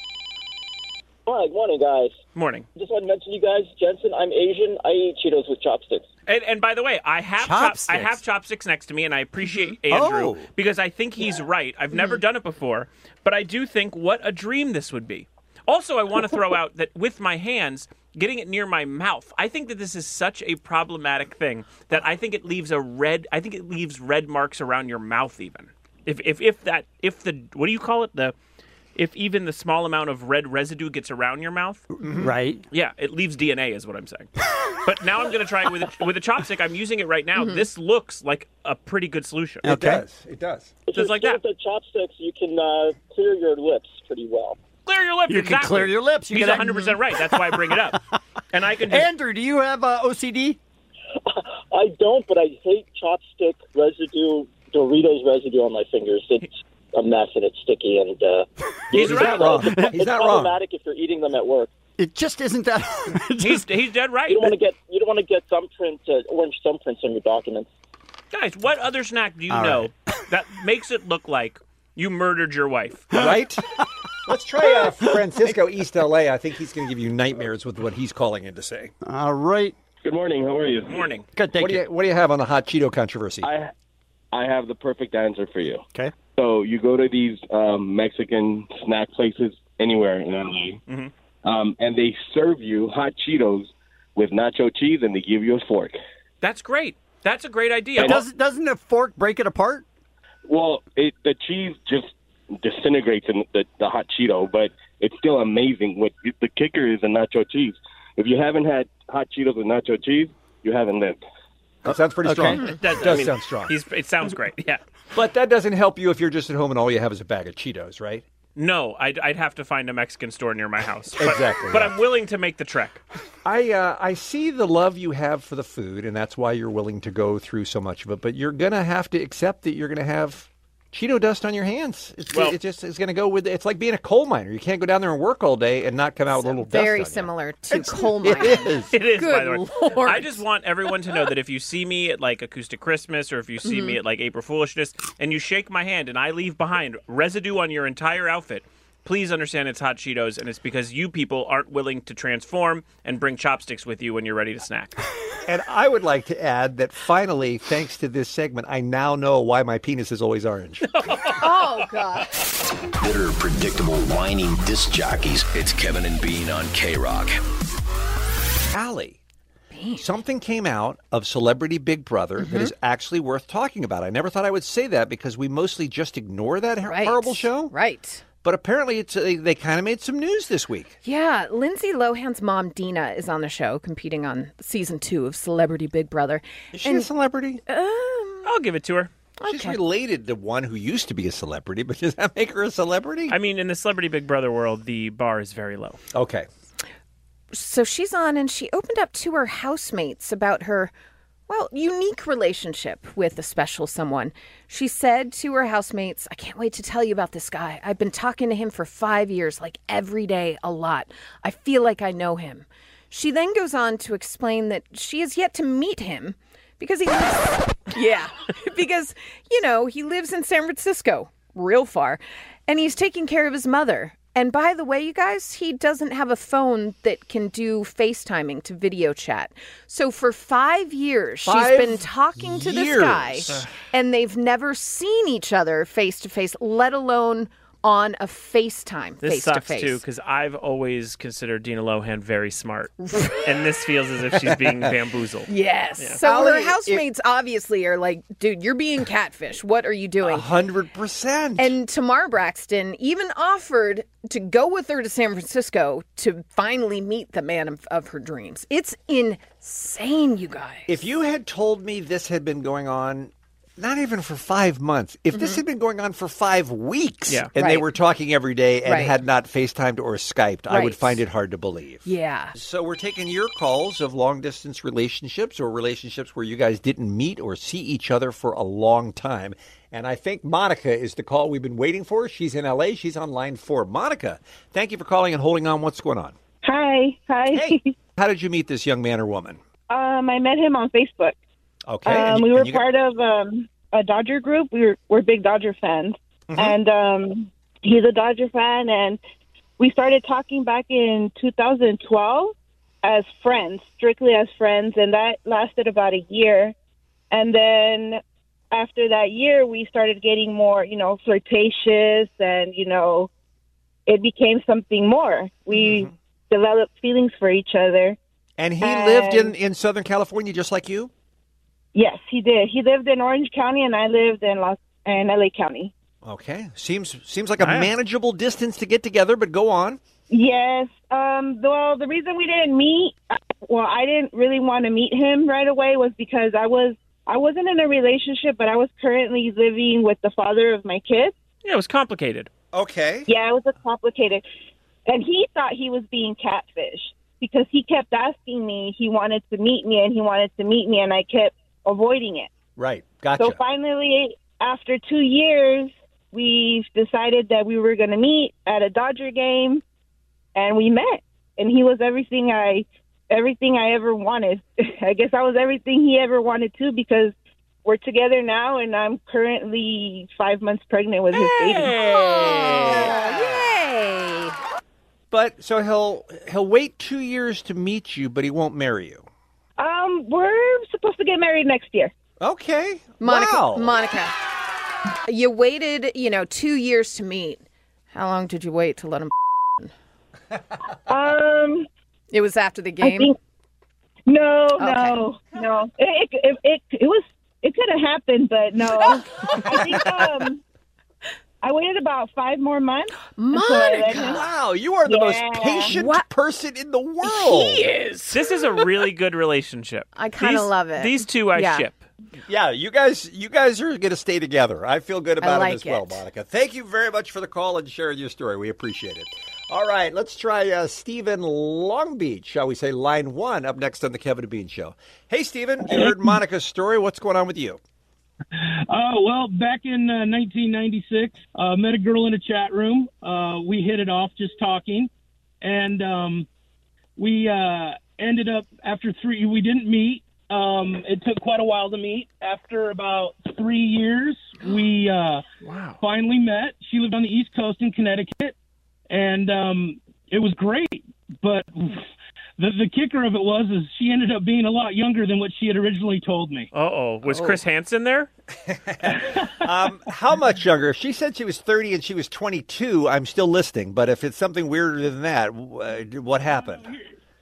S12: Hi, good morning, guys.
S5: Morning.
S12: Just want to mention you guys, Jensen. I'm Asian. I eat Cheetos with chopsticks.
S5: and, and by the way, I have chop, I
S12: Chopsticks.
S5: have chopsticks next to me, and I appreciate
S12: Mhm.
S5: Andrew
S12: Oh.
S5: because I think he's right. I've never done it before, but I do think what a dream this would be. Also, I want to throw out that with my hands, getting it near my mouth, I think that this is such a problematic thing that I think it leaves a red. I think it leaves red marks around your mouth, even if if if that if the what do you call it the if even the small amount of red residue gets around your mouth,
S4: Right.
S5: Mm-hmm. yeah, it leaves DNA, is what I'm saying. but now I'm going to try it with a, with a chopstick. I'm using it right now.
S12: Mhm.
S5: This looks like a pretty good solution.
S12: It Okay. does.
S2: It does.
S12: If you
S5: like
S12: stick
S5: that.
S12: With the chopsticks, you can uh, clear your lips pretty well.
S5: Clear your lips.
S12: You can
S5: exactly.
S12: clear your lips. You
S5: He's
S12: can-
S5: 100 percent right. That's why I bring it up. And I can. Just,
S4: Andrew, do you have uh, OCD?
S12: I don't, but I hate chopstick residue, Doritos residue on my fingers. It's a mess and it's sticky and. Uh,
S5: He's
S12: it's
S5: not wrong. He's
S12: it's
S5: not wrong.
S12: problematic if you're eating them at work.
S4: It just isn't that.
S5: he's, he's dead right.
S12: You don't want to get you don't want to get thumbprint uh, orange thumbprints on your documents.
S5: Guys, what other snack do you
S12: All
S5: know that makes it look like you murdered your wife?
S2: Right? Let's try uh, Francisco East LA. I think he's going to give you nightmares with what he's calling in to say.
S4: All right.
S2: Good morning. How are you?
S5: Morning.
S4: Good. Thank
S2: what
S4: you.
S2: Do you. What do you have on the hot Cheeto controversy?
S12: I I have the perfect answer for you.
S4: Okay.
S12: So you go to these um, Mexican snack places anywhere in LA,
S5: Mhm.
S12: um, and they serve you hot Cheetos with nacho cheese, and they give you a fork.
S5: That's great. That's a great idea.
S4: Doesn't doesn't a fork break it apart?
S12: Well, it, the cheese just disintegrates in the, the hot Cheeto, but it's still amazing. What the kicker is the nacho cheese. If you haven't had hot Cheetos with nacho cheese, you haven't lived.
S2: That sounds pretty
S5: It
S2: strong. Mm-hmm. does,
S5: does- I mean,
S2: sound strong.
S5: He's, it sounds great. Yeah.
S2: But that doesn't help you if you're just at home and all you have is a bag of Cheetos, right?
S5: No, I'd, I'd have to find a Mexican store near my house. But-
S2: Exactly,
S5: But
S2: yeah.
S5: I'm willing to make the trek.
S2: I uh, I see the love you have for the food, and that's why you're willing to go through so much of it. But you're gonna have to accept that you're gonna have Cheeto dust on your hands. It's
S5: Well-
S2: it just is gonna go with. It's like being a coal miner. You can't go down there and work all day and not come out with a little
S3: Very
S2: dust.
S3: similar to coal mining.
S2: It is.
S5: It is, by
S3: Good
S5: the way. I just want everyone to know that if you see me at like Acoustic Christmas or if you see me
S3: Mhm.
S5: at like April Foolishness and you shake my hand and I leave behind residue on your entire outfit, please understand it's hot Cheetos and it's because you people aren't willing to transform and bring chopsticks with you when you're ready to snack.
S2: And I would like to add that finally, thanks to this segment, I now know why my penis is always orange.
S3: oh god.
S1: Bitter, predictable, whining disc jockeys. It's Kevin and Bean on K Rock.
S2: Allie, something came out of Celebrity Big Brother
S3: Mm-hmm.
S2: that is actually worth talking about. I never thought I would say that because we mostly just ignore that hor- horrible show.
S3: Right.
S2: But apparently, it's they, they kind of made some news this week.
S3: Yeah, Lindsay Lohan's mom Dina is on the show, competing on season two of Celebrity Big Brother. Uh,
S2: Is she a celebrity?
S5: I'll give it to her.
S2: She's related to one who used to be a celebrity, but does that make her a celebrity?
S5: I mean, in the Celebrity Big Brother world, the bar is very low.
S2: Okay.
S3: So she's on, and she opened up to her housemates about her well, unique relationship with a special someone. She said to her housemates, I can't wait to tell you about this guy. I've been talking to him for five years, like every day, a lot. I feel like I know him. She then goes on to explain that she has yet to meet him because he lives, yeah, because, you know, he lives in San Francisco, real far, and he's taking care of his mother. And by the way, you guys, he doesn't have a phone that can do FaceTiming to video chat. So for five years,
S6: Five
S3: she's been talking to this
S6: years.
S3: guy,
S6: Ugh.
S3: and they've never seen each other face to face, let alone on a FaceTime
S5: This
S3: face to
S5: sucks
S3: face.
S5: too because I've always considered Dina Lohan very smart, and this feels as if she's being bamboozled.
S3: Yes.
S5: Yeah.
S3: So her housemates obviously are like, dude, you're being catfish. What are you doing?
S2: hundred percent.
S3: And Tamar Braxton even offered to go with her to San Francisco to finally meet the man of, of her dreams. It's insane, you guys.
S2: If you had told me this had been going on, not even for five months, if
S4: Mm-hmm.
S2: this
S3: Mm-hmm.
S2: had been going on for five weeks
S5: Yeah.
S2: and they
S5: Right.
S2: were talking every day and
S3: Right.
S2: had not FaceTimed or Skyped, I would
S3: Right.
S2: find it hard to believe.
S3: Yeah.
S2: So we're taking your calls of long distance relationships or relationships where you guys didn't meet or see each other for a long time. And I think Monica is the call we've been waiting for. She's in LA. She's on line four. Monica, thank you for calling and holding on. What's going on?
S24: Hi. Hi.
S2: How did you meet this young man or woman?
S24: Um, I met him on Facebook.
S2: Okay. and
S24: um,
S2: you-
S24: we
S2: and
S24: were
S2: you got-
S24: part of um, a Dodger group. We were, we're big Dodger fans.
S2: Mm-hmm.
S24: And um, he's a Dodger fan. And we started talking back in 2012 as friends, strictly as friends. And that lasted about a year. And then after that year, we started getting more, you know, flirtatious and, you know, it became something more. We developed feelings for each other.
S2: Mm-hmm. And he lived in, in Southern California just like you?
S24: Yes, he did. He lived in Orange County, and I lived in Los in LA County.
S2: Okay. Seems seems like a manageable distance to get together, but go on.
S24: Yes. Um. Well, the reason we didn't meet, uh, well, I didn't really want to meet him right away, was because I was I wasn't in a relationship, but I was currently living with the father of my kids.
S5: Yeah, it was complicated.
S2: Okay.
S24: Yeah, it was a complicated. And he thought he was being catfish because he kept asking me. He wanted to meet me, and he wanted to meet me, and I kept avoiding it.
S2: Right. Gotcha.
S24: So finally, after two years, we decided that we were going to meet at a Dodger game, and we met. And he was everything I, everything I ever wanted. I guess I was everything he ever wanted to because we're together now, and I'm currently five months pregnant with his baby.
S3: Yay.
S2: But so he'll he'll wait two years to meet you, but he won't marry you.
S24: Um, we're supposed to get married next year.
S2: Okay.
S3: Monica,
S2: Wow.
S3: Monica, you waited, you know, two years to meet. How long did you wait to let him?
S24: um,
S3: it was after the game.
S24: think- No,
S3: Okay.
S24: no, no. It it, it it it was it could have happened, but no. I think um, I waited about five more months. until I let him-
S2: Wow, you are the most
S24: Yeah.
S2: patient person in the world.
S5: He is. This is a really good relationship.
S3: I kinda
S5: These-
S3: love it.
S5: These two I
S3: Yeah.
S5: ship.
S2: Yeah, you guys you guys are gonna stay together. I feel good
S3: I
S2: about
S3: like
S2: it as well,
S3: it.
S2: Monica. Thank you very much for the call and sharing your story. We appreciate it. All right, let's try uh, Stephen Long Beach, shall we say, line one, up next on the Kevin and Bean Show. Hey, Stephen, you heard Monica's story. What's going on with you?
S36: Oh, well, back in uh, 1996, uh, met a girl in a chat room. Uh, we hit it off just talking. And um, we uh, ended up, after three, we didn't meet. Um, it took quite a while to meet. After about three years, we uh,
S5: wow.
S36: finally met. She lived on the East Coast in Connecticut. And um, it was great. But the, the kicker of it was is she ended up being a lot younger than what she had originally told me.
S5: Uh-oh. Was
S36: Oh.
S5: Chris Hansen there?
S2: Um, how much younger? If she said she was 30 and she was 22, I'm still listening. But if it's something weirder than that, w- uh, what happened?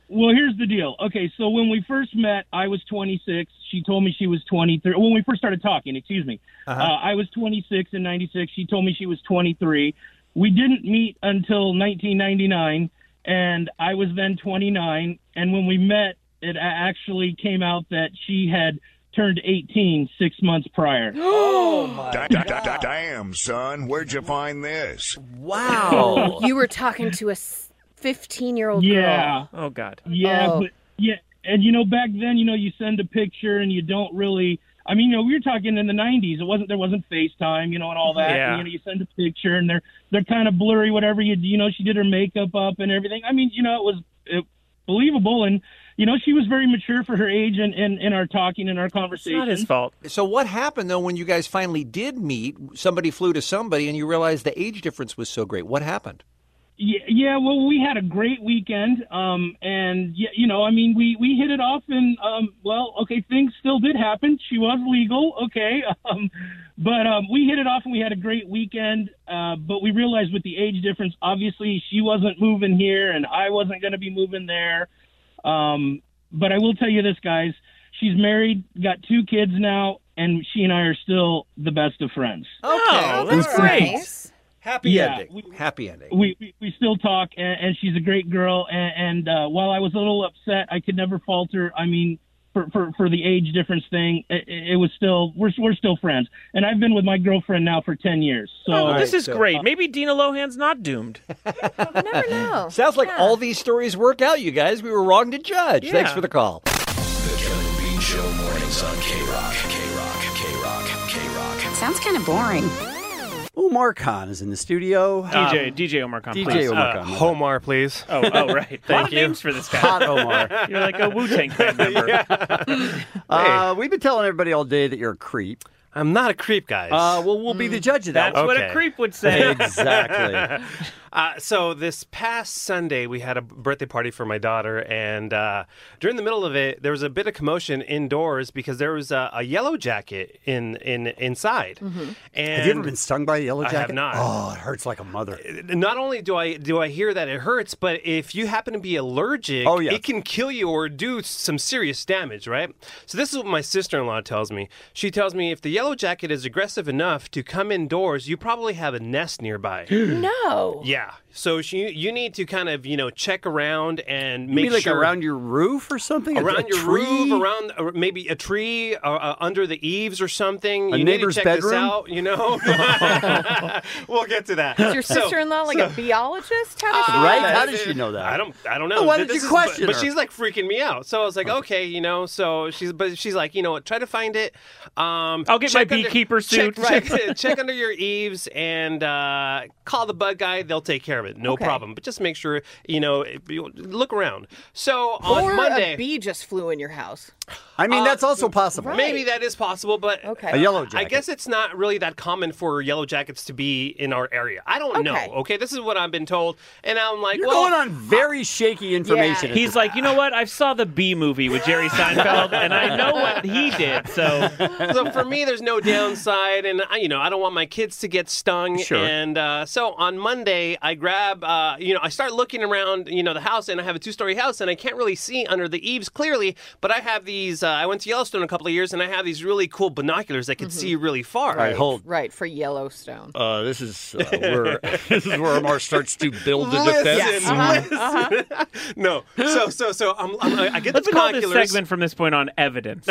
S36: Well, here's the deal. Okay, so when we first met, I was 26. She told me she was 23. When we first started talking, excuse me,
S27: Uh-huh.
S36: uh, I was 26 in 96. She told me she was 23. We didn't meet until 1999, and I was then 29. And when we met, it a- actually came out that she had turned 18 six months prior.
S28: Oh my Damn, son, where'd you find this?
S3: you were talking to a 15 year old girl.
S36: Yeah.
S5: Oh God.
S36: Yeah,
S3: Oh.
S36: but yeah, and you know back then you know you send a picture and you don't really i mean you know we were talking in the 90s it wasn't there wasn't facetime you know and all that
S40: Yeah.
S36: and, you know you send a picture and they're they're kind of blurry whatever you you know she did her makeup up and everything i mean you know it was it, believable and you know she was very mature for her age and in, in our talking and our conversation
S5: fault.
S2: So what happened though when you guys finally did meet? Somebody flew to somebody, and you realized the age difference was so great. What happened?
S36: Yeah, yeah, well, we had a great weekend, um, and yeah, you know, I mean, we we hit it off, and um, well, okay, things still did happen. She was legal, okay, um, but um, we hit it off, and we had a great weekend. Uh, but we realized with the age difference, obviously, she wasn't moving here, and I wasn't going to be moving there. Um, but I will tell you this, guys, she's married, got two kids now, and she and I are still the best of friends.
S2: Okay,
S36: Oh, that's great.
S2: Happy
S36: Yeah,
S2: ending. Happy ending.
S36: we, we we still talk, and, and she's a great girl. And, and uh, while I was a little upset, I could never falter. I mean, for for, for the age difference thing, it, it was still we're we're still friends. And I've been with my girlfriend now for ten years. So
S5: oh, this is great. Maybe Dina Lohan's not doomed.
S2: Sounds like all these stories work out, you guys. We were wrong to judge.
S5: Yeah.
S2: Thanks for the call.
S1: The Kevin and Bean Show mornings on K Rock. K Rock. K Rock. K Rock.
S41: Sounds kind of boring.
S4: Omar Khan is in the studio.
S5: DJ DJ Omar Khan.
S4: DJ
S5: please.
S4: Omar
S5: Uh,
S4: Khan.
S18: Homar, Um, please.
S5: Oh, oh, right.
S4: Thank
S5: Hot
S4: you.
S5: names for this guy.
S4: Hot Omar.
S5: You're like a Wu Tang Clan member.
S4: Uh, we've been telling everybody all day that you're a creep.
S18: I'm not a creep, guys.
S4: Uh, well, we'll be the judge of that.
S5: Mm, That's what a
S18: Okay.
S5: creep would say.
S4: Exactly.
S18: uh, so this past Sunday, we had a birthday party for my daughter, and uh, during the middle of it, there was a bit of commotion indoors because there was a, a yellow jacket in in inside.
S4: Mm-hmm.
S18: And
S4: have you ever been stung by a yellow
S18: I
S4: jacket?
S18: have not.
S4: Oh, it hurts like a mother.
S18: not only do I do I hear that it hurts, but if you happen to be allergic,
S4: Oh, yeah.
S18: it can kill you or do some serious damage, right? So this is what my sister-in-law tells me. She tells me if the yellow jacket is aggressive enough to come indoors, you probably have a nest nearby.
S3: no.
S18: Yeah. So she, you need to kind of, you know, check around and
S4: You
S18: make
S4: mean like
S18: sure
S4: around your roof or something? A-
S18: around
S4: a
S18: your
S4: tree?
S18: roof, around or maybe a tree, uh, uh, under the eaves or something.
S4: A
S18: you
S4: neighbor's
S18: need to check
S4: bedroom?
S18: This out, you know, we'll get to that.
S3: Is your
S18: So-
S3: sister-in-law like a
S18: so- Uh,
S3: biologist? How does she
S18: Right?
S3: know that?
S18: How does she know that? I don't. I don't know.
S3: Well, why
S18: Th-
S3: did
S18: this
S3: you
S18: is- but-
S3: question
S18: But,
S3: her?
S18: she's like freaking me out. So I was like, okay, you know. So she's, but she's like, you know, what, try to find it. Um,
S5: I'll get my
S18: check under-
S5: beekeeper
S18: check-
S5: suit.
S18: Check, check under your eaves and uh, call the bug guy. They'll take care of it. No
S3: Okay.
S18: problem. But just make sure you know. you- Look around. So on
S3: Or
S18: Monday,
S3: a bee just flew in your house.
S4: I mean,
S18: Uh,
S4: that's also possible.
S18: Maybe that is possible, but
S3: Okay.
S4: A yellow
S18: I
S4: jacket.
S18: guess it's not really that common for yellow jackets to be in our area. I don't
S4: Okay.
S18: know. Okay, this is what I've been told, and I'm like,
S4: You're
S18: well,
S4: going on very shaky information.
S5: He's like, you know what? I saw the B movie with Jerry Seinfeld, and I know what he did. So
S18: so for me, there's no downside, and I, you know, I don't want my kids to get stung.
S5: Sure.
S18: And uh, so on Monday, I grab, uh, you know, I start looking around, you know, the house, and I have a two-story house, and I can't really see under the eaves clearly, but I have these. Uh, I went to Yellowstone a couple of years, and I have these really cool binoculars that can see really far.
S3: Right, for Yellowstone.
S42: Uh, this is uh, where this is where Omar starts to build the
S18: Listen,
S42: defense.
S18: listen. no, so so so I'm, I'm, I get
S5: Uh-huh.
S18: the
S5: let's call this
S18: binoculars.
S5: segment from this point on evidence.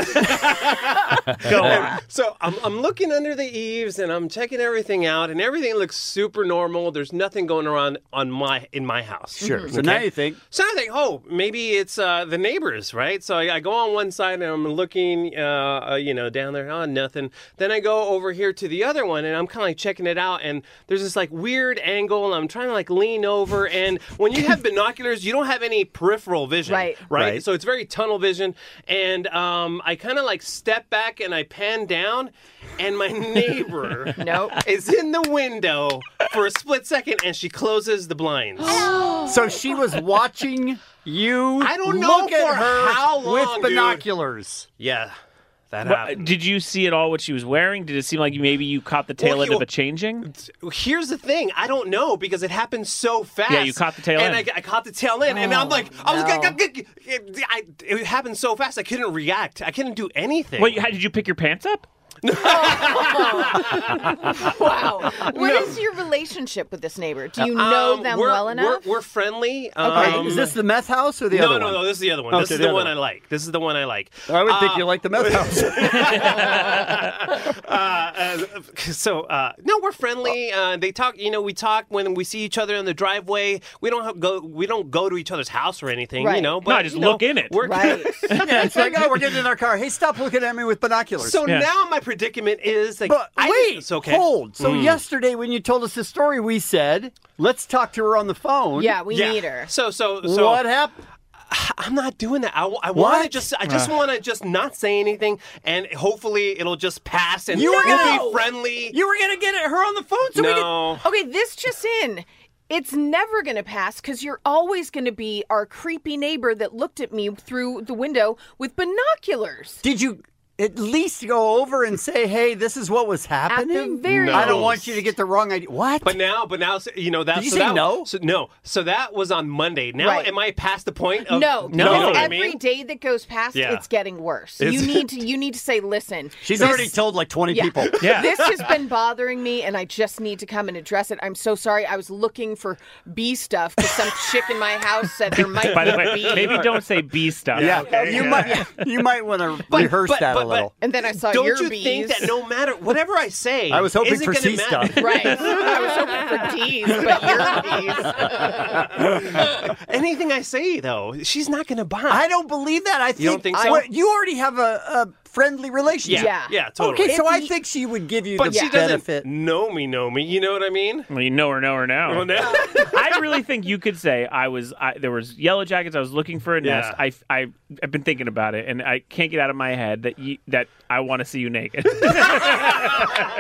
S18: And so I'm, I'm looking under the eaves and I'm checking everything out, and everything looks super normal. There's nothing going on on my in my house.
S4: Sure.
S42: Mm-hmm.
S4: So now you think-
S18: So now I think, oh, maybe it's uh, the neighbors, right? So I, I go on one side and I'm looking, uh, uh, you know, down there, oh, nothing. Then I go over here to the other one and I'm kind of like checking it out, and there's this like weird angle, and I'm trying to like lean over. And when you have binoculars, you don't have any peripheral vision, right? Right.
S4: Right.
S18: So it's very tunnel vision, and um, I kind of like step back and I pan down, and my neighbor
S3: nope.
S18: is in the window for a split second, and she closes the blinds.
S4: so she was watching you.
S18: I don't know
S4: look at
S18: for
S4: her
S18: how long,
S4: with
S18: dude.
S4: binoculars.
S18: Yeah, that
S5: But, uh,
S18: happened.
S5: Did you see at all what she was wearing? Did it seem like maybe you caught the tail
S18: Well,
S5: end
S18: you-
S5: of a changing?
S18: Here's the thing, I don't know because it happened so fast.
S5: Yeah, you caught the tail
S18: and
S5: end.
S18: I, I caught the tail end, and I'm
S5: Oh,
S18: like, I was
S5: no.
S18: like, it, it happened so fast, I couldn't react. I couldn't do anything.
S5: Well, you, how, did you pick your pants up?
S3: wow. What is
S18: No.
S3: your relationship with this neighbor? Do you know
S18: Um,
S3: them
S18: we're-
S3: well enough?
S18: We're, we're friendly.
S4: Okay.
S18: Um,
S4: Is this the meth house or the
S18: no,
S4: other
S18: No,
S4: one?
S18: no, This is the other one.
S4: Okay,
S18: this is
S4: the
S18: the
S4: other
S18: one,
S4: one.
S18: I like. This is the one I like.
S4: I would think
S18: Uh,
S4: you like the meth house.
S18: uh, so uh, no, we're friendly. Uh, they talk. You know, we talk when we see each other in the driveway. We don't have go. We don't go to each other's house or anything. You
S4: Right.
S18: know,
S4: No,
S18: but
S5: just
S18: you know,
S5: look in it.
S18: We're
S4: Right. yeah, it's like, oh, we're getting in our car. Hey, stop looking at me with binoculars.
S18: So now my predicament is like,
S4: But
S18: I-
S4: wait,
S18: it's okay.
S4: hold. So
S18: Mm.
S4: yesterday when you told us the story, we said, let's talk to her on the phone.
S18: So so so
S4: What happened?
S18: I'm not doing that. I, want to
S4: What?
S18: just I just
S4: Ah.
S18: want to just not say anything, and hopefully it'll just pass, and
S4: You were
S18: we'll
S4: gonna-
S18: be friendly.
S4: You were gonna get at her on the phone,
S3: so
S18: No.
S3: we could. Okay, this just in. It's never going to pass because you're always going to be our creepy neighbor that looked at me through the window with binoculars.
S4: Did you at least go over and say, hey, this is what was happening?
S18: very
S4: I don't
S18: least.
S4: want you to get the wrong idea. What?
S18: But now, but now, so- you know that.
S4: Did you
S18: so
S4: say
S18: that,
S4: no?
S18: So, no. So that was on Monday. Now,
S3: Right.
S18: am I past the point? Of,
S3: no,
S18: no. You know
S3: because
S18: what I
S3: every
S18: mean?
S3: day that goes past,
S18: Yeah.
S3: it's getting worse.
S4: Is
S3: you
S4: it?
S3: need to you need to say, listen.
S4: She's
S3: this-
S4: already told like 20
S3: Yeah.
S4: people.
S3: This has been bothering me, and I just need to come and address it. I'm so sorry. I was looking for bee stuff because some chick in my house said there might
S5: By
S3: be
S5: the way,
S3: bees.
S5: maybe don't say B stuff.
S4: Yeah, you might you might want to rehearse that a little.
S3: And then I saw
S18: Don't
S3: your
S18: you
S3: bees.
S18: think that no matter whatever I say,
S4: I was hoping
S18: isn't
S4: for
S18: gonna
S4: C
S18: matter?
S4: stuff.
S3: Right. I was hoping for D's, but
S18: Anything I say though, she's not going to buy.
S4: I don't believe that. I think,
S18: You don't think so?
S4: well, you already have a, a friendly relationship.
S18: Yeah, Yeah. yeah, totally.
S4: Okay, so
S18: If
S4: I
S18: you-
S4: think she would give you
S18: But
S4: the
S18: she doesn't
S4: benefit.
S18: know me, know me. You know what I mean?
S5: Well, you know her, know her now.
S18: Well, now-
S5: I really think you could say I was. I, there was yellow jackets. I was looking for a nest.
S18: Yeah.
S5: I, I, I've been thinking about it, and I can't get out of my head that you, that I want to see you naked.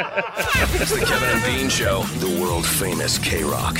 S1: It's the Kevin and Bean Show, the world famous K Rock.